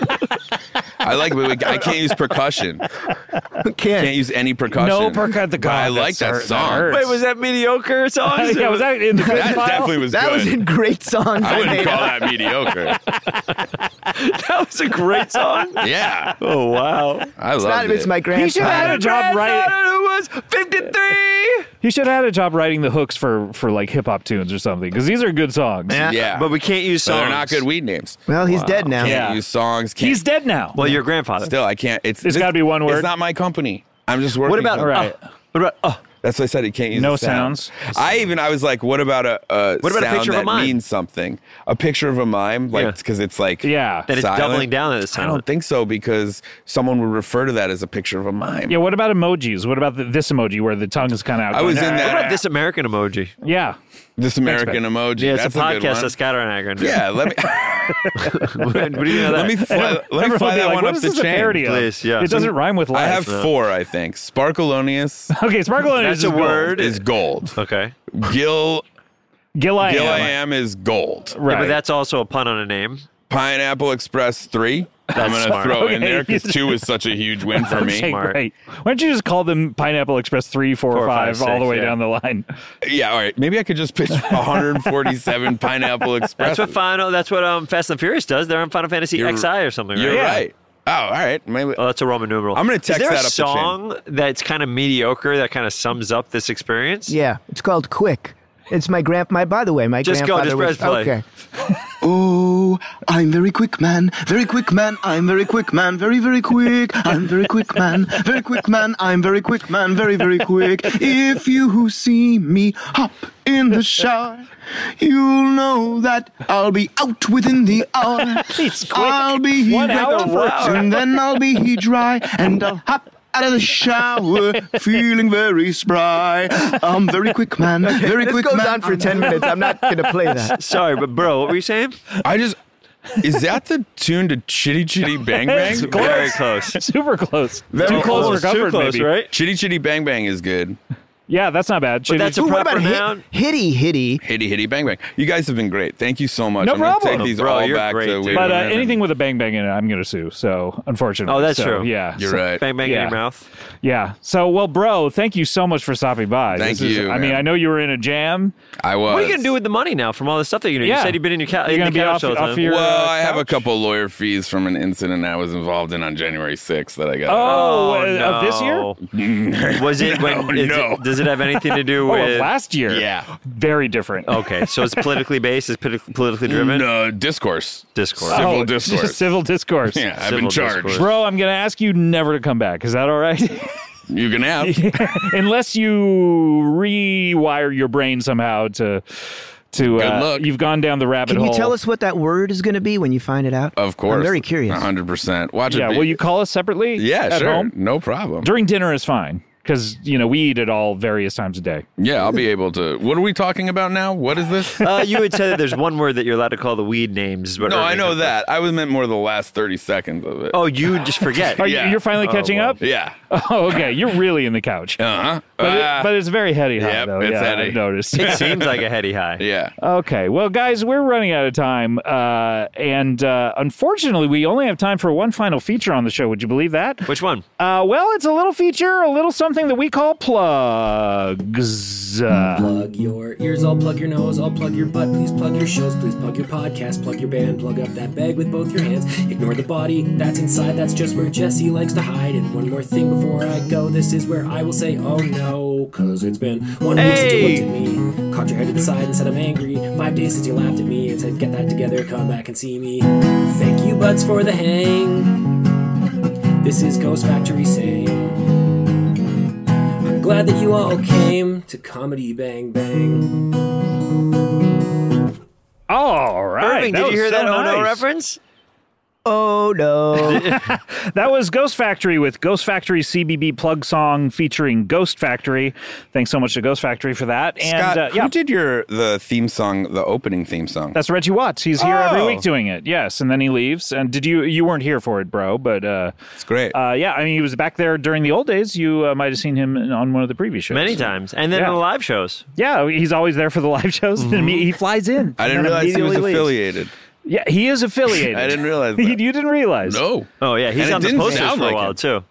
A: I like. Wait, wait, I can't use percussion. Can't
B: Can't.
A: use any percussion.
D: No percussion.
A: But I like that song.
C: Wait, was that mediocre song?
D: yeah, was that in the good
A: that
D: file?
A: definitely was
B: That
A: good.
B: was in great songs.
A: I wouldn't
B: made
A: call
B: up.
A: that mediocre.
C: that was a great song.
A: Yeah,
C: Oh wow!
A: I love
B: Not
A: it.
B: if it's my
D: He should have had a
B: grandson.
D: job right.
C: It was fifty-three.
D: He should have had a job writing the hooks for for like hip hop tunes or something because these are good songs.
B: Yeah.
A: yeah,
C: But we can't use
A: so
C: songs.
A: they're not good weed names.
B: Well, he's dead now.
A: Can't
D: Yeah.
A: use songs. Can't,
D: He's dead now.
C: Well, your grandfather.
A: Still, I can't. It's
D: It's
A: this-
D: gotta be one word.
A: It's not my company. I'm just working.
C: What about
A: for-
D: All right.
C: uh, what about uh,
A: That's what I said. It can't use
D: No
A: the sound.
D: sounds.
A: I even I was like, what about a, a
C: What about a
A: sound
C: picture of a
A: that
C: mime?
A: means something? A picture of a mime,
C: Yeah.
A: like because it's like
D: Yeah.
C: that? It's
A: silent?
C: doubling down at this
A: I
C: time.
A: don't think so because someone would refer to that as a picture of a mime.
D: Yeah, what about emojis? What about the, this emoji where the tongue is kind of out? "Ah,
A: I was in
C: What about
A: that
C: this American emoji?
D: Yeah.
A: this American emoji.
C: Yeah, it's
A: that's
C: a
A: good
C: podcast
A: one.
C: that Scott and I are going to do.
A: yeah, let me
C: what do you know that?
A: let me fly, let me
D: Everyone
A: fly
D: be
A: that
D: like,
A: one
D: what
A: up
D: is
A: the
D: this a
A: chain.
D: parody of?
C: please, yeah.
D: It doesn't rhyme with life.
A: I have four, I think. Sparkalonius
D: Okay, sparkle
C: That's
D: is
C: a
D: gold.
C: word.
A: is gold.
C: Okay.
A: Gil
D: Gil I
A: Gil I
D: am.
A: am is gold.
D: Right.
C: Yeah, but that's also a pun on a name.
A: Pineapple Express three. I'm gonna
C: smart.
A: throw in
D: Okay.
A: there because two is such a huge win for me.
D: okay,
C: Smart.
D: great. Why don't you just call them Pineapple Express three, four,
C: Four,
D: or
C: five,
D: five, all the
C: six,
D: way
C: yeah.
D: down the line?
A: Yeah, all right. Maybe I could just pitch 147 Pineapple Express.
C: That's what Final. That's what um, Fast and Furious does. They're on Final Fantasy
A: You're-
C: XI or something.
A: You're
C: right?
A: right. Oh, all right. Maybe
C: Oh, that's a Roman numeral.
A: I'm gonna
C: Is
A: text
C: there
A: that up
C: a
A: the chain.
C: song that's kind of mediocre that kind of sums up this experience?
B: Yeah, it's called Quick. It's my grand. My by the way, my
C: Just go,
B: grandfather.
C: just
B: was-
C: press play.
B: Okay.
F: Oh, I'm very quick man, very quick man, I'm very quick man, very very quick. I'm very quick man, very quick man, I'm very quick man, very very quick. If you see me hop in the shower, you'll know that I'll be out within the hour.
D: It's quick.
F: I'll be
D: One
F: wet
D: hour for
F: first, and then I'll be dry, and I'll hop out of the shower feeling very spry. I'm very quick man, very
B: This
F: quick
B: goes
F: man.
B: on for
F: I'm
B: ten minutes. I'm not going to play that.
C: Sorry, but bro, what were you saying?
A: I just is that the tune to Chitty Chitty Bang Bang?
D: It's close.
C: Very close.
D: Super close.
A: Very
D: too close, for
A: close,
C: Too
D: comfort,
C: close,
D: maybe.
C: right?
A: Chitty Chitty Bang Bang is good.
D: Yeah, that's not bad. Should
C: that's
D: we-
C: a
B: Ooh, what
C: Proper
B: about
C: noun?
B: hit, Hitty Hitty?
A: Hitty Hitty Bang Bang. You guys have been great. Thank you so much.
D: No
A: I'm gonna
D: problem.
A: Take these
C: Bro,
A: all
C: you're
A: back
C: great,
A: to
C: dude.
A: Weird
D: but uh,
A: Women.
D: anything with a bang bang in it, I'm going to sue. So, unfortunately.
C: Oh, that's
D: So,
C: true.
D: Yeah.
A: You're
D: So-
A: right.
C: Bang bang in
D: Yeah.
C: your mouth.
D: Yeah. So, well, bro, thank you so much for stopping by.
A: Thank
D: This is-
A: you,
D: I mean,
A: man.
D: I know you were in a jam.
A: I was.
C: What are you gonna do with the money now from all the stuff that you know?
D: Yeah.
C: You said you've been in your couch.
D: You're gonna be off- off your-
A: Well,
C: uh,
A: I have a
D: couch?
A: couple lawyer fees from an incident I was involved in on January 6th that I got.
D: Oh, uh, of this year?
C: year? Was it when? is
A: Oh, no.
C: It, does it have anything to do
D: Oh,
C: with?
D: of last year.
A: yeah. Oh,
D: Very different.
C: okay, so it's politically based. It's politi- politically driven.
A: No discourse.
C: Discourse.
A: Civil
D: Oh,
A: discourse.
D: Civil discourse.
A: Yeah, I've
C: Civil
A: been charged.
C: discourse.
D: Bro, I'm going to ask you never to come back. Is that all right?
A: You can have.
D: Unless you rewire your brain somehow to to
A: Good
D: uh,
A: luck.
D: you've gone down the rabbit
B: Can
D: hole.
B: you tell us what that word is going to be when you find it out?
A: Of course. Uh-huh.
B: I'm very curious.
A: 100%. Watch
D: Yeah,
A: it. be-
D: will you call us separately?
A: Yeah,
D: at
A: sure.
D: Home?
A: No problem.
D: During dinner is fine. because you know we eat it all various times a day.
A: Yeah, I'll be able to. What are we talking about now? What is this?
C: Uh, you had said that there's one word that you're allowed to call the weed names. is what
A: no,
C: Ernie
A: I know
C: had-
A: that. I was meant more the last 30 seconds of it.
C: Oh, you just forget.
D: Are you-
A: Yeah.
D: You're finally
C: Oh,
D: catching
C: well.
D: up.
A: yeah.
D: Oh, okay. You're really in the couch.
A: Uh-huh.
D: But,
A: Ah,
D: it, but it's very heady high,
A: Yep,
D: though.
A: it's
D: yeah,
A: heady.
D: I've noticed.
C: it seems like a heady high.
A: yeah.
D: Okay, well, guys, we're running out of time, uh, and uh, unfortunately, we only have time for one final feature on the show. Would you believe that?
C: Which one?
D: Uh, well, it's a little feature, a little something that we call plugs. Uh,
I: Plug your ears, I'll plug your nose, I'll plug your butt. Please plug your shows, please plug your podcast, plug your band, plug up that bag with both your hands. Ignore the body that's inside, that's just where Jesse likes to hide. And one more thing before I go, this is where I will say, oh no, cause it's been one week since
C: Hey!
I: you looked at me. Caught your head to the side and said I'm angry. Five days since you laughed at me and said, get that together, come back and see me. Thank you, buds, for the hang. This is Ghost Factory saying. I'm glad that you all came to Comedy Bang Bang.
D: all right.
C: Hmm. Irving, did you
D: was
C: hear
D: so
C: that Oh no
D: nice.
C: reference?
B: Oh no!
D: That was Ghost Factory with Ghost Factory CBB plug song featuring Ghost Factory. Thanks so much to Ghost Factory for that. And
A: Scott,
D: uh,
A: who
D: yeah,
A: did your the theme song, the opening theme song?
D: that's Reggie Watts. He's here every
A: Oh.
D: week doing it. Yes, and then he leaves. And did you? You weren't here for it, bro. But uh,
A: That's great.
D: Uh, yeah, I mean, he was back there during the old days. You uh, might have seen him on one of the previous shows.
C: Many times. And then
D: Yeah.
C: in the live shows.
D: Yeah, he's always there for the live shows. Then he he flies in.
A: Mm-hmm. I didn't
D: and then
A: realize he was
D: immediately leaves.
A: affiliated.
D: Yeah, he is affiliated.
A: I didn't realize
D: You,
A: that.
D: you didn't realize.
A: No.
C: Oh, yeah.
A: And
C: He's
A: it
C: on the
A: didn't
C: posters
A: sound
C: for a
A: like
C: while,
A: it.
C: too.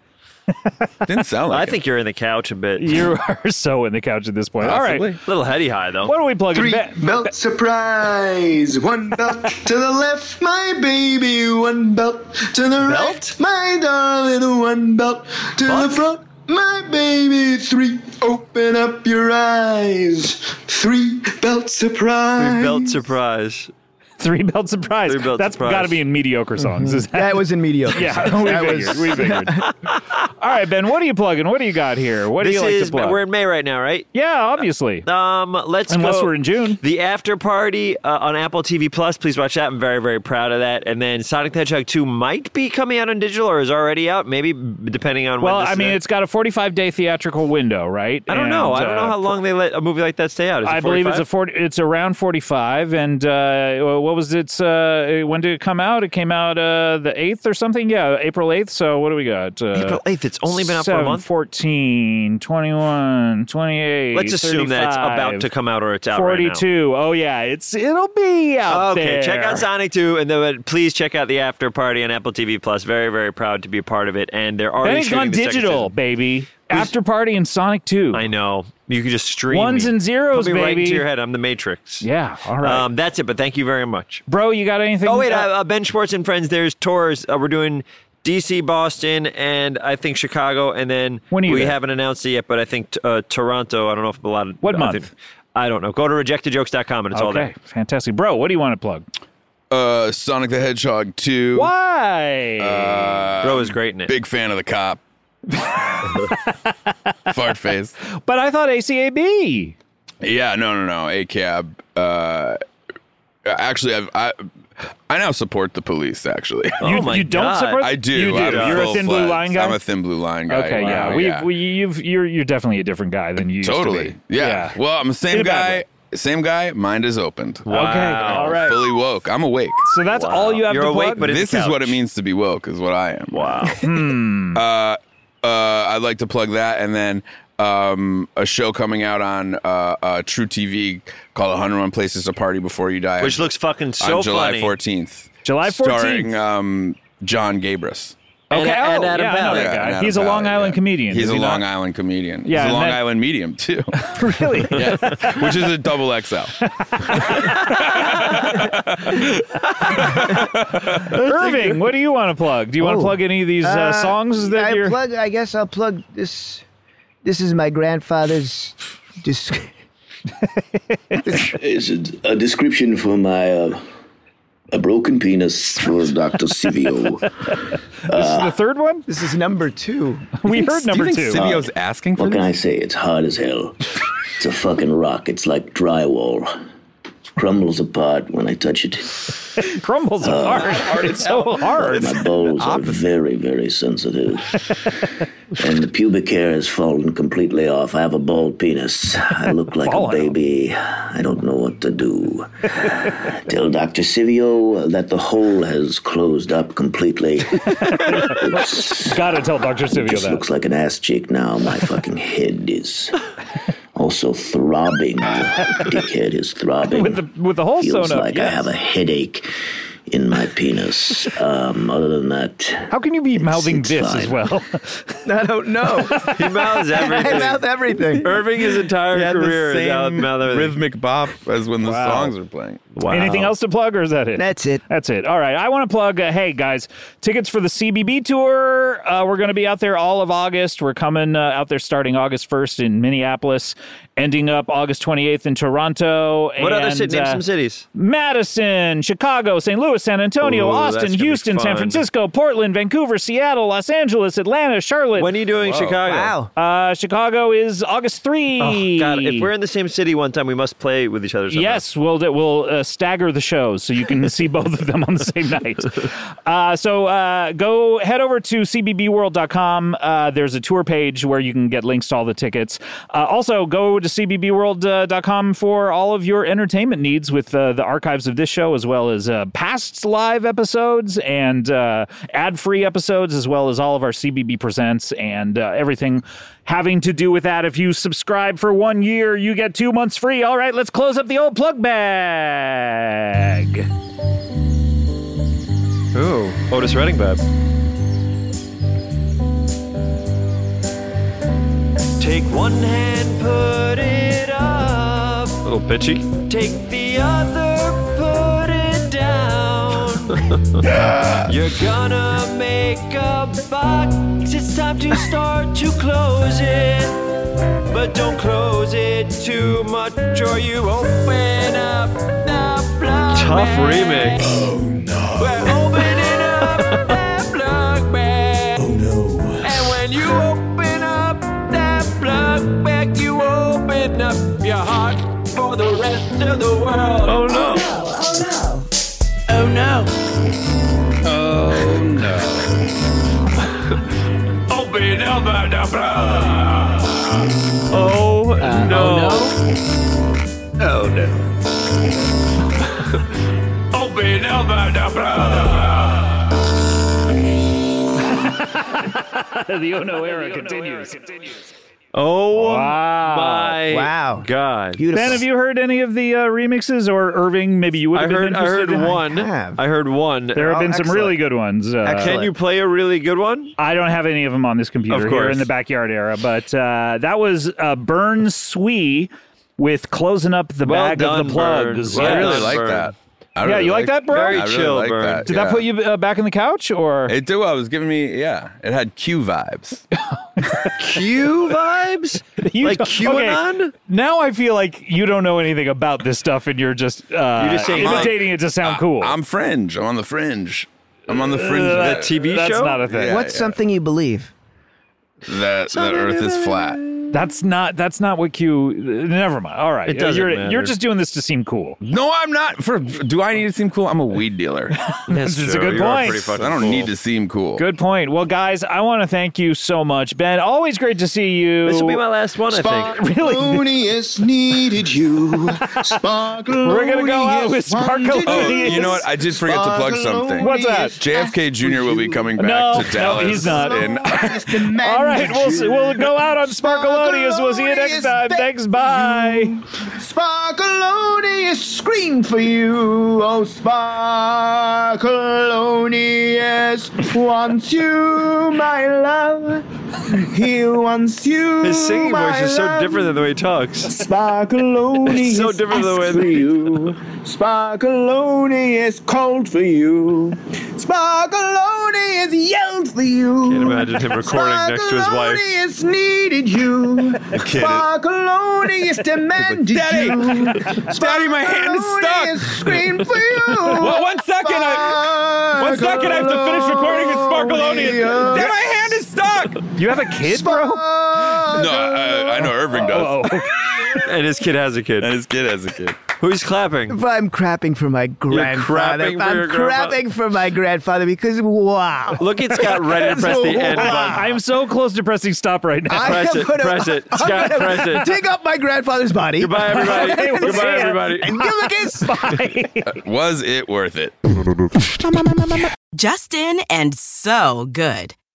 A: Didn't sound like
C: I think you're in the couch a bit.
D: You are so in the couch at this point. All right.
A: Possibly.
C: little heady high, though.
D: What are we plugging?
F: Three
D: back?
F: belt surprise. One belt to the left, my baby. One belt to the right,
C: Belt?
F: my darling. One belt to the front, my baby. Three, open up your eyes. Three belt surprise.
C: Belt surprise.
D: Three belt surprise.
C: Three belt
D: That's
C: surprise.
D: got to be in mediocre
A: Mm-hmm.
D: songs. Is that?
B: that was in mediocre.
D: yeah, we
B: that
D: figured.
B: was.
D: We figured. All right, Ben. What are you plugging? What do you got here? What
C: This
D: do you like
C: is,
D: to plug?
C: we're in May right now, right?
D: yeah, obviously.
C: Um, let's
D: Unless
C: go-
D: we're in June.
C: The after party uh, on Apple TV Plus. Please watch that. I'm very, very proud of that. And then Sonic the Hedgehog 2 might be coming out on digital or is already out, maybe depending on
D: Well,
C: when. this
D: I mean,
C: is-
D: it's got a 45 day theatrical window, right?
C: I don't know.
D: And,
C: I don't know
D: uh,
C: how long they let a movie like that stay out. Is it
D: I believe it's a 40,
C: 45?
D: it's around 45 and uh, what was its uh, when did it come out? It came out uh, the 8th or something. Yeah, April 8th. So what do we got? Uh,
C: April 8th. It's only been out for a
D: 7,
C: month.
D: 14, 21, 28.
C: Let's assume that it's about to
D: 35,
C: come out or it's out right now.
D: 42. Oh yeah, it's it'll be out
C: Okay,
D: there.
C: check out Sonic 2 and then but please check out the after party on Apple TV Plus. Very, very proud to be a part of it. And they're already
D: Then it's
C: shooting
D: gone
C: the second
D: digital,
C: season.
D: baby. After Party and Sonic 2.
C: I know. You can just stream.
D: Ones
C: me.
D: and zeros,
C: Put me right
D: baby.
C: into your head. I'm the Matrix.
D: Yeah, all right.
C: Um, that's it, but thank you very much.
D: Bro, you got anything?
C: Oh, wait, uh,
D: uh,
C: uh, Ben Schwartz and Friends, there's tours. Uh, we're doing DC, Boston, and I think Chicago, and then
D: When are you
C: we
D: there?
C: haven't announced it yet, but I think t- uh, Toronto. I don't know if a lot of.
D: What
C: I
D: month?
C: think- I don't know. Go to rejectedjokes.com and it's all
D: Okay,
C: there.
D: fantastic. Bro, what do you want to plug?
A: Uh, Sonic the Hedgehog 2.
D: Why?
C: Uh, Bro is great in it.
A: Big fan of the cop. Fart face.
D: but I thought ACAB.
A: Yeah, no, no, no. A cab. Uh, actually, I've, I I now support the police. Actually,
D: you,
C: my
D: you don't
C: God.
D: support.
A: Oh I do.
D: You do.
A: I'm
D: You're a
A: full
D: thin blue
A: fledged.
D: line guy.
A: I'm a thin blue line guy.
D: okay, yeah.
A: now,
D: We've, We, you've, you're, you're definitely a different guy than you used to
A: totally.
D: be.
A: Yeah. Well, I'm
D: In
A: the
D: a
A: same
D: bad
A: guy. Same guy. Mind is opened.
D: Okay. All right.
A: Fully woke. I'm awake.
D: So that's all you have
C: Uh, You're
D: to
C: awake,
D: plug.
C: but in the
A: this is what
C: couch.
A: it means to be woke. Is what I am.
C: Wow.
D: Hmm.
A: uh, uh, I'd like to plug that, and then um, a show coming out on uh, uh, True TV called "101 Places to Party Before You Die,"
C: Which looks fucking
A: on
C: so
A: July
C: funny.
A: 14th.
D: July 14th.
A: starring um, John Gabris.
D: okay. oh,
C: And- and Adam
D: yeah, I know
C: Ballard.
D: that
A: Yeah,
D: guy.
A: and Adam
D: He's a Long
A: Ballard,
D: Island
A: yeah.
D: comedian.
A: He's
D: is
A: a
D: he
A: Long
D: not?
A: Island comedian.
D: Yeah,
A: He's
D: and
A: a Long
D: that-
A: Island medium too,
D: Really?
A: which is a double XL.
D: Irving, what do you want to plug? Do you want to
B: Oh.
D: plug any of these uh,
B: Uh,
D: songs that
B: I
D: you're?
B: plug. I guess I'll plug this. This is my grandfather's. Dis-
H: It's a, a description for my uh, a broken penis for Dr. Civio.
D: the third one?
B: this is number two.
D: We heard number
A: Do you
D: two.
A: think Silvio's asking for
H: Uh, What can
A: this?
H: I say? It's hard as hell. It's a fucking rock. It's like drywall. crumbles apart when I touch it.
D: Uh, Crumbles
A: Uh,
D: apart. It's so hard.
H: My bowls are very, very sensitive. and the pubic hair has fallen completely off. I have a bald penis. I look like a
D: Fallen.
H: baby. I don't know what to do. Tell Dr. Sivio that the hole has closed up completely. It's-
D: Gotta tell Dr. Sivio
H: just
D: that.
H: looks like an ass cheek now. My fucking head is also throbbing. The dickhead is throbbing.
D: With the with the whole
H: Feels
D: sewn up.
H: like I
D: yes.
H: have a headache in my penis. Um, other than that,
D: How can you be mouthing
H: it's
D: this as
H: fine.
D: well?
B: I
A: Oh,
B: don't know.
C: He mouths
B: I
C: everything.
B: mouth everything.
C: Irving his entire
A: He had
C: career
A: the
C: is out
A: same
C: mouthing.
A: rhythmic bop as when the
D: Wow.
A: songs were playing.
C: Wow.
D: Anything else to plug, or is that it?
B: That's it.
D: That's it. All right. I want to plug, uh, hey, guys, tickets for the CBB tour. Uh, we're going to be out there all of August. We're coming uh, out there starting August 1st in Minneapolis, ending up August 28th in Toronto.
C: What
D: and,
C: other city? Name
D: uh,
C: some cities.
D: Madison, Chicago, St. Louis, San Antonio,
C: Ooh, that's
D: Austin,
C: gonna be
D: Houston, San
C: fun.
D: Francisco, Portland, Vancouver, Seattle, Los Angeles, Atlanta, Charlotte.
C: When are you doing Chicago?
B: Wow.
D: uh, Chicago is August 3.
C: Oh, God, if we're in the same city one time, we must play with each other. Somehow.
D: Yes, we'll do- we'll uh, stagger the shows so you can see both of them on the same night. Uh, so uh, go head over to cbbworld.com. Uh, there's a tour page where you can get links to all the tickets. Uh, also, go to cbbworld.com uh, for all of your entertainment needs with uh, the archives of this show as well as uh, past live episodes and uh, ad-free episodes as well as all of our CBB presents and uh, everything having to do with that. If you subscribe for one year, you get two months free. All right, let's close up the old plug bag.
A: Ooh.
C: Otis Redding, Bob. Take one hand, put it up. A little bitchy. Take the other, put it down. You're gonna make a box. It's time to start to close it. But don't close it too much, or you open up the block. Tough remix. We're opening up that plug bag. Oh no. And when you open up that plug bag, you open up your heart for the rest of the world. Oh no. Oh no. Oh no. Oh no. open up that plug. Oh,
D: Uh,
C: no. Oh no. Open up that plug.
D: the Oh No era continues.
C: Oh
D: Wow.
C: my
B: Wow.
C: God.
B: Beautiful.
D: Ben, have you heard any of the uh, remixes or Irving? Maybe you would
C: I
D: have been
C: heard I
D: interested
C: heard
D: in.
C: one.
B: have.
C: I heard one.
D: There have
B: Oh,
D: been some
B: excellent.
D: really good ones. Uh,
C: Can you play a really good one?
D: I don't have any of them on this computer
C: Of
D: here
C: course.
D: in the backyard era, but uh, that was uh, Burn Swee with closing up the
C: Well
D: bag
C: done,
D: of the plugs.
C: Burn.
A: I
C: Yeah.
A: really
C: Burn.
A: like that.
D: Yeah,
A: I really
D: you like that, bro?
C: Very
A: I really
C: chill,
A: like
C: Burn.
A: that,
D: Did
A: yeah.
D: that put you uh, back in the couch or?
A: It did. I was giving me. Yeah, it had Q vibes.
C: Q vibes?
D: You
C: like
D: don't- okay.
C: QAnon?
D: Now I feel like you don't know anything about this stuff, and you're just, uh,
C: You're just saying, uh,
D: imitating it to sound cool.
A: I'm fringe. I'm on the fringe. I'm on the fringe.
C: The
A: that
C: TV
D: That's
C: show?
D: not a thing.
A: Yeah,
B: What's
A: yeah.
B: something you believe?
A: that the Earth is flat.
D: That's not. That's not what Q. Never mind. All right,
C: It doesn't
D: you're
C: matter. Mm-hmm.
D: you're just doing this to seem cool.
A: No, I'm not. For do I need to seem cool? I'm a weed dealer.
C: That's
D: This is a good
C: You are
D: point.
A: I
C: pretty fucking
A: don't
C: cool.
A: need to seem cool.
D: Good point. Well, guys, I want to thank you so much, Ben. Always great to see you.
C: This will be my last one, I think.
D: Really?
F: Sparklonius needed you. Sparklonius.
D: We're gonna go out with
F: wanted
A: Oh,
D: Sparkle.
A: you know what? I just forget to plug something.
D: What's that?
A: JFK Jr. will be coming back
D: No,
A: to
D: no,
A: Dallas.
D: he's not.
A: in-
D: All right, we'll see, we'll go out on Sparkalonius. We'll see you next time. Thanks. Bye.
F: Sparklonius screamed for you. Oh, Sparklonius wants you, my love. He wants you.
C: His singing
F: my
C: voice is so
F: love.
C: different than the way he talks.
F: Sparkalonius
C: It's so different than the way
F: asks for
C: they-
F: you. Sparkalonius called for you. Sparkalonius yelled for you.
C: Can't imagine him recording next to his wife.
F: Sparkalonius needed you. Sparkalonius demanded
A: Daddy!
F: you.
A: Daddy, my hand is
F: Sparkalonius
A: stuck.
F: screamed for you.
A: Well, one second. I,
F: One
A: second, I have to finish recording with Sparkalonius. Dad,
F: Sparkalonius.
A: my hand is stuck.
D: You have a kid, bro?
A: No, I, I know Irving does.
D: Oh,
C: And his kid has a kid.
A: And his kid has a kid.
C: Who's clapping?
J: But I'm crapping for my grandfather.
C: crapping for
J: I'm
C: your grandfather.
J: crapping for my grandfather because wow.
C: Look at Scott ready to press the end button.
D: I'm so close to pressing stop right now.
J: I
C: Press
J: am
C: it, press it.
J: I'm
C: Scott,
J: gonna
C: press it.
J: Dig up my grandfather's body.
C: Goodbye, everybody.
D: Hey, we'll see ya.
C: Goodbye, everybody.
J: And give him a kiss.
A: Was it worth it?
K: Just in and so good.